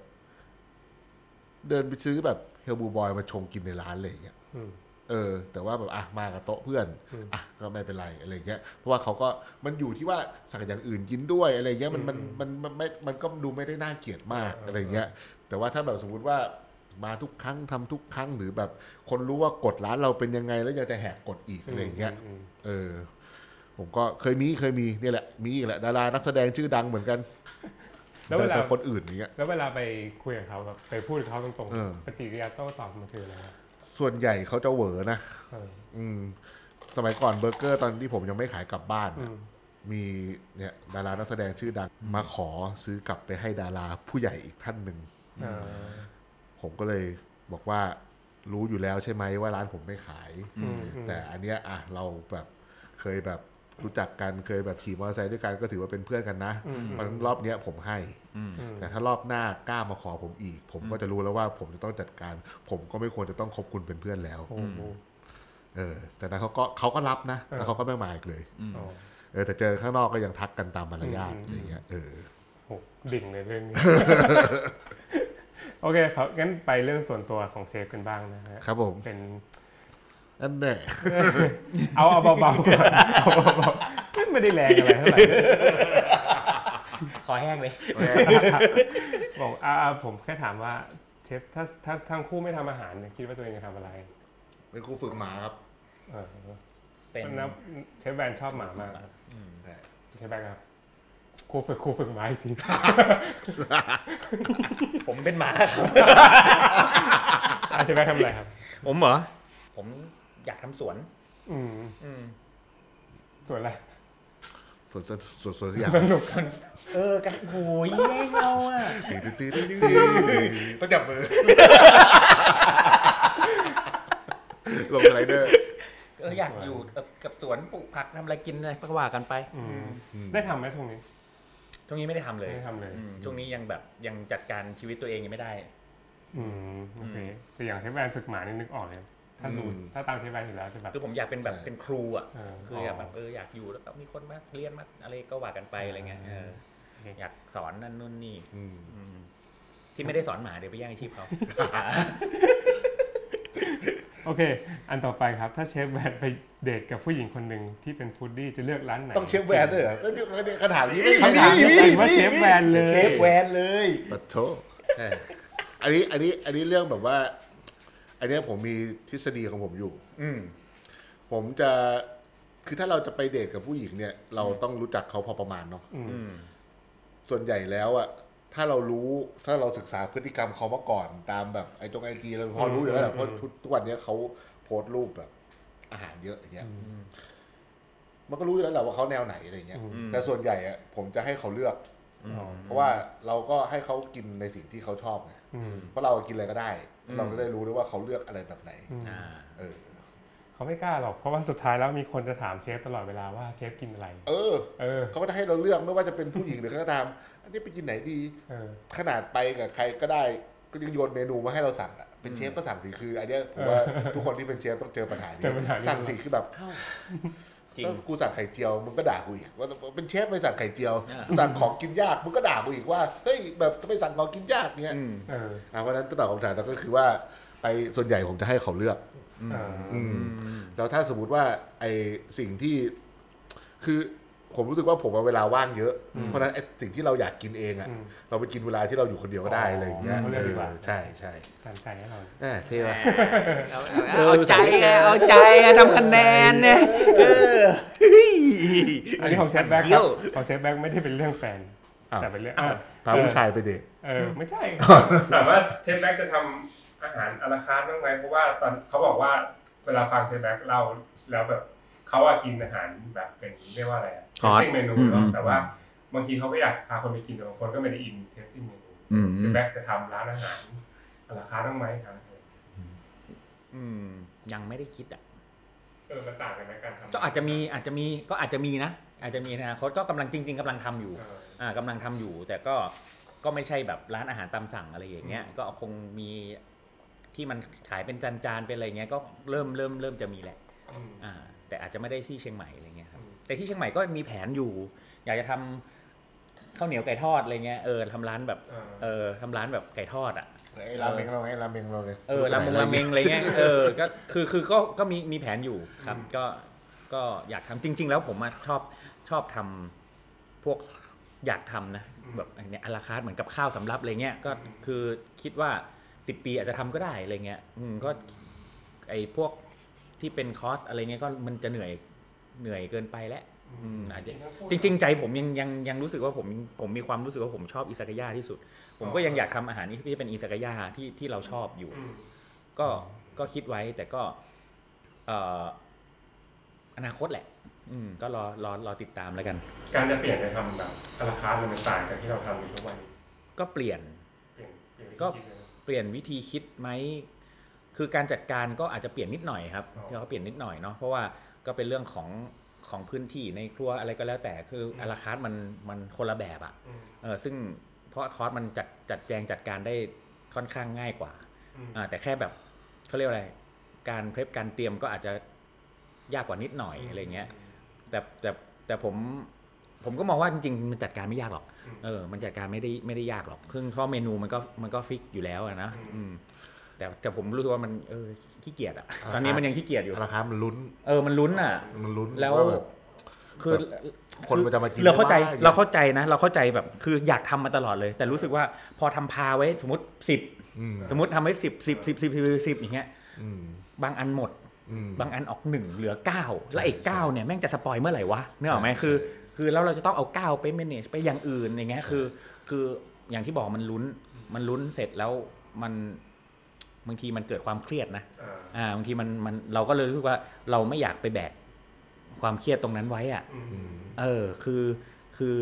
[SPEAKER 2] เดินไปซื้อแบบเฮลบูบอยมาชงกินในร้านเลยอย่างเงี้ย
[SPEAKER 4] อืม
[SPEAKER 2] เออ แต่ว่าแบบอ่ะมากับโต๊ะเพื่อน
[SPEAKER 4] อืม
[SPEAKER 2] อ่ะก็ไม่เป็นไรอะไรอย่างเงี้ยเพราะว่าเขาก็มันอยู่ที่ว่าสั่งอย่างอื่นกินด้วยอะไรอย่างเงี้ยมันมันมันมันไม่มันก็ดูไม่ได้น่าเกลียดมากอะไรอย่างเงี้ย แต่ว่าถ้าแบบสมมุติว่ามาทุกครั้งทำทุกครั้งหรือแบบ คนรู้ว่ากฎร้านเราเป็นยังไง แล้วยังจะแหกกฎอีกอะไรอย่างเงี้ย
[SPEAKER 4] อืม
[SPEAKER 2] เออ ผมก็เคยมีเคยมีเนี่ยแหละ มีอีกแหละดารานักแสดงชื่อดังเหมือนกัน
[SPEAKER 4] แล้วเว
[SPEAKER 2] แต่
[SPEAKER 4] ลา
[SPEAKER 2] แต่คนอื่นเนี้ย
[SPEAKER 4] แล้วเวลาไปคุยกับเขาแบบไปพูดกับเขาตรง
[SPEAKER 2] เออ
[SPEAKER 4] ๆปฏิกิริยาโต้ตอบมันคืออะไรครับ
[SPEAKER 2] ส่วนใหญ่เขาจะเหวอนะ
[SPEAKER 4] เออ
[SPEAKER 2] อืม สมัยก่อนเบอร์เกอร์ตอนที่ผมยังไม่ขายกลับบ้าน
[SPEAKER 4] อื
[SPEAKER 2] อะ
[SPEAKER 4] ม
[SPEAKER 2] มีเนี่ยดารานักแสดงชื่อดังมาขอซื้อกลับไปให้ดาราผู้ใหญ่อีกท่านหนึ่ง
[SPEAKER 4] เออ
[SPEAKER 2] ผมก็เลยบอกว่ารู้อยู่แล้วใช่ไหมว่าร้านผมไม่ขาย
[SPEAKER 4] อืมอืม
[SPEAKER 2] แต่อันเนี้ยอ่ะเราแบบเคยแบบรู้จักกันเคยแบบขี่มอเตอร์ไซค์ด้วยกันก็ถือว่าเป็นเพื่อนกันนะ
[SPEAKER 4] อืม
[SPEAKER 2] เพราะฉะนั้นรอบเนี้ยผมให้
[SPEAKER 4] อืม
[SPEAKER 2] แต่ถ้ารอบหน้ากล้ามาขอผมอีก ผมก็จะรู้แล้วว่าผมจะต้องจัดการ ผมก็ไม่ควรจะต้องคบคุณเป็นเพื่อนแล้ว
[SPEAKER 4] โอ้โห
[SPEAKER 2] เออ แต่นั้นเขาก็เขาก็รับนะ
[SPEAKER 4] เออ
[SPEAKER 2] แล้วเขาก็ไม่มาอีกเลย
[SPEAKER 4] โอ้
[SPEAKER 2] เออ แต่เจอข้างนอกก็ยังทักกันตามมารยาทอะไรเงี้ย เออ
[SPEAKER 4] โหดิ่งเลยเรื่องนี้ โอเคครับงั้นไปเรื่องส่วนตัวของเชฟกันบ้างนะฮะ
[SPEAKER 2] ครับผม
[SPEAKER 4] เป็น
[SPEAKER 2] อันแน่
[SPEAKER 4] เอาเอาเบาๆก่อนเอาเบาๆไม่ไม่ได้แรงอะไรเท่าไหร่
[SPEAKER 3] คอแห้งเลย
[SPEAKER 4] บอกอ่าอ่าผมแค่ถามว่าเชฟถ้าถ้าทั้งคู่ไม่ทำอาหารเนี่ยคิดว่าตัวเองจะทำอะไร
[SPEAKER 2] เป็นครูฝึกหมาครับ
[SPEAKER 4] เออ
[SPEAKER 3] เป็น
[SPEAKER 4] แล้วเชฟแบนชอบหมามากครับ
[SPEAKER 2] ใช่
[SPEAKER 4] เชฟแบนครับครูฝึกครูฝึกหมาอีกที [laughs]
[SPEAKER 3] ผมเป็นหมาครับ
[SPEAKER 4] อาเชฟแบนทำอะไรครับ
[SPEAKER 3] ผมเหรอ ผมอยากทำสวน
[SPEAKER 4] อืม
[SPEAKER 3] อืม
[SPEAKER 4] ส่วนอะไร [laughs]
[SPEAKER 2] ส่วนส่วนส่วนส่วนอย่าง
[SPEAKER 4] สนุก
[SPEAKER 3] เออกันโหยแย่งเราอ่ะ
[SPEAKER 2] ตีตีตีตี [laughs] ต้องจับมือ ลงสไลเดอร์
[SPEAKER 3] เอออยากอยู่กับกับสวนปลูกผักทำอะไรกินอะไรก็ว่ากันไป
[SPEAKER 4] อืมได้ทำไหมตรงนี้
[SPEAKER 3] ช่วงนี้ไม่ได้ทำเลย
[SPEAKER 4] ไม่ได้ทำเลย
[SPEAKER 3] อืมช่วงนี้ยังแบบยังจัดการชีวิตตัวเองยังไม่ได้
[SPEAKER 4] อืมโอเคแต่อย่างเชฟแบนฝึกหมานี่นึกออกเลยถ้าดู
[SPEAKER 2] อืม
[SPEAKER 4] ถ้าตามเชฟแบนอยู่แล้วจะแบบ
[SPEAKER 3] คือผมอยากเป็นแบบเป็นครูอ่ะ
[SPEAKER 4] เออ
[SPEAKER 3] คืออยากแบบเอออยากอยู่แล้วก็มีคนมาเรียนมาอะไรก็ว่ากันไปอะไรเงี้ยเออ
[SPEAKER 4] โอเค
[SPEAKER 3] อยากสอนนั่นนู่นนี่
[SPEAKER 2] อืม
[SPEAKER 3] อืมที่ไม่ได้สอนหมาเดี๋ยวไปแย่งอาชีพเขา
[SPEAKER 4] โอเค อันต่อไปครับ ถ้าเชฟแวนไปเดทกับผู้หญิงคนหนึ่งที่เป็นฟูดดี้จะเลือกร้านไหน
[SPEAKER 2] ต้องเชฟแวนด้วยเหรอเอ้ยเดี๋ยวคำถามนี้ไม่
[SPEAKER 4] คำถามเดียวกันว่าเชฟแวนเลย
[SPEAKER 2] เชฟแวนเลยปะโถเอ้ยอันนี้อันนี้อันนี้เรื่องแบบว่า อันเนี้ยผมมีทฤษฎีของผมอยู่
[SPEAKER 3] อืม
[SPEAKER 2] ผมจะคือถ้าเราจะไปเดทกับผู้หญิงเนี่ย เราต้องรู้จักเขาพอประมาณเนาะ
[SPEAKER 4] อืม
[SPEAKER 3] อืม
[SPEAKER 2] ส่วนใหญ่แล้วอะถ้าเรารู้ถ้าเราศึกษาพฤติกรรมเขามาก่อน ตามแบบไอจงไอจีเราพอรู้อยู่แล้วแหละเพราะทุกทุกวันเนี้ยเขาโพสต์รูปแบบ อาหารเยอะอย่างเงี้ยมันก็รู้อยู่แล้วแหละว่าเขาแนวไหนอะไรเงี้ย
[SPEAKER 4] อืม
[SPEAKER 2] แต่ส่วนใหญ่อะผมจะให้เขาเลือก
[SPEAKER 4] อ๋อ
[SPEAKER 2] เพราะว่าเราก็ให้เขากินในสิ่งที่เขาชอบไง
[SPEAKER 4] อืม
[SPEAKER 2] เพราะเรากินอะไรก็ได้ เราก็ได้รู้ด้วยว่าเขาเลือกอะไรแบบไหน
[SPEAKER 4] อืม
[SPEAKER 3] อ่า
[SPEAKER 2] เออ
[SPEAKER 4] เขาไม่กล้าหรอก เพราะว่าสุดท้ายแล้วมีคนจะถามเชฟตลอดเวลาว่าเชฟกินอะไร
[SPEAKER 2] เออ
[SPEAKER 4] เออ
[SPEAKER 2] เขาก็จะให้เราเลือกไม่ว่าจะเป็นผู้หญิงหรือใครก็ตาม อันนี้ไปกินไหนดี
[SPEAKER 4] เออ
[SPEAKER 2] ขนาดไปกับใครก็ได้ ก็ยังโยนเมนูมาให้เราสั่งอะเป็นเชฟก็สั่งสิคืออันเนี้ยผมว่าทุกคนที่เป็นเชฟต้องเจอปัญหานี้
[SPEAKER 4] เจอปัญหานี้
[SPEAKER 2] สั่งสิคือแบบเอ้า
[SPEAKER 3] จริง
[SPEAKER 2] ก็กูสั่งไข่เจียวมึงก็ด่ากูอีกว่าเป็นเชฟไม่สั่งไข่เจียว
[SPEAKER 3] อ่า
[SPEAKER 2] กูสั่งของกินยากมึงก็ด่ากูอีกว่าเฮ้ยแบบทำไมสั่งของกินยากเนี่ย
[SPEAKER 3] อืม
[SPEAKER 4] เออ
[SPEAKER 2] อ่าเพราะฉะนั้นก็ตอบคำถามแล้วก็คือว่าไปส่วนใหญ่ผมจะให้เขาเลือก
[SPEAKER 4] เอออ
[SPEAKER 2] อืมแล้วถ้าสมมติว่าไอสิ่งที่คือผมรู้สึกว่าผมอะเวลาว่างเยอะ เพราะฉะนั้นไอสิ่งที่เราอยากกินเองอะ
[SPEAKER 4] อืม
[SPEAKER 2] เราไปกินเวลาที่เราอยู่คนเดียวก็ได้
[SPEAKER 4] อ๋ออ
[SPEAKER 2] อะไรอย่างเงี้ย
[SPEAKER 4] เอาเรื่องดีกว่า
[SPEAKER 2] เออใช่ใช่
[SPEAKER 4] ตามใจให้เรา
[SPEAKER 2] แหม่เท่ว่ะ
[SPEAKER 3] เอา
[SPEAKER 2] เอาเอาใจ
[SPEAKER 3] ไงเอาใจทำคะแนนเนี่ย
[SPEAKER 4] อันนี้ของเชฟแบ็คครับของเชฟแบ็คไม่ได้เป็นเรื่องแฟน
[SPEAKER 2] อ้าว
[SPEAKER 4] แต่เป็นเรื่องอ่ะ
[SPEAKER 2] พาผู้ชายไปเด็ก
[SPEAKER 4] เออ ไม่ใช่ถามว่าเชฟแบ็คจะทำอาหารอลาคาร์ทบ้างไหมเพราะว่าตอนเขาบอกว่าเวลาฟังเชฟแบ็คเล่าแล้วแบบเขาว่ากินอาหารแบบเป็นเรียกว่าอะไรเทสติ้งเมนูเนาะแต่ว่าบางทีเขาก็อยากพาคนไปกินแต่บางคนก็ไม่ได้อินเทสติ้งเมนูเชฟแบ็คจะทำร้านอาหารอลาคาร์ทบ้างไหมครับ
[SPEAKER 3] ยังไม่ได้คิดอ่ะ
[SPEAKER 4] เออมันต่างกันไหมการทำ
[SPEAKER 3] ก็อาจจะมีอาจจะมีก็อาจจะมีนะ อาจจะมีในอนาคตก็กำลังจริง ๆกำลังทำอยู่
[SPEAKER 4] เออ
[SPEAKER 3] อ่ากำลังทำอยู่ แต่ก็ก็ไม่ใช่แบบร้านอาหารตามสั่งอะไรอย่างเงี้ย ก็คงมีที่มันขายเป็นจานๆเป็นอะไรเงี้ยก็เริ่มเริ่มเริ่มจะมีแหละ อ่าแต่อาจจะไม่ได้ที่เชียงใหม่อะไรเงี้ยครับ
[SPEAKER 4] อืม
[SPEAKER 3] แต่ที่เชียงใหม่ก็มีแผนอยู่ อยากจะทำข้าวเหนียวไก่ทอดอะไรเงี้ยเออทำร้านแบบ
[SPEAKER 4] เออ
[SPEAKER 3] เออทำร้านแบบไก่ทอดอ่ะ
[SPEAKER 2] ไอ้ราเมงเราไงราเมงเราไง
[SPEAKER 3] เออราเมงราเมงอะไรเงี้ย [laughs] เออก็คือคือก็ก็มีมีแผนอยู่ครับ
[SPEAKER 4] อืม
[SPEAKER 3] ก็ก็อยากทำจริง ๆ แล้วผมอะชอบชอบทำพวกอยากทำนะแบบอย่างเนี้ยอลาคาร์ทเหมือนกับข้าวสำรับอะไรเงี้ยก็คือคิดว่าสิบปีอาจจะทำก็ได้อะไรเงี้ยอืมก็ไอพวกที่เป็นคอร์สอะไรเงี้ยก็มันจะเหนื่อยเหนื่อยเกินไปแล้ว อืมอาจจะจริง ๆ ใจผมยังยังยังรู้สึกว่าผมผมมีความรู้สึกว่าผมชอบอิซากายะที่สุด ผมก็ยังอยากทำอาหารที่เป็นอิซากายะที่ที่เราชอบอยู่
[SPEAKER 4] อืม
[SPEAKER 3] ก็ก็คิดไว้แต่ก็เอ่ออนาคตแหละ อืม ก็รอรอรอติดตามแล้วกัน
[SPEAKER 4] การจะเปลี่ยนไปทำแบบอาราคาร์ทมันต่างจากที่เราทำอยู่ทุกวันนี้
[SPEAKER 3] ก็เปลี่ยน
[SPEAKER 4] เปลี่ยนเปลี่ย
[SPEAKER 3] ก็
[SPEAKER 4] นวิธีคิดเลยนะ
[SPEAKER 3] เปลี่ยนวิธีคิดไหม คือการจัดการก็อาจจะเปลี่ยนนิดหน่อยครับ
[SPEAKER 4] อ๋อ
[SPEAKER 3] ที่เขาเปลี่ยนนิดหน่อยเนาะ เพราะว่าก็เป็นเรื่องของของพื้นที่ในครัวอะไรก็แล้วแต่ คือ
[SPEAKER 4] ม
[SPEAKER 3] อลาคาร์ทมันมันคนละแบบอะ
[SPEAKER 4] อืม
[SPEAKER 3] เออซึ่งเพราะคอร์สมันจัดจัดแจงจัดการได้ค่อนข้างง่ายกว่า
[SPEAKER 4] อืม
[SPEAKER 3] อ่าแต่แค่แบบเขาเรียกว่าอะไร การเพลฟการเตรียมก็อาจจะยากกว่านิดหน่อยอะไรเงี้ย แต่แต่แต่ผมผมก็มองว่าจริงๆมันจัดการไม่ยากหรอก
[SPEAKER 4] อืม
[SPEAKER 3] เออ มันจัดการไม่ได้ไม่ได้ยากหรอกซึ่งเพราะเมนูมันก็มันก็ฟิกอยู่แล้วอะนะ
[SPEAKER 4] อืม
[SPEAKER 3] อืมแต่แต่ผมรู้สึกว่ามันเออขี้เกียจอะตอนนี้มันยังขี้เกียจอยู่
[SPEAKER 2] ราคามันลุ้น
[SPEAKER 3] เออมันลุ้นอะ
[SPEAKER 2] มันลุ้น
[SPEAKER 3] แล้ว
[SPEAKER 2] าบบ
[SPEAKER 3] คือ
[SPEAKER 2] คนมันจะมากิน
[SPEAKER 3] เราเข้าใจ
[SPEAKER 2] ไม่ได้
[SPEAKER 3] เราเข้าใจนะ เราเข้าใจแบบคืออยากทำมาตลอดเลย แต่รู้สึกว่าพอทำพาไว้สมมติสิบ
[SPEAKER 2] อืม
[SPEAKER 3] สมมติทำไว้สิบสิบสิบสิบสิบสิบอย่างเงี้ย
[SPEAKER 2] อืม
[SPEAKER 3] บางอันหมด
[SPEAKER 2] อืม
[SPEAKER 3] บางอันออกหนึ่งเหลือ 9 แล้วไอ้
[SPEAKER 2] ใช่
[SPEAKER 3] เก้าเนี่ยแม่งจะสปอยเมื่อไหร่วะเนื้ออกไหม
[SPEAKER 2] ใช่
[SPEAKER 3] คือ
[SPEAKER 2] ใช่
[SPEAKER 3] คือแล้วเราจะต้องเอา 9 ไป manage ไปอย่างอื่นอย่างเงี้ยคือ คืออย่างที่บอกมันลุ้นมันลุ้นเสร็จแล้วมันบางทีมันเกิดความเครียดนะ
[SPEAKER 4] อ่า
[SPEAKER 3] อ่าบางทีมันมันเราก็เลยรู้สึกว่าเราไม่อยากไปแบกความเครียดตรงนั้นไว้อะ
[SPEAKER 4] อืม
[SPEAKER 2] อืม
[SPEAKER 3] เออคือคือ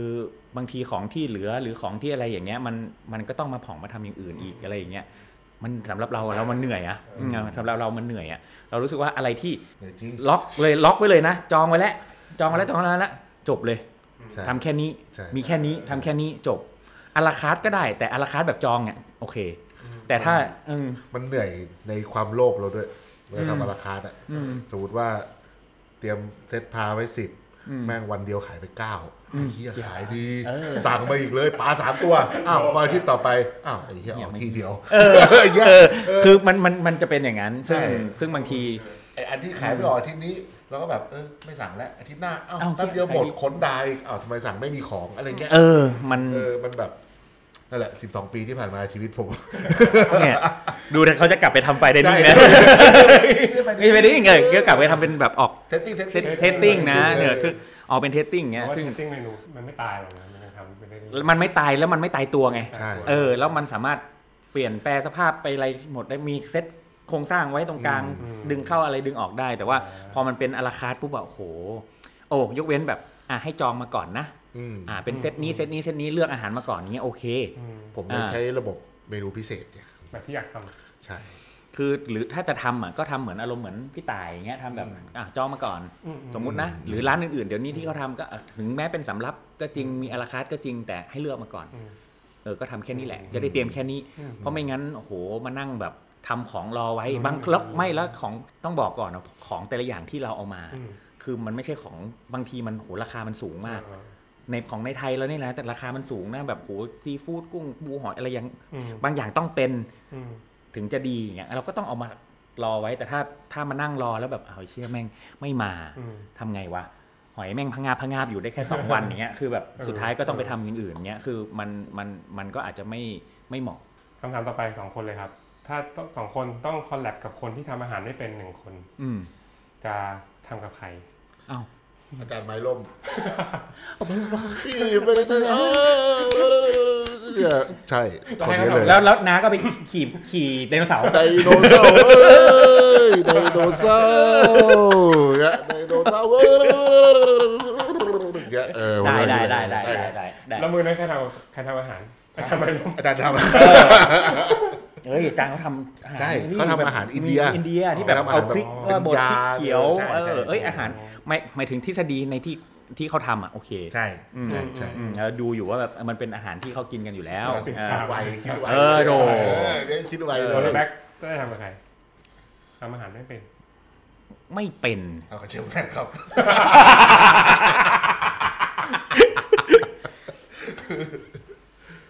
[SPEAKER 3] บางทีของที่เหลือหรือของที่อะไรอย่างเงี้ยมันมันก็ต้องมาผ่องมาทำอย่างอื่นอีกอะไรอย่างเงี้ยมันสำหรับเราอะเรามันเหนื่อยอะอืมสำหรับเรามันเหนื่อยอะเรารู้สึกว่าอะไรที่
[SPEAKER 2] เหนื่อยจริง
[SPEAKER 3] ล็อกเลยล็อกไว้เลยนะจองไว้แล้วจองไว้แล้วจองไว้แล้วจบเลย
[SPEAKER 2] ใช่
[SPEAKER 3] ทำแค่นี้
[SPEAKER 2] ใช่
[SPEAKER 3] มีแค่นี้ทำแค่นี้จบอลาคาร์ทก็ได้ แต่อลาคาร์ทแบบจองเนี่ยโอเค แต่ถ้าอืม
[SPEAKER 2] มันเหนื่อยในความโลภเราด้วยเวลาทำอาราคาร์ดอะสมมติว่าเตรียมเซตพาไว้สิบแม่งวันเดียวขายไปเก้าไอ้เหี้ยขายดี สั่งมาอีกเลยปลาสามตัว อ้ [laughs] าวมาอาที่ต่อไป อ้าวไอ้เหี้ยออกทีเดียว [laughs] ไอ้เหี้ย
[SPEAKER 3] เออ คือมันมันมันจะเป็นอย่างนั้น ซึ่งซึ่งบางที
[SPEAKER 2] ไอ้อันที่ขายไม่ออกอาทิตย์นี้เราก็แบบเออไม่สั่งแล้วอาทิตย์หน้าอ้าว
[SPEAKER 3] เอ้า
[SPEAKER 2] แป๊บเดียวหมด
[SPEAKER 3] ขายดี
[SPEAKER 2] ขนดาอีกอ้าวทำไมสั่งไม่มีของอะไรเงี้ย
[SPEAKER 3] เออมัน
[SPEAKER 2] เออมันแบบนั่นแหละสิบสองปีที่ผ่านมาชีวิตผม
[SPEAKER 3] เนี่ยดูนะเขาจะกลับไปทำไฟเดนนิ่ง
[SPEAKER 2] ใช่
[SPEAKER 3] นะไม่ไป
[SPEAKER 2] ไม่
[SPEAKER 3] เด
[SPEAKER 2] ได้
[SPEAKER 3] นนิ่งเลยก็กลับไปทำเป็นแบบออก
[SPEAKER 2] เทสติ้ง
[SPEAKER 3] เซตเทสติ้งนะเนี่ยคือออกเป็นเทสติ้ง
[SPEAKER 4] เพ
[SPEAKER 3] เงี้ย
[SPEAKER 4] ราะว่า
[SPEAKER 3] ซึ่ง
[SPEAKER 4] จริงๆเมนูมันไม่ตายหรอกนะมันยังทำไปได้เรื่อยๆ
[SPEAKER 3] มันไม่ตายแล้วมันไม่ตายตัวไง
[SPEAKER 2] ใช่
[SPEAKER 3] เออ แล้วมันสามารถเปลี่ยนแปลสภาพไปอะไรหมดได้มีเซตโครงสร้างไว้ตรงกลาง
[SPEAKER 4] อืม
[SPEAKER 3] ดึงเข้าอะไรดึงออกได้ แต่ว่า
[SPEAKER 4] อ่า
[SPEAKER 3] พอมันเป็นอลาคาร์ทปุ๊บแบบโอ้โห โอ้ยกเว้นแบบอ่ะให้จองมาก่อนนะ
[SPEAKER 2] อืม
[SPEAKER 3] อ่าเป็นเซตนี้เซตนี้เซตนี้เลือกอาหารมาก่อนเงี้ยโอเค
[SPEAKER 4] อืม
[SPEAKER 2] ผมเลย
[SPEAKER 3] อ่า
[SPEAKER 2] ใช้ระบบเมนูพิเศษเนี่ย
[SPEAKER 4] แบบที่อยากท
[SPEAKER 2] ใช่
[SPEAKER 3] คือหรือถ้าจะทำอ่ะก็ทำเหมือนอารมณ์เหมือนพี่ต่ายอย่างเงี้ยทำแบบอ่ะจองมาก่อน
[SPEAKER 4] ำอืม
[SPEAKER 3] สมมุตินะ หรือร้านอื่นๆ เดี๋ยวนี้ที่เขาทำก็เอ่อถึงแม้เป็นสำรับก็จริงมีอลาคาร์ทก็จริงแต่ให้เลือกมาก่อน
[SPEAKER 4] อืม
[SPEAKER 3] เออก็ทำแค่นี้แหละ จะได้เตรียมแค่นี้
[SPEAKER 4] อืม
[SPEAKER 3] เพราะไม่งั้นโอ้โหมานั่งแบบทำของรอไว้
[SPEAKER 4] อืม
[SPEAKER 3] บางครั้งไม่แล้วของต้องบอกก่อนนะของแต่ละอย่างที่เราเอามา
[SPEAKER 4] อืม
[SPEAKER 3] คือมันไม่ใช่ของบางทีมันโหราคามันสูงมาก
[SPEAKER 4] อ่
[SPEAKER 3] ในของในไทยเราเนี่ยนะแต่ราคามันสูงนะแบบโหซีฟู้ดกุ้งปูหอยอะไรอย่าง
[SPEAKER 4] อืม
[SPEAKER 3] บางอย่างต้องเป็น
[SPEAKER 4] อืม
[SPEAKER 3] ถึงจะดีอย่างเงี้ยเราก็ต้องเอามารอไว้แต่ถ้าถ้ามานั่งรอแล้วแบบเอาวไอ้เชี่ยแม่งไม่มา
[SPEAKER 4] อืม
[SPEAKER 3] ทำไงวะหอยแม่งพังงาบพังงาบอยู่ได้แค่ สองวันอย่างเงี้ยคือแบบ
[SPEAKER 4] เออ
[SPEAKER 3] สุดท้ายก็ต้องไปทำอย่างอื่นเงี้ยคือมันมันมันก็อาจจะไม่ไม่เหมาะ
[SPEAKER 4] คำถามต่อไปสองคนเลยครับ ถ้าต้องสองคนต้องคอลแลบกับคนที่ทำอาหารไม่เป็นหนึ่งคน
[SPEAKER 3] อืม
[SPEAKER 4] จะทำกับใคร
[SPEAKER 3] เอ้า
[SPEAKER 2] อาจารย์ไม้ล่มพี่ไม่ได้ตั้งเออเนี่ยใช่คนนี้เลย
[SPEAKER 3] แล้วแล้วน้าก็ไปขี่ขี่ไดโนเสาร์
[SPEAKER 2] [laughs] ไดโนเสาร์เอ้ยไดโนเสาร์เนี่ยไดโนเสาร์เว้ยเนี่ยเออ
[SPEAKER 3] ได้ได้ได้ได้ได้ได้ได้
[SPEAKER 4] แล้วมือนั้นใครทำใครทำอาหารอาจารย์ไม่รู้
[SPEAKER 2] อาจารย์ทำ
[SPEAKER 3] เอ้ยจางเขาทำอาหาร
[SPEAKER 2] ใช่
[SPEAKER 3] นี่
[SPEAKER 2] เขาทำอาหารอินเดีย
[SPEAKER 3] มีอินเดียที่แบบ
[SPEAKER 2] เขาทำอาหาร
[SPEAKER 3] เอาพริก
[SPEAKER 2] แบบ
[SPEAKER 3] เออบดพริกเขียว
[SPEAKER 2] ใช่
[SPEAKER 3] เอ
[SPEAKER 2] ใช่
[SPEAKER 3] อเอ้ยอาหารไม่หมายถึงทฤษฎีในที่ที่เขาทำอ่ะโอเค
[SPEAKER 2] ใช่ใช่ใช่
[SPEAKER 3] อืมแล้วดูอยู่ว่าแบบมันเป็นอาหารที่เขากินกันอยู่แล้วเออ
[SPEAKER 2] คิดไวคิดไว
[SPEAKER 3] เออโด
[SPEAKER 2] เออคิดไว
[SPEAKER 4] โร
[SPEAKER 2] เล
[SPEAKER 4] ล
[SPEAKER 2] ย
[SPEAKER 4] แบ็กได้ทำกับใครทำอาหารไม่เป็น
[SPEAKER 3] ไม่เป็น
[SPEAKER 2] เอากระเชื่อมกันครับ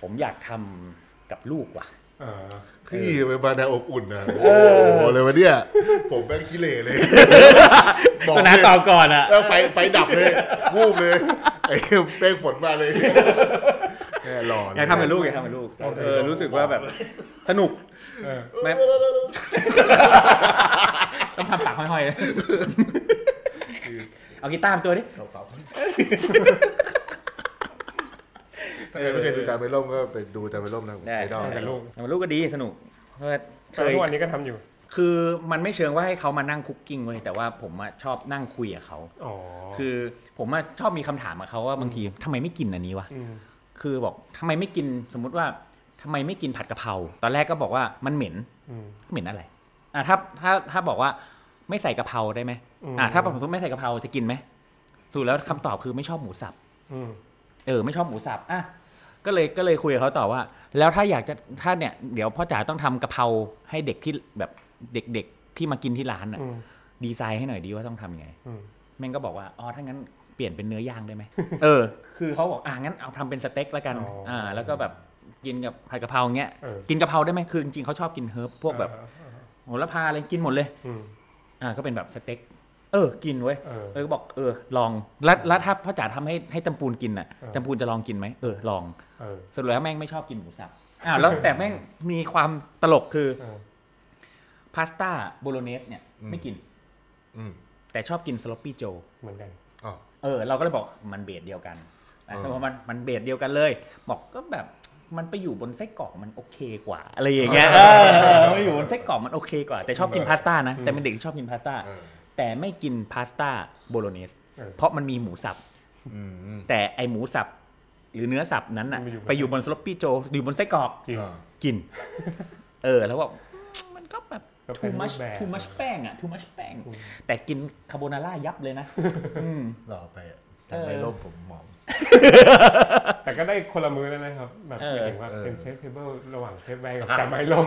[SPEAKER 3] ผมอยากทำกับลูกว่ะ
[SPEAKER 4] เออ
[SPEAKER 2] พี่ไปมาแนวอบอุ่นนะโอ้โหเลยวะเนี่ย ผมแม่งขี้เหร่เลย บอก
[SPEAKER 3] นะ
[SPEAKER 2] เลย
[SPEAKER 3] ตอบก่อนอะ
[SPEAKER 2] แล้วไฟไฟดับเลยวูบเลยไอ้เหี้ยแม่งฝนมาเลยแน่หลอน
[SPEAKER 3] อยากทำกับลูกอยากทำกับลูกเออรู้สึกว่าแบบสนุก
[SPEAKER 4] เออ
[SPEAKER 3] แม่ [laughs] ต้องทำปากห้อยๆเลยเอากีตาร์มาตัวนี้
[SPEAKER 2] เอาเปล่า ถ้าใครไม่เคยดูจานไม่ล่มก็ไปดูจานไม่ล่มนะ
[SPEAKER 3] ได้
[SPEAKER 2] ไอดอล
[SPEAKER 4] ได้ ลูก
[SPEAKER 3] แต่มันลูกก็ดีสนุกเพราะว่าเคย
[SPEAKER 4] ทุกวันนี้ก็ทำอยู่
[SPEAKER 3] คือมันไม่เชิงว่าให้เขามานั่งคุกกิ้งเว้ยแต่ว่าผมอะชอบนั่งคุยกับเขา
[SPEAKER 4] อ๋อ
[SPEAKER 3] คือผมอะชอบมีคำถามกับเขาว่าบางทีทำไมไม่กินอันนี้วะ
[SPEAKER 4] ม
[SPEAKER 3] คือบอกทำไมไม่กินสมมุติว่าทำไมไม่กินผัดกะเพราตอนแรกก็บอกว่ามันเหม็น
[SPEAKER 4] อืม
[SPEAKER 3] เหม็นอะไรอ่ะถ้าถ้าถ้าบอกว่าไม่ใส่กะเพราได้ไหม
[SPEAKER 4] อืม
[SPEAKER 3] อ่ะถ้าผมติไม่ใส่กะเพราจะกินไหมสรุดแล้วคำตอบคือไม่ชอบหมูสับ
[SPEAKER 4] อืม
[SPEAKER 3] เออไม่ชอบหมูสับอ่ะก็เลยก็เลยคุยกับเขาต่อว่า แล้วถ้าอยากจะถ้าเนี่ยเดี๋ยวพ่อจ๋าต้องทำกะเพราให้เด็กที่แบบเด็กๆที่มากินที่ร้านอ่ะ
[SPEAKER 4] อืม
[SPEAKER 3] ดีไซน์ให้หน่อยดีว่าต้องทำยังไง
[SPEAKER 4] อืม
[SPEAKER 3] แม่งก็บอกว่า อ๋อ ถ้างั้นเปลี่ยนเป็นเนื้อย่างได้ไหม เออ คือเขาบอก อ่างั้นเอาทำเป็นสเต็กแล้วกัน
[SPEAKER 4] อ๋ออ่
[SPEAKER 3] อ่า แล้วก็แบบกินกับผัดกะเพราเงี้ย
[SPEAKER 4] เออ
[SPEAKER 3] กินกะเพราได้ไหมคือจริงๆเขาชอบกินเฮิร์บพวกแบบโหระพาอะไรกินหมดเลย
[SPEAKER 4] อืม
[SPEAKER 3] อ่า ก็เป็นแบบสเต็ก เออ กินเว้ย
[SPEAKER 4] เออ
[SPEAKER 3] เออก็บอก เออ ลอง แล้วแล้วถ้าพ่อจ๋าทำให้ให้จำปูนกินอ่ะ
[SPEAKER 4] เออ
[SPEAKER 3] จำปูนจะลองกินไหมเออ ลอง
[SPEAKER 4] เออ
[SPEAKER 3] สรุปแล้วแม่งไม่ชอบกินหมูสับ อ้ [laughs] าว แล้วแต่แม่งมีความตลกคือ
[SPEAKER 4] เออ
[SPEAKER 3] พาสต้าโบโลเนสเนี่ยไม่กิน
[SPEAKER 2] อืม
[SPEAKER 3] แต่ชอบกินสลอปปี้โจ
[SPEAKER 4] เหมือนกัน
[SPEAKER 2] อ๋อ
[SPEAKER 3] เออเราก็เลยบอกมันเบสเดียวกันอ่ะ
[SPEAKER 2] เออ
[SPEAKER 3] สมมติว่ามันมันเบสเดียวกันเลย บอกก็แบบมันไปอยู่บนไส้กรอกมันโอเคกว่า อะไรอย่างเงี้ยเออไปอยู่บนไส้กรอกมันโอเคกว่า แต่ชอบกินพาสต้านะแต่เป็นเด็กที่ชอบกินพาสต้า
[SPEAKER 2] เออ
[SPEAKER 3] แต่ไม่กินพาสต้าโบโลเนส
[SPEAKER 4] เออ
[SPEAKER 3] เพราะมันมีหมูสับ
[SPEAKER 2] อืม
[SPEAKER 3] แต่ไอหมูสับ หรือเนื้อสับนั้นน่ะ
[SPEAKER 4] มันไปอ
[SPEAKER 3] ไปอ
[SPEAKER 4] ยู่บน
[SPEAKER 3] ยู่บนสลอปปี้โจอยู่บนไส้กรอก
[SPEAKER 4] จริง
[SPEAKER 2] อ่า
[SPEAKER 3] กิน เออแล้วบอกมันก็แบบ
[SPEAKER 4] ก็เป็
[SPEAKER 3] too
[SPEAKER 4] นรู
[SPEAKER 3] much
[SPEAKER 4] ปแบบ
[SPEAKER 3] too much แป้งอะ too much แป้งแต่กินคาโบนาร่ายับเลยนะ อืม
[SPEAKER 2] รอไปอะทำไม
[SPEAKER 3] เออ
[SPEAKER 2] ร่มผมหมอง
[SPEAKER 4] แต่ก็ได้คนละมือแล้วนะครับ แบบ
[SPEAKER 3] เอ
[SPEAKER 4] ห
[SPEAKER 3] อ
[SPEAKER 4] มายถึงว่า
[SPEAKER 2] เออ
[SPEAKER 4] เป็นเชฟเทเบิลระหว่างเชฟแบงกับจาไม้ล่ม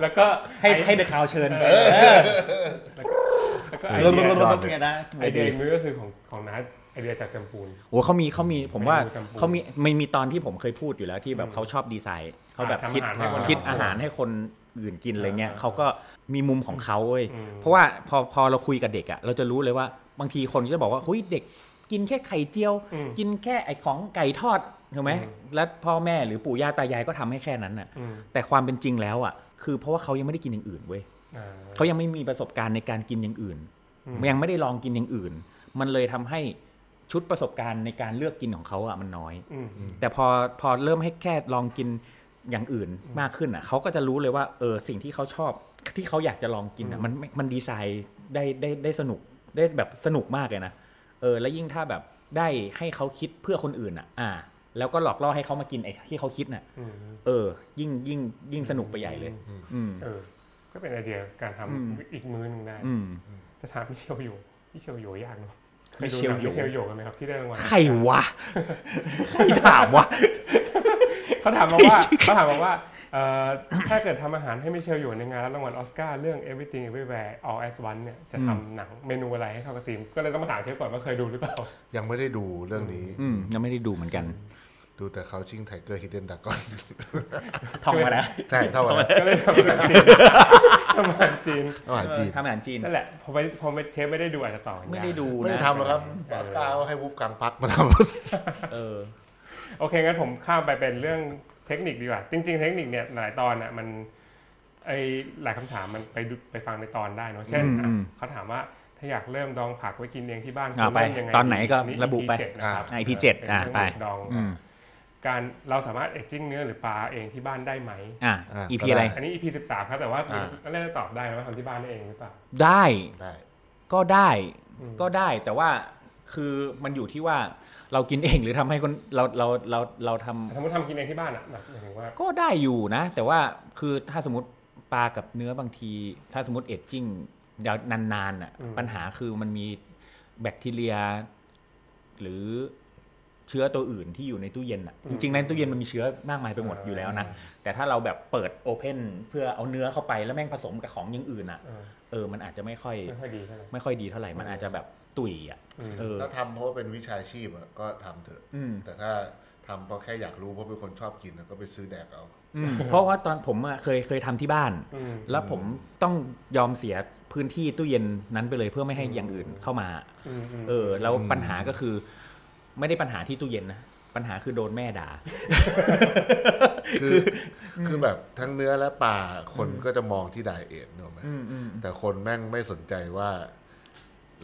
[SPEAKER 4] แล้วก็
[SPEAKER 3] ให้ให้เดอะคาวเชิญไป
[SPEAKER 4] แล้วก็
[SPEAKER 2] เอ
[SPEAKER 4] ไอ
[SPEAKER 2] อ
[SPEAKER 4] เดีย
[SPEAKER 3] เนี่ยนะ
[SPEAKER 4] ไอเดียอีกมือก็คือของของนัดไอเดียจากจำปูน
[SPEAKER 3] โอ้เขามีเขามีผมว่า
[SPEAKER 4] เมนูจำปู
[SPEAKER 3] เขามีมันมีตอนที่ผมเคยพูดอยู่แล้วที่แบบเขาชอบดีไซน์เขาแบบ
[SPEAKER 4] อ่า
[SPEAKER 3] คิด
[SPEAKER 4] ทำอาหารให้คน
[SPEAKER 3] คิดอาหารให้คนอื่นกินอะไรเงี้ย
[SPEAKER 4] อ่า
[SPEAKER 3] เขาก็มีมุมของเขาเว้ย
[SPEAKER 4] อืม
[SPEAKER 3] เพราะว่าพอพอเราคุยกับเด็กอ่ะเราจะรู้เลยว่าบางทีคนก็จะบอกว่าเฮ้ยเด็กกินแค่ไข่เจียว
[SPEAKER 4] อืม
[SPEAKER 3] กินแค่ไอของไก่ทอดถูกไหม
[SPEAKER 4] อืม
[SPEAKER 3] แล้วพ่อแม่หรือปู่ย่าตายายก็ทำให้แค่นั้นน่ะ
[SPEAKER 4] อืม
[SPEAKER 3] แต่ความเป็นจริงแล้วอ่ะคือเพราะว่าเขายังไม่ได้กินอย่างอื่นเว้ย
[SPEAKER 4] อ่า
[SPEAKER 3] เขายังไม่มีประสบการณ์ในการกินอย่างอื่น
[SPEAKER 4] อืม
[SPEAKER 3] ยังไม่ได้ลองกินอย่างอื่น มันเลยทำให้ชุดประสบการณ์ในการเลือกกินของเขาอะมันน้อย
[SPEAKER 4] อืม
[SPEAKER 3] แต่พอพอเริ่มให้แค่ลองกินอย่างอื่นมากขึ้นอะเขาก็จะรู้เลยว่าเออสิ่งที่เขาชอบที่เขาอยากจะลองกินอะ
[SPEAKER 4] อืม
[SPEAKER 3] มันมันดีไซน์ได้ได้ได้สนุกได้แบบสนุกมากเลยนะเออแล้วยิ่งถ้าแบบได้ให้เขาคิดเพื่อคนอื่นอะอ่า แล้วก็หลอกล่อให้เขามากินไอ้ที่เขาคิดน่ะ
[SPEAKER 4] อืม
[SPEAKER 3] เออ ยิ่งยิ่งยิ่งสนุกไปใหญ่เลยอืม
[SPEAKER 4] เออ ก็เป็นไอเดียการทำ
[SPEAKER 3] อืม
[SPEAKER 4] อีกมือหนึ่งได้
[SPEAKER 3] อืม
[SPEAKER 4] จะถามพี่เชียวอยู่พี่เชียวอยู่ยากเนาะ
[SPEAKER 3] มิเชลโย
[SPEAKER 4] คดูหนังมิเชียวอยู่กันไหมครับที่ได้รางวัล
[SPEAKER 3] ใครวะ ใครถามวะ
[SPEAKER 4] เขาถามมาว่า เขาถามมาว่า [laughs] เอ่อถ้าเกิดทำอาหารให้มิเชลอยู่ในงานรับรางวัลออสการ์เรื่อง Everything Everywhere All at Once เนี่ยจะ
[SPEAKER 3] อืม
[SPEAKER 4] ทำหนังเมนูอะไรให้เข้ากับทีม ก็เลยต้องมาถามเชฟก่อนว่าเคยดูหรือเป [laughs] ล่า
[SPEAKER 2] ยังไม่ได้ดูเรื่องนี้
[SPEAKER 3] อืมยังไม่ได้ดูเหมือนกัน
[SPEAKER 2] ดูแต่เขาชิงไทเกอร์ฮิดเด้นดักอน
[SPEAKER 3] ท่องมาแล้ว
[SPEAKER 2] ใช่เท่ากัน
[SPEAKER 4] ก็เลยทำอาหารจีน [laughs] ทำอาหารจีน
[SPEAKER 2] อาหารจีน
[SPEAKER 3] ทำอาหารจีน
[SPEAKER 4] นั่นแหละพอไปพอไปเชฟไม่ได้ดูอาจจะต่ออย่าง
[SPEAKER 3] ไม่ได้ดู
[SPEAKER 2] ไม่ได้
[SPEAKER 3] นะ
[SPEAKER 2] ทำหรอกครับปาสกาวให้วูฟกังพักมาท
[SPEAKER 3] เออ
[SPEAKER 4] โอเค งั้นผมข้ามไปเป็นเรื่องเทคนิคดีกว่า จริง ๆ เทคนิคเนี่ยหลายตอนอ่ะมันไอหลายคำถามมันไปดูไปฟังในตอนได้เนอะเช่นอ่ะ
[SPEAKER 3] อืม
[SPEAKER 4] เขาถามว่าถ้าอยากเริ่มดองผักไว้กินเองที่บ้าน
[SPEAKER 3] อ่ะไป
[SPEAKER 4] เริ่มยังง
[SPEAKER 3] ตอนไหนก็
[SPEAKER 4] นี่
[SPEAKER 3] ระบุไป
[SPEAKER 4] EP เจ็ดนะครับ
[SPEAKER 3] ไอพีเจ็ดอ่ะไป
[SPEAKER 4] ดอง
[SPEAKER 3] อืม
[SPEAKER 4] การเราสามารถเอจจิ้งเนื้อหรือปลาเองที่บ้านได้ไหม
[SPEAKER 3] อ่ะ
[SPEAKER 2] า
[SPEAKER 3] อี
[SPEAKER 2] ก็
[SPEAKER 3] พี
[SPEAKER 2] ได้
[SPEAKER 3] อะไร
[SPEAKER 4] อันนี้ EP 13 ครับแต่ว่า
[SPEAKER 2] อ่า
[SPEAKER 4] ก็น่าจะตอบได้นะว่าทำที่บ้านได้เองหรือเปล่า
[SPEAKER 3] ได้
[SPEAKER 2] ำได้
[SPEAKER 3] ก็ได้
[SPEAKER 4] อืม
[SPEAKER 3] ก็ได้ แต่ว่าคือมันอยู่ที่ว่าเรากินเองหรือทำให้คนเราเราเราเราทำ
[SPEAKER 4] สมมติทำกินเองที่บ้านอ่ะแบบหมายถึงว่า
[SPEAKER 3] ก็ได้อยู่นะ แต่ว่าคือถ้าสมมติปลากับเนื้อบางที ถ้าสมมติเอจจิ้งยาวนานๆอ่ะ
[SPEAKER 4] อืม
[SPEAKER 3] ปัญหาคือมันมีแบคทีเรีย หรือเชื้อตัวอื่นที่อยู่ในตู้เย็นอ่ะจริงๆในตู้เย็นมันมีเชื้อมากมายไปหมดอยู่แล้วนะ แต่ถ้าเราแบบเปิดโอเพนเพื่อเอาเนื้อเข้าไปแล้วแม่งผสมกับของอย่างอื่นอ่ะ
[SPEAKER 4] เออ
[SPEAKER 3] เออมันอาจจะไม่ค่อย
[SPEAKER 4] ไม่ค่อยดีใช่ไหม
[SPEAKER 3] ไม่ค่อยดีเท่าไหร่มันอาจจะแบบตุ๋ยอ่ะ
[SPEAKER 4] อืม
[SPEAKER 3] เออ
[SPEAKER 2] ถ้าทำเพราะว่าเป็นวิชาชีพอะก็ทำเถอะ
[SPEAKER 3] อืม
[SPEAKER 2] แต่ถ้าทำเพราะแค่อยากรู้เพราะเป็นคนชอบกินอะก็ไปซื้อแดก
[SPEAKER 3] [laughs]
[SPEAKER 2] เอา
[SPEAKER 3] อืมเพราะว่าตอนผมอะเคยเคยทำที่บ้าน
[SPEAKER 4] อืม
[SPEAKER 3] แล้วผมต้องยอมเสียพื้นที่ตู้เย็นนั้นไปเลยเพื่อไม่ให้อย่างอื่นเข้ามา
[SPEAKER 4] อืมอืม
[SPEAKER 3] เออ แล้วปัญหาก็คือ ไม่ได้ปัญหาที่ตู้เย็นนะ ปัญหาคือโดนแม่ด่า
[SPEAKER 2] คือคือแบบทั้งเนื้อและปลาคนก็จะมองที่ไดเอทเนกอะไหม แต่คนแม่งไม่สนใจว่า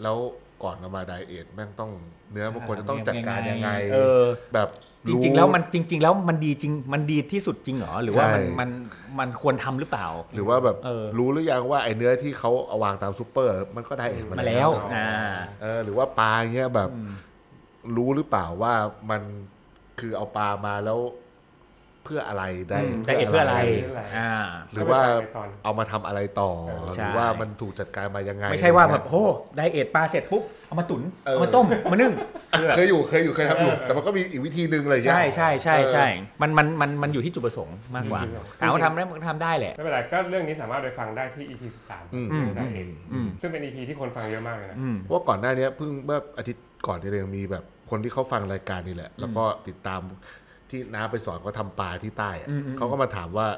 [SPEAKER 2] แล้ว ก่อนเอามาไดเอทแม่งต้องเนื้อมันควรจะต้องจัดการยังไง
[SPEAKER 3] เออ
[SPEAKER 2] แบบ
[SPEAKER 3] จ
[SPEAKER 2] รู้
[SPEAKER 3] ริงๆแล้วมันจริง ๆ แล้วมันดีจริงมันดีที่สุดจริงเหรอหรือว่ามัน
[SPEAKER 2] ใช่
[SPEAKER 3] มันมันควรทำหรือเปล่า
[SPEAKER 2] หรือว่าแบบ
[SPEAKER 3] เออ
[SPEAKER 2] รู้หรือยังว่าไอเนื้อที่เขาเอาวางตามซูเปอร์ มันก็ไดเอท
[SPEAKER 3] มา
[SPEAKER 2] มา
[SPEAKER 3] แล้วอ่า
[SPEAKER 2] เออหรือว่าปลาเงี้ยแบบรู้หรือเปล่าว่ามันคือเอาปลามาแล้วเพื่ออะไรได้
[SPEAKER 3] อืมไดเอทเพื่ออะไร
[SPEAKER 4] เพื่ออะไร
[SPEAKER 3] อ่า
[SPEAKER 2] หรือว่า
[SPEAKER 4] ก็ไปตอน
[SPEAKER 2] เอามาทำอะไรต่อ ห
[SPEAKER 3] ใช่
[SPEAKER 2] รือว่ามันถูกจัดการมายังไง
[SPEAKER 3] ไม่ใช่ว่าแบ
[SPEAKER 2] อะไร
[SPEAKER 3] บ
[SPEAKER 2] เงี้ย
[SPEAKER 3] โอ้ไดเอทปลาเสร็จปุ๊บ เอามาตุ๋น
[SPEAKER 2] เออ
[SPEAKER 3] เอามาต้มเอามานึ่ง
[SPEAKER 2] เคยอยู่เคยอยู่เคยทำอยู่ แต่มันก็มีอีกวิธีหนึ่งอะไรอย่างเลย
[SPEAKER 3] ใช่ใช่ใช่ใช่มันมันมันมันอยู่ที่จุดประสงค์มากกว่าถามว่าทำได้มันก็ทำได้แหละ
[SPEAKER 4] ไม่เป็นไรก็เรื่องนี้สามารถไปฟังได้ที่ EP 13
[SPEAKER 2] อืม
[SPEAKER 4] เรื่องได้เอง
[SPEAKER 3] อืม
[SPEAKER 4] ซึ่งเป็น EP ที่คนฟังเยอะมากเลยนะ
[SPEAKER 3] อืม
[SPEAKER 2] เพราะว่าก่อนหน้าเนี้ยเพิ่งเมื่ออาทิตย์ก่อนนี่เองมีแบบคนที่เขาฟังรายการนี่แหละ แล้วก็ติดตามที่น้าไปสอนเขาทำปลาที่ใต้อะ
[SPEAKER 3] อืมอืม
[SPEAKER 2] เขาก็มาถามว่า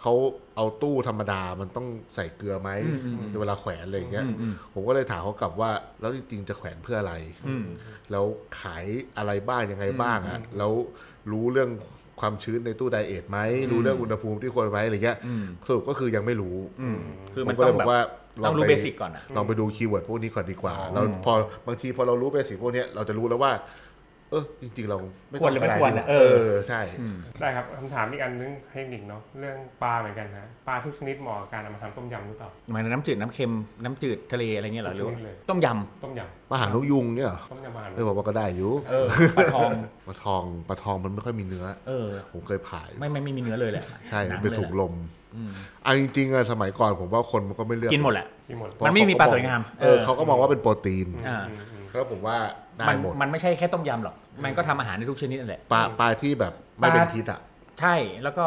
[SPEAKER 2] เขาเอาตู้ธรรมดามันต้องใส่เกลือไหม
[SPEAKER 3] อืมอืมอืม
[SPEAKER 2] ในเวลาแขวนอะไรอย่างเงี้ย
[SPEAKER 3] อืมอืม
[SPEAKER 2] ผมก็เลยถามเขากลับว่า แล้วจริงๆจะแขวนเพื่ออะไร
[SPEAKER 3] อืม
[SPEAKER 2] แล้วขายอะไรบ้างยังไงบ้างอะแล้วรู้เรื่องความชื้นในตู้ไดเอทไหมรู้เรื่องอุณหภูมิที่ควรไว้อะไรเงี้ย
[SPEAKER 3] อืม
[SPEAKER 2] สรุปก็คือยังไม่รู้
[SPEAKER 3] อืมคือ
[SPEAKER 2] ผ
[SPEAKER 3] มัน
[SPEAKER 2] มก็
[SPEAKER 3] ต้
[SPEAKER 2] เล
[SPEAKER 3] อย
[SPEAKER 2] บ
[SPEAKER 3] งแบอกบ
[SPEAKER 2] ว่า
[SPEAKER 3] ต้องรู้
[SPEAKER 2] ไป
[SPEAKER 3] เบสิกก่อนอ่ะ
[SPEAKER 2] ลองไปดูคีย์เวิร์ดพวกนี้ก่อนดีกว่าเราพอบางทีพอเรารู้เบสิกพวกเนี้ยเราจะรู้แล้วว่า เออจริง ๆ เราต้ง
[SPEAKER 3] ควรหรือไม่
[SPEAKER 2] ป
[SPEAKER 3] ควรอะ
[SPEAKER 2] เอ
[SPEAKER 3] เออ
[SPEAKER 2] อใช่
[SPEAKER 4] ได้ครับคำถามอีกอันเรื่องเทคนิคเนาะเรื่องปลาเหมือนกันนะปลาทุกชนิดเหมาะกับการเอามาทำต้มยำหรือเปล่า
[SPEAKER 3] หมายถึงน้ำจืดน้ำเค็มน้ำจืดทะเลอะไรเงี้ยเหรอหรือว่า
[SPEAKER 4] ไม่เลย
[SPEAKER 3] ต้มย
[SPEAKER 4] ต้มย
[SPEAKER 2] มาหานกยุงเนี่ยเหรอ
[SPEAKER 4] ำต้มยำอาหาร
[SPEAKER 2] เออบอกว่าก็ได้อยู่
[SPEAKER 3] ำเออปลาทอง
[SPEAKER 2] ปลาทองปลาทองมันไม่ค่อยมีเนื้อ
[SPEAKER 3] เออ
[SPEAKER 2] ผมเคยผ่าอยู่
[SPEAKER 3] ไม่ไม่ไม่มีเนื้อเลยแหละ
[SPEAKER 2] ใช่
[SPEAKER 3] ห
[SPEAKER 2] มัน
[SPEAKER 3] ง
[SPEAKER 2] เป็น
[SPEAKER 3] ลย
[SPEAKER 2] ถุง
[SPEAKER 3] แหะ
[SPEAKER 2] ลมอ่ะจริงๆอะสมัยก่อนผมว่าคนมันก็ไม่เลือก
[SPEAKER 3] กินหมดแหละ
[SPEAKER 4] ที่หมด
[SPEAKER 2] เพระ
[SPEAKER 3] มันไม่มีปลาสวยงาม
[SPEAKER 2] เออเขาก็มองว่าเป็นโปรตีน
[SPEAKER 3] อ่า
[SPEAKER 4] อืมอืม
[SPEAKER 2] แล้วผมว่าได้
[SPEAKER 3] มัน
[SPEAKER 2] หมด
[SPEAKER 3] มันไม่ใช่แค่ต้มยำหรอก มันก็ทำอาหารในทุกชนิดนั่นแหละ
[SPEAKER 2] ปลาปลาที่แบบไม่เป็นพิษอ่ะ
[SPEAKER 3] ใช่แล้วก็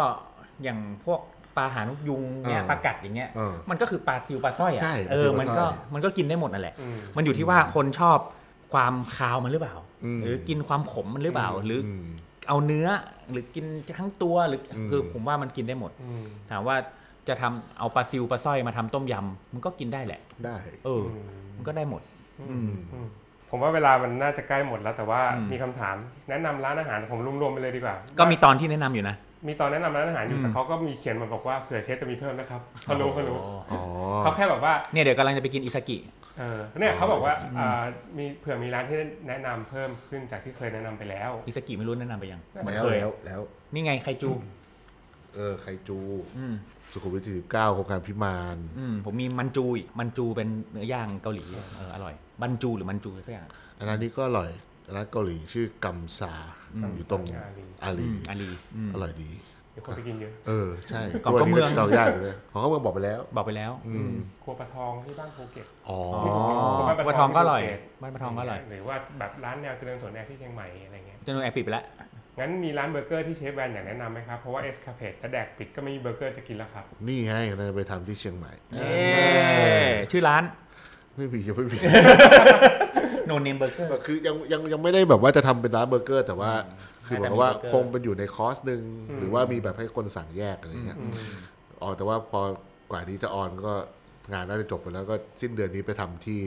[SPEAKER 3] อย่างพวกปลาหางนกยุงเนี่ย
[SPEAKER 2] เออ
[SPEAKER 3] ปลากัดอย่างเงี้ย
[SPEAKER 2] เออ
[SPEAKER 3] มันก็คือปลาซิวปลาสร้อยอ่ะ
[SPEAKER 2] ใช่ปลา
[SPEAKER 3] เอ
[SPEAKER 2] ซิ
[SPEAKER 3] อ
[SPEAKER 2] วปลาสร้อย
[SPEAKER 3] มันก็มันก็กินได้หมดนั่นแหละ
[SPEAKER 4] อืม
[SPEAKER 3] มันอยู่ที่ว่าคนชอบความคาวมันหรือเปล่า
[SPEAKER 2] อืม
[SPEAKER 3] หรือกินความขมมันหรือเปล่า หรืออ
[SPEAKER 2] อืม
[SPEAKER 3] เอาเนื้อหรือกินทั้งตัวหรืออ
[SPEAKER 2] ม
[SPEAKER 3] คือผมว่ามันกินได้หมด
[SPEAKER 4] อืม
[SPEAKER 3] ถามว่าจะทำเอาปลาซิวปลาสร้อยมาทำต้มยำมันก็กินได้แหละ
[SPEAKER 2] ได้
[SPEAKER 3] เออ
[SPEAKER 4] อืม
[SPEAKER 3] มันก็ได้หมด
[SPEAKER 4] อืมผมว่าเวลามันน่าจะใกล้หมดแล้วแต่ว่ามีคำถามแนะนำร้านอาหารผมรวมๆไปเลยดีกว่า
[SPEAKER 3] ก็มีตอนที่แนะนำอยู่นะ
[SPEAKER 4] มีตอนแนะนำร้านอาหารอยู่
[SPEAKER 3] อืม
[SPEAKER 4] แต่เขาก็มีเขียนมาบอกว่าเผื่อเชฟจะมีเพิ่มนะครับเขารู้เขารู้
[SPEAKER 2] อ๋อ
[SPEAKER 4] เขาแค่แบบว่า
[SPEAKER 3] เนี่ยเดี๋ยวกำลังจะไปกินอิซากิ
[SPEAKER 4] เออเนี่ยเขาบอกว่าอ่ามีเผื่อมีร้านที่แนะนำเพิ่มขึ้นจากที่เคยแนะนำไปแล้ว
[SPEAKER 3] อิซากิไม่รู้แนะนำไปยัง
[SPEAKER 2] แล้วแล้วแล้ว
[SPEAKER 3] นี่ไงไคจู
[SPEAKER 2] เออ ไคจู
[SPEAKER 3] อืม
[SPEAKER 2] สุขุมวิทสิบเก้าโครงการพิมาน
[SPEAKER 3] อืมผมมีมันจูอีกมันจูเป็นเนื้อย่างเกาหลีเอออร่อย บันจูหรือมันจูสักอย่าง
[SPEAKER 2] อันนั้นนี่ก็อร่อยร้านเกาหลีชื่อกัมซา อยู่ตรง
[SPEAKER 4] อารี
[SPEAKER 2] อา
[SPEAKER 3] อื
[SPEAKER 2] รี
[SPEAKER 3] มอารีอืม
[SPEAKER 2] อร่อยดี
[SPEAKER 4] เดี๋ยวคนไปกินเยอะ
[SPEAKER 2] เออ ใช่
[SPEAKER 3] ก่อนเข้าเมือง
[SPEAKER 2] ตัวนี้ก็เก่ายากอยู่เลยของเขาเมืองบอกไปแล้ว
[SPEAKER 3] บอกไปแล้ว
[SPEAKER 2] อืม
[SPEAKER 4] ครัวปลาทองที่บ้านภูเก็ต
[SPEAKER 2] อ๋อ
[SPEAKER 3] อ๋อ
[SPEAKER 4] บ้าน
[SPEAKER 3] ปลาทองก็อร่อยบ้านปลาทองก็อร่อย
[SPEAKER 4] หรือว่าแบบร้านแนวเจริญสวนแอร์ที่เชียงใหม่อะไรเงี้ย
[SPEAKER 3] เจนูแอร์ปิดไปแล้ว
[SPEAKER 4] งั้นมีร้านเบอร์เกอร์ที่เชฟแวนอยากแนะนำไหมครับ เพราะว่าเอสคาเพดถ้าแดกปิดก็ไม่มีเบอร์เกอร์จะกินแล้วครับ
[SPEAKER 2] นี่ไงเราจะไปทำที่เชียงใหม่
[SPEAKER 3] เย้ชื่อร้าน
[SPEAKER 2] ไม่มีจะไม่มี
[SPEAKER 3] โนเนมเบอร์เกอร์
[SPEAKER 2] คือยังยังยังไม่ได้แบบว่าจะทำเป็นร้านเบอร์เกอร์ แต่ว่าคือแบบ
[SPEAKER 3] ให้แต่
[SPEAKER 2] ว่า
[SPEAKER 3] มีเบอร์เกอร์
[SPEAKER 2] คงเป็นอยู่ในคอร์สหนึ่งหรือว่ามีแบบให้คนสั่งแยกอะไรเงี้ยอ๋อแต่ว่าพอกว่านี้จะออนก็งานน่าจะจบไปแล้วก็สิ้นเดือนนี้ไปทำที่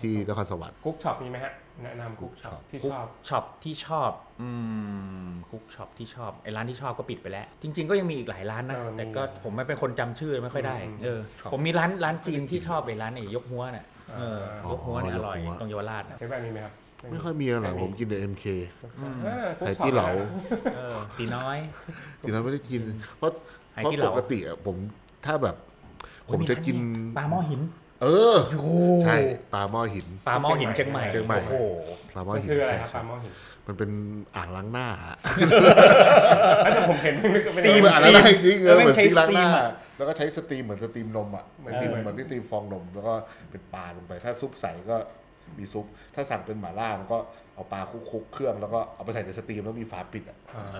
[SPEAKER 2] ที่นครสวรรค์
[SPEAKER 4] กุ๊กช็อปมีไหมฮะ แนะนำกุ๊กช็อป
[SPEAKER 2] Cook Shop
[SPEAKER 4] ที่ชอบ
[SPEAKER 3] ช็อปที่ชอบ อืมกุ๊กช็อปที่ชอบไอ้ร้านที่ชอบก็ปิดไปแล้ว จริง ๆ ก็ยังมีอีกหลายร้านนะ
[SPEAKER 4] เออมี
[SPEAKER 3] แต่ก็ผมไม่เป็นคนจำชื่อไม่ค่อยได้
[SPEAKER 4] อืม
[SPEAKER 3] เออผมมีร้านร้านจีนที่ชอบไอ้ร้านไอ้ยกหัวน่ะเออ
[SPEAKER 4] อ๋อ
[SPEAKER 3] ยกหัวเนี่ยอร่อย
[SPEAKER 2] ยกหัว
[SPEAKER 3] ตรงเยาวราชน่ะ
[SPEAKER 4] เชฟแวนมีไหมครับ
[SPEAKER 2] ไม่ค่อยมีแล้วหรอกผมกินแต่เอ็มเค
[SPEAKER 4] เออ Cook
[SPEAKER 2] ไห่
[SPEAKER 4] Shop
[SPEAKER 2] ที่เหลา
[SPEAKER 3] เออตีน้อย
[SPEAKER 2] ทีนั้นไม่ได้กิน เพราะ
[SPEAKER 3] ไห่
[SPEAKER 2] เพราะ
[SPEAKER 3] ที่เห
[SPEAKER 2] ป
[SPEAKER 3] ลา
[SPEAKER 2] กติอะผมถ้าแบบ ผมจะกิน
[SPEAKER 3] ปลาหม้อหิน
[SPEAKER 2] เออใช่ปลาหม้อหิน
[SPEAKER 3] ปลาหม้อหินเชียงใหม่
[SPEAKER 2] เชียงใหม่
[SPEAKER 3] โอ้โห
[SPEAKER 2] ปลาหม้อ
[SPEAKER 4] มัน
[SPEAKER 2] หิน
[SPEAKER 4] คืออะไรครับ
[SPEAKER 2] ใช่
[SPEAKER 4] ปลาหม้อหิน
[SPEAKER 2] มันเป็นอ่างล้างหน้าอะ
[SPEAKER 4] แล้วแต่ผมเห็นนึก
[SPEAKER 3] สตีม
[SPEAKER 2] เหมือนอะไรนะจริงๆเออ
[SPEAKER 3] แล้ว
[SPEAKER 2] เห
[SPEAKER 3] มั
[SPEAKER 2] มือน น
[SPEAKER 3] ใช้
[SPEAKER 2] ซีล้างห
[SPEAKER 3] สตรี
[SPEAKER 2] น้าม
[SPEAKER 3] อะ
[SPEAKER 2] แล้วก็ใช้สตรีมเหมือนสตรีมนมอ่ะเหมือนที่เหมือนที่สตรีมฟองนม แล้วก็เป็นปลาลงไป ถ้าซุปใสก็มีซุป ถ้าสั่งเป็นหม่าล่ามันก็เอาปลาคลุกคลุกเครื่องแล้วก็เอาไปใส่ในสตรีมแล้วมีฝาปิดอ่ะ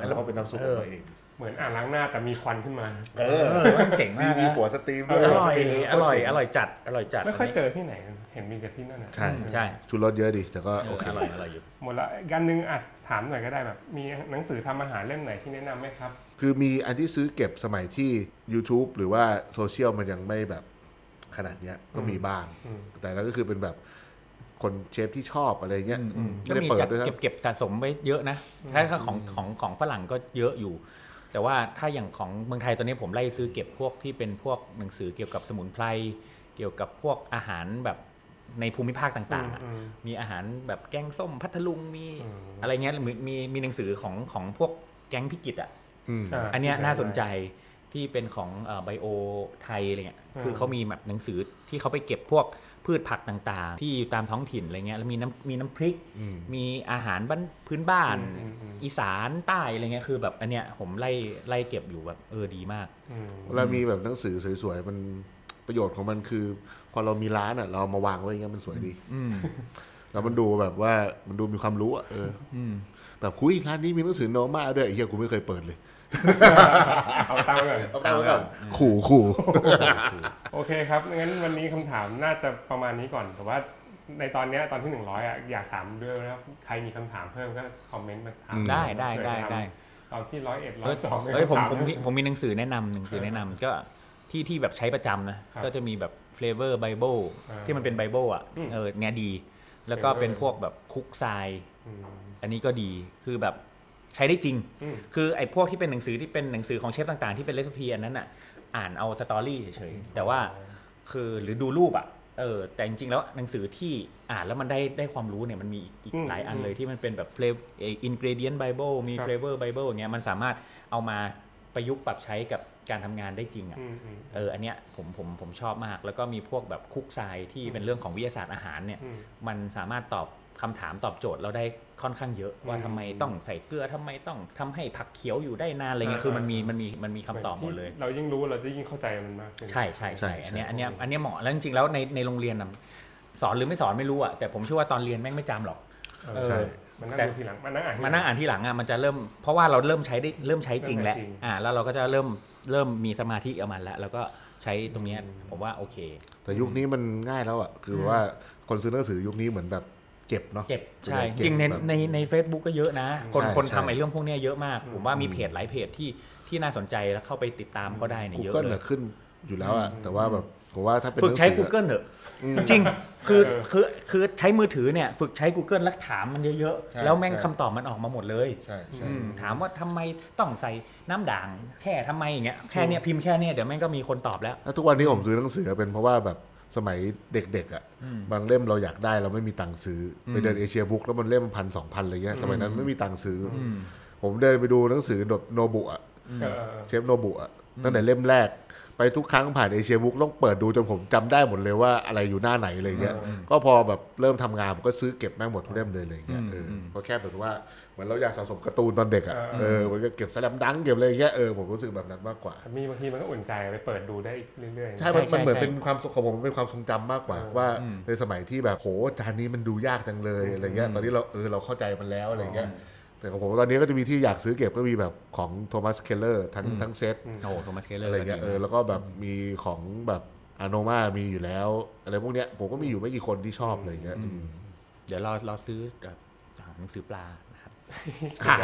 [SPEAKER 2] แล้วก็เป็นน้ำซุปของตัวเอง
[SPEAKER 4] เหมือนอ่างล้างหน้าแต่มีควันขึ้นมา
[SPEAKER 2] เอ
[SPEAKER 3] เอ
[SPEAKER 2] อ
[SPEAKER 3] อมันเจ๋ง
[SPEAKER 2] มี
[SPEAKER 3] มาก
[SPEAKER 2] มี
[SPEAKER 3] นะ
[SPEAKER 2] หัวสตรีมด้วย
[SPEAKER 3] อร่อย
[SPEAKER 2] เ
[SPEAKER 3] อร่อย อร่อยจัด อร่อยจัด
[SPEAKER 4] ไม่ค่อย
[SPEAKER 3] นนี้
[SPEAKER 4] เจอที่ไหนกันเห็นมีแต่ที่นั่นนะ
[SPEAKER 2] ใช่
[SPEAKER 3] ใช่
[SPEAKER 2] ชูรสเยอะดิแต่ก็
[SPEAKER 3] เอ
[SPEAKER 2] โอ
[SPEAKER 3] อ
[SPEAKER 2] เค
[SPEAKER 3] อร่อย อร่อยอยู่
[SPEAKER 4] หมดละอีกอันหนึงอ่ะถามหน่อยก็ได้แบบ มีหนังสือทำอาหารเล่มไหนที่แนะนำไหมครับ
[SPEAKER 2] คือมีอันที่ซื้อเก็บสมัยที่ YouTube หรือว่าโซเชียลมันยังไม่แบบขนาดเนี้ยก็มีบ้าง
[SPEAKER 4] อืม
[SPEAKER 2] แต่แล้วก็คือเป็นแบบคนเชฟที่ชอบอะไรเงี้ย
[SPEAKER 3] ก็
[SPEAKER 2] ไม่ได้
[SPEAKER 3] มี
[SPEAKER 2] เปิด
[SPEAKER 3] จัด
[SPEAKER 2] ด้วยครับ
[SPEAKER 3] เก็บเก็บสะสมไว้เยอะนะ ถ้าของของของฝรั่งก็เยอะอยู่ แต่ว่าถ้าอย่างของเมืองไทยตอนนี้ผมไล่ซื้อเก็บพวกที่เป็นพวกหนังสือเกี่ยวกับสมุนไพร เกี่ยวกับพวกอาหารแบบ ในภูมิภาคต่างๆอะ
[SPEAKER 4] อืมอืม
[SPEAKER 3] มีอาหารแบบแกงส้มพัทลุงมี
[SPEAKER 4] อืม
[SPEAKER 3] อะไรเงี้ยหรือมีมีหนังสือของของพวกแก๊งพิกิตอ่ะ
[SPEAKER 2] อืม
[SPEAKER 4] อ่า
[SPEAKER 3] อันเนี้ยน่าสนใจที่เป็นของไบโอไทยอะไรเงี้ย
[SPEAKER 4] อ่า
[SPEAKER 3] คือเขามีแบบหนังสือที่เขาไปเก็บพวกพืชผักต่างๆ ที่อยู่ตามท้องถิ่นอะไรเงี้ย แล้วมีน้ำมีน้ำพริก
[SPEAKER 2] อืม
[SPEAKER 3] มีอาหารบ้านพื้นบ้าน
[SPEAKER 4] อืมอืม
[SPEAKER 3] อีสานใต้อะไรเงี้ย คือแบบอันเนี้ยผมไล่ไล่เก็บอยู่แบบเออดีมาก
[SPEAKER 4] อืม
[SPEAKER 2] เวลามีแบบหนังสือสวยๆ มันประโยชน์ของมันคือ พอเรามีร้านอ่ะ เราเอามาวางไว้อย่างเงี้ยมันสวยดี
[SPEAKER 3] อืม
[SPEAKER 2] แล้วมันดูแบบว่ามันดูมีความรู้อ่ะเอออแบบคุยร้านนี้มีหนังสือโนมาด้วยไอ้เฮียกูไม่เคยเปิดเลย
[SPEAKER 4] เอาตามไปก่อน
[SPEAKER 2] เอาไปไว้ก่อนขู่ขู่
[SPEAKER 4] โอเคครับงั้นวันนี้คำถามน่าจะประมาณนี้ก่อน แต่ว่าในตอนเนี้ยตอนที่หนึ่งร้อยอ่ะอยากถามด้วยนะครับใครมีคำถามเพิ่มก็คอมเมนต์มาถาม
[SPEAKER 2] อืม
[SPEAKER 3] ได้ได้ได้ได้
[SPEAKER 4] ตอนที่ร้อยเอ็ดร้
[SPEAKER 3] เอ
[SPEAKER 4] อย
[SPEAKER 3] อ
[SPEAKER 4] สอง
[SPEAKER 3] เอ้ยผมผมผมมีหนังสือแนะนำหนังสือแนะนำก็ที่ที่แบบใช้ประจำนะ
[SPEAKER 4] ครับ
[SPEAKER 3] ก็จะมีแบบ flavor bible
[SPEAKER 4] อ่า
[SPEAKER 3] ที่มันเป็นไบเบิลอ่ะ
[SPEAKER 4] อืม
[SPEAKER 3] เออเนี่ยดี แล้วก็เป็นพวกแบบคุกทราย อันนี้ก็ดีคือแบบใช้ได้จริง
[SPEAKER 4] อืม
[SPEAKER 3] คือไอ้พวกที่เป็นหนังสือที่เป็นหนังสือของเชฟต่างๆ ที่เป็นเรซิปีอันนั้นอ่ะอ่านเอาสตอรี่เฉยๆแต่ว่าคือหรือดูรูปอ่ะเออแต่จริงๆแล้วหนังสือที่อ่านแล้วมันได้ได้ความรู้เนี่ยมันมีอีกอีก
[SPEAKER 4] อืม
[SPEAKER 3] หลายอันเลยที่มันเป็นแบบเฟลอินกรเดียนไบเบิลมี
[SPEAKER 4] ครับ
[SPEAKER 3] เฟลเวอร์ไบเบิลอย่างเงี้ยมันสามารถเอามาประยุกต์ปรับใช้กับการทำงานได้จริงอ่ะ เอออันเนี้ยผมผมผมชอบมาก แล้วก็มีพวกแบบคุกทรายที่เป็นเรื่องของวิทยาศาสตร์อาหารเนี่ย
[SPEAKER 4] อืม
[SPEAKER 3] มันสามารถตอบคำถามตอบโจทย์เราได้ค่อนข้างเยอะ ว่า
[SPEAKER 4] อืม
[SPEAKER 3] ทำไมต้องใส่เกลือทำไมต้องทำให้ผักเขียวอยู่ได้นานอะไรเงี้ยคือมันมี
[SPEAKER 4] อ่าอ่ามั
[SPEAKER 3] มันมีมันมีคำตอบหมดเลย
[SPEAKER 4] เรายิ่งรู้เราจะยิ่งเข้าใจมันมากขึ้น
[SPEAKER 3] ใช่ใช่ใช่
[SPEAKER 2] ใช่
[SPEAKER 3] อันเนี้ยอันเนี้ยอันเนี้ยเหมาะแล้วจริงๆแล้วในในโรงเรียนนะสอนหรือไม่สอนไม่รู้อะแต่ผมเชื่อว่าตอนเรียนแม่งไม่จำหรอก
[SPEAKER 4] เออ
[SPEAKER 2] ใช่
[SPEAKER 4] มันนั่ง
[SPEAKER 3] แต่
[SPEAKER 4] ดูทีหลังมันนั่งอ่านทีหลั
[SPEAKER 3] มานั่งอ่านที่หลังอ่ะมันจะเริ่มเพราะว่าเราเริ่มใช้ได้เริ่มใช้จริงแล้ว
[SPEAKER 4] เริ่มใช้จริง
[SPEAKER 3] อ่าแล้วเราก็จะเริ่มเริ่มมีสมาธิกับมันแล้วแล้วก็ใช้ตรงเนี้ยผมว่าโอเค
[SPEAKER 2] แต่ยุคนี้มันง่ายแล้วอ่ะ คือว่าคนซื้อหนังสือยุคนี้เหมือนแบบเจ็บเนาะ
[SPEAKER 3] เจ็บ
[SPEAKER 2] เว
[SPEAKER 3] ใช่
[SPEAKER 2] ลา
[SPEAKER 3] จริงใน
[SPEAKER 2] แบบ
[SPEAKER 3] ในในเฟซบุ๊กก็เยอะนะ คน
[SPEAKER 2] ใช่
[SPEAKER 3] คน
[SPEAKER 2] ใช่
[SPEAKER 3] ทำไอ้เรื่องพวกเนี้ยเยอะมาก ผมว่ามีเพจหลายเพจที่ที่น่าสนใจแล้วเข้าไปติดตามเขาได้เนี่ยเยอะ
[SPEAKER 2] Google
[SPEAKER 3] เล
[SPEAKER 2] น่ะ
[SPEAKER 3] ย
[SPEAKER 2] ขึ้นอยู่แล้วอ่ะ แต่ว่าแบบผมว่าถ้าเป็น
[SPEAKER 3] ฝึกใช้
[SPEAKER 2] หนังสือ
[SPEAKER 3] Google เถอะจริงๆคือ
[SPEAKER 4] เออ
[SPEAKER 3] คือคือใช้มือถือเนี่ยฝึกใช้ Google แล้วถามมันเยอะ
[SPEAKER 2] ใช่
[SPEAKER 3] ๆ แล้วแม่ง
[SPEAKER 2] ใช่
[SPEAKER 3] คำตอบมันออกมาหมดเลย
[SPEAKER 2] ใช่ใช่
[SPEAKER 3] อืมถามว่าทำไมต้องใส่น้ำด่างแค่ทำไมอย่างเงี้ยแค่เนี้ยพิมพ์แค่เนี้ยเดี๋ยวแม่งก็มีคนตอบแล้ว
[SPEAKER 2] แล้วทุกวันนี้ผมซื้อหนังสือเป็นเพราะว่าแบบสมัยเด็กๆอะ่ะบางเล่มเราอยากได้เราไม่มีตังค์ซื้ออไปเดินเอเชียบุ๊กแล้วมันเล่มพันสองพันอะไรเงี้ยสมัยนั้นไม่มีตังค์ซื้ออผมเดินไปดูหนังสือแบบโนบุอ่ะ
[SPEAKER 4] เออเออเออ
[SPEAKER 2] เชฟโนบุอ่ะตั้งแต่เล่มแรก ไปทุกครั้งผ่านเอเชียบุ๊กต้องเปิดดูจนผมจำได้หมดเลยว่าอะไรอยู่หน้าไหนอะไรเงี้ยก็พอแบบเริ่มทำงานผมก็ซื้อเก็บแม่งหมดทุกเล่มเลยอะไรเงี้ยเอออเพราะแค่แบบว่าเหมือนเราอยากสะสมการ์ตูนตอนเด็กอ่ะ
[SPEAKER 4] เออ
[SPEAKER 2] เออมันก็เก็บสแลมดังก์เก็บอะไรเงี้ยเออผมรู้สึกแบบนั้นมากกว่า
[SPEAKER 4] มีบางทีมันก็อุ่นใจไปเปิดดูได้อีกเรื่อยๆ
[SPEAKER 2] ใช่ มันมั
[SPEAKER 3] ใช่
[SPEAKER 2] นเหมือน
[SPEAKER 3] ใช่
[SPEAKER 2] เป็นความทรงของผมมันเป็นความทรงจำมากกว่า ว่าในสมัยที่แบบโหจานนี้มันดูยากจังเลยอะไรเงี้ย ตอนนี้เราเออเราเข้าใจมันแล้วอะไรเงี้ย แต่ของผมตอนนี้ก็จะมีที่อยากซื้อเก็บก็มีแบบของโทมัสเคลเลอร์ทั้งทั้งเซต
[SPEAKER 3] โอ้โหโทมัสเคเลอ
[SPEAKER 2] อะไร
[SPEAKER 3] ร์
[SPEAKER 2] เงี้ยเออแล้วก็แบบมีของแบบอโนมามีอยู่แล้ว อะไรพวกเนี้ยผมก็มีอยู่ไม่กี่คนที่ชอบอะไรเงี้ยอืม
[SPEAKER 3] เดี๋ยวเราเราซื้อแบบหนังสือปลานะครับ
[SPEAKER 2] ค่ะ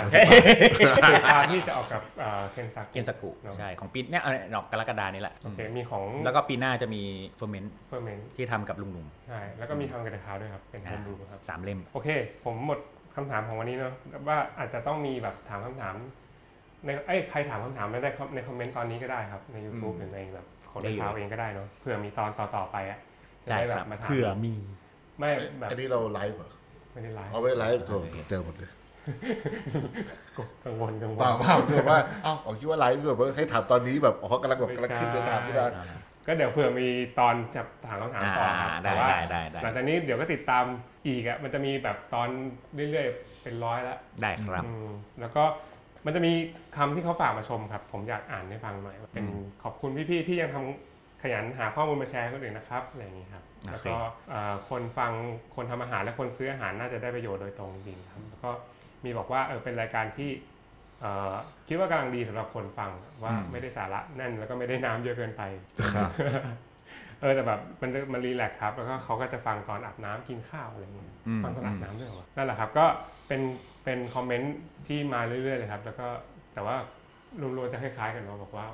[SPEAKER 4] เตาที่จะออกกับเคนซัก
[SPEAKER 3] เกนสกุ
[SPEAKER 4] เนอะ
[SPEAKER 3] ใช่ของปีเนี่ยเอาดอกกรกฎานี่แหละ
[SPEAKER 4] โอเคมีของ
[SPEAKER 3] แล้วก็ปีหน้าจะมีเฟอร์เมนต์
[SPEAKER 4] เฟอร์เมน
[SPEAKER 3] ที่ทำกับลุงหนุ่ม
[SPEAKER 4] ใช่แล้วก็มีทำกระดาษด้วยครับ เป็นโฮ
[SPEAKER 3] อ่าม
[SPEAKER 4] รูครับ
[SPEAKER 3] สามเล่ม
[SPEAKER 4] โอเค ผมหมดคำถามของวันนี้เนาะว่าอาจจะต้องมีแบบถามคำถามในเอ้ยใครถามคำถามแล้วได้ครับในคอมเมนต์ตอนนี้ก็ได้ครับ ใน YouTube หรือในแบบของ
[SPEAKER 3] ได้อยู่
[SPEAKER 4] เราวเองก็ได้เนาะเผื่อมีตอนต่อๆไปอ่ะจะ
[SPEAKER 3] ได้
[SPEAKER 4] ได้แบ
[SPEAKER 3] ครับ บ
[SPEAKER 4] มาถาม
[SPEAKER 3] เผื่อมี
[SPEAKER 4] ไม่แบบ
[SPEAKER 2] อันนี้เราไลฟ์เหรอ
[SPEAKER 4] ไม่ได้ไลฟ์
[SPEAKER 2] เอาไว้ไลฟ์โถเจอหมดเลย
[SPEAKER 4] กังวลกังวล
[SPEAKER 2] เปล่าเปล่าคือว่าเอ้าอ๋อคิดว่าไลฟ์คือแบบให้ถามตอนนี้แบบอ๋อกำลังแบบกำลังขึ้นเดินทางขึ้นมา
[SPEAKER 4] ก็เดี๋ยวเผื่อมีตอนจะถามคำถามต่อครับ
[SPEAKER 3] อ่า
[SPEAKER 4] แต่ว่า
[SPEAKER 3] ได้ได้ได้
[SPEAKER 4] หลังจากนี้เดี๋ยวก็ติดตามอีกอะมันจะมีแบบตอนเรื่อยๆเป็นร้อยละ
[SPEAKER 3] ได้ครับ
[SPEAKER 4] อืมแล้วก็มันจะมีคำที่เขาฝากมาชมครับ ผมอยากอ่านให้ฟังหน่อยเป็นขอบคุณพี่ๆที่ยังทำขยันหาข้อมูลมาแชร์ให้คนอื่นนะครับอะไรอย่างนี้ครับ
[SPEAKER 3] โอเค
[SPEAKER 4] แล้วก็เอ่อคนฟังคนทำอาหารและคนซื้ออาหารน่าจะได้ประโยชน์โดยตรงจริงครับแล้วก็มีบอกว่าเออเป็นรายการที่เอ่อคิดว่ากำลังดีสำหรับคนฟังว่าไม่ได้สาระแน่นแล้วก็ไม่ได้น้ำเยอะเกินไป เออแต่แบบมันจะมันรีแลกซ์ครับ แล้วก็เขาก็จะฟังตอนอาบน้ำกินข้าวอะไรอย่างเงี้ย
[SPEAKER 3] อืม
[SPEAKER 4] ฟังตอนอาบน้ำด้วยเหรอวะนั่นแหละครับก็เป็นเป็นคอมเมนต์ที่มาเรื่อยๆเลยครับ แล้วก็แต่ว่ารวมๆจะคล้ายๆกันว่าบอกว่า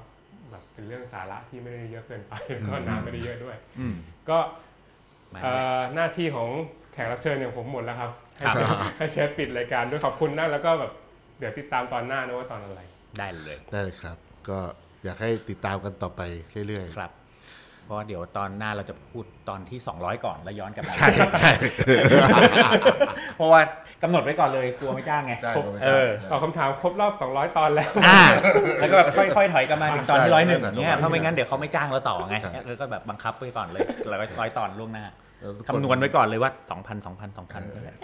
[SPEAKER 4] แบบเป็นเรื่องสาระที่ไม่ได้เยอะเกินไป [laughs] แล้วก็น้ำไม่ได้เยอะด้วย
[SPEAKER 3] อืม
[SPEAKER 4] ก็
[SPEAKER 3] มา
[SPEAKER 4] เอ่
[SPEAKER 3] ได้
[SPEAKER 4] อหน้าที่ของแขกรับเชิญเนี่ยผมหมดแล้วครับ ให้เชฟ
[SPEAKER 3] [laughs]
[SPEAKER 4] ให้เชฟปิดรายการด้วยขอบคุณนะแล้วก็แบบเดี๋ยวติดตามตอนหน้านะว่าตอนอะไร
[SPEAKER 3] ได้เลย
[SPEAKER 2] ได้เลยครับ ก็อยากให้ติดตามกันต่อไปเรื่อย
[SPEAKER 3] ครับ
[SPEAKER 2] ๆ
[SPEAKER 3] ราะว่าเดี๋ยวตอนหน้าเราจะพูดตอนที่ 200 ก่อนแล้วย้อนกลับมา
[SPEAKER 2] ใช่ใช่
[SPEAKER 3] เพราะว่ากำหนดไว้ก่อนเลยกลัวไม่จ้างไง
[SPEAKER 2] ใช่กลัวไม่จ้าง
[SPEAKER 3] เออ
[SPEAKER 4] เอาคำถามครบรอบ 200 ตอนแล้ว
[SPEAKER 3] อ่าแล้วก็แบบค่อยๆถอยกลับมาถึงตอนที่
[SPEAKER 2] ใช่
[SPEAKER 3] ร้อยหนึ่ง
[SPEAKER 2] ใช่
[SPEAKER 3] เนี้ยเพราะไม่
[SPEAKER 2] ใช่
[SPEAKER 3] งั้นเดี๋ยวเขาไม่จ้างเราต่อไง
[SPEAKER 2] ใช่
[SPEAKER 3] แล้วก็แบบบังคับไว้ก่อนเลยเราก็ร้อยตอนล่วงหน้า
[SPEAKER 2] เออทุก
[SPEAKER 3] คำนวณไว้ก่อนเลยว่า 2,000 2,000 2,000นั่นแหละ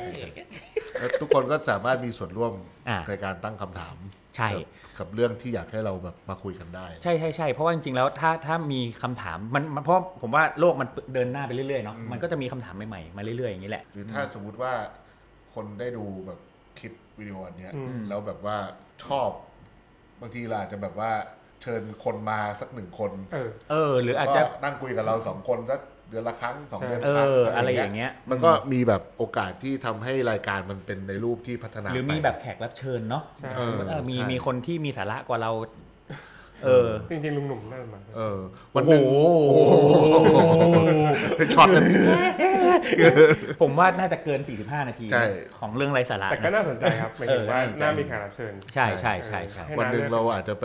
[SPEAKER 2] แล้วทุกคนก็สามารถมีส่วนร่วม
[SPEAKER 3] อ่า
[SPEAKER 2] ในการตั้งคำถาม
[SPEAKER 3] ใช่
[SPEAKER 2] กับกับเรื่องที่อยากให้เราแบบมาคุยกันได้
[SPEAKER 3] ใช่ใช่ใช่เพราะว่าจริงๆแล้วถ้าถ้ามีคำถามมันมันเพราะผมว่าโลกมันเดินหน้าไปเรื่อยๆเนาะมันก็จะมีคำถามใหม่ๆมาเรื่อยๆอย่างนี้แหละ
[SPEAKER 2] หรือถ้าสมมุติว่าคนได้ดูแบบคลิปวิดีโออันเนี้ย
[SPEAKER 4] อืม
[SPEAKER 2] แล้วแบบว่าชอบบางทีเราอาจจะแบบว่าเชิญคนมาสักหนึ่งคน
[SPEAKER 4] เออ
[SPEAKER 3] เออ หรืออาจจะ
[SPEAKER 2] ก็นั่งคุยกับเราสองคนสักเดือนละครั้งสองเดือน
[SPEAKER 3] เอ
[SPEAKER 2] ครั้ง
[SPEAKER 3] ออะไรอย่างเงี้ย
[SPEAKER 2] มันก็มีแบบโอกาสที่ทำให้รายการมันเป็นในรูปที่พัฒนา
[SPEAKER 3] หรือมี
[SPEAKER 2] ไป
[SPEAKER 3] แบบแขกรับเชิญเนาะ
[SPEAKER 4] ใช่
[SPEAKER 2] เออ
[SPEAKER 3] เออมี
[SPEAKER 2] ใช่
[SPEAKER 3] มีคนที่มีสาระกว่าเรา เออ
[SPEAKER 4] จริงๆลุงหนุ่มน่าจะมา
[SPEAKER 2] เออวันหนึ่ง
[SPEAKER 3] โอ้โห
[SPEAKER 2] โอ้โหช็อตเลย
[SPEAKER 3] ผมว่าน่าจะเกิน 45 นาที
[SPEAKER 2] ใช่
[SPEAKER 3] ของเรื่องไรสาระ
[SPEAKER 4] แต่ก็
[SPEAKER 3] นะ
[SPEAKER 4] น่าสนใจครับหมายถึงว่า
[SPEAKER 3] เออน่าสนใจ
[SPEAKER 4] น่ามีแขกรับเชิญ
[SPEAKER 3] ใช่ใช่ใช่ใช่
[SPEAKER 4] ให้
[SPEAKER 2] วันหนึ่งเราอาจจะไป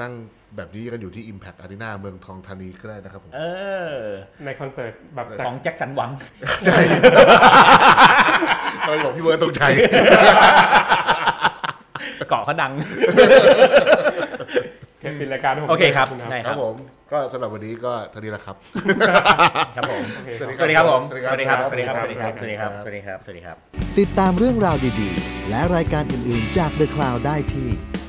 [SPEAKER 2] ตั้งแบบนี้กันอยู่ที่ Impact Arena เมืองทองธานีก็ได้นะครับผม
[SPEAKER 3] เออ
[SPEAKER 4] ในคอนเสิร์ตแบบจัด
[SPEAKER 3] ของแจ็คสันหวัง
[SPEAKER 2] ใช่อะไรบอกพี่เบิร์ดตรงใจ
[SPEAKER 3] เกาะเขาดัง
[SPEAKER 4] เทปปิดรายการผม
[SPEAKER 3] โอเคครับ
[SPEAKER 4] ข
[SPEAKER 3] ได้
[SPEAKER 2] ครับผม ก็สำหรับวันนี้ก็เท่านี้แหละครับ
[SPEAKER 3] ครับผม
[SPEAKER 4] โอเค
[SPEAKER 3] สวัสดีครับผม
[SPEAKER 2] ส
[SPEAKER 3] ส
[SPEAKER 2] วัส
[SPEAKER 3] วัส
[SPEAKER 2] ดี
[SPEAKER 3] ดี
[SPEAKER 2] ครับ
[SPEAKER 3] ครับ สวัสดีครับ สวัสดีครับ สวัสดีครับ สวัสดีครับ สวัสดีครับ
[SPEAKER 1] ติดตามเรื่องราวดีๆ และรายการอื่น ๆ จาก The Cloud ได้ที่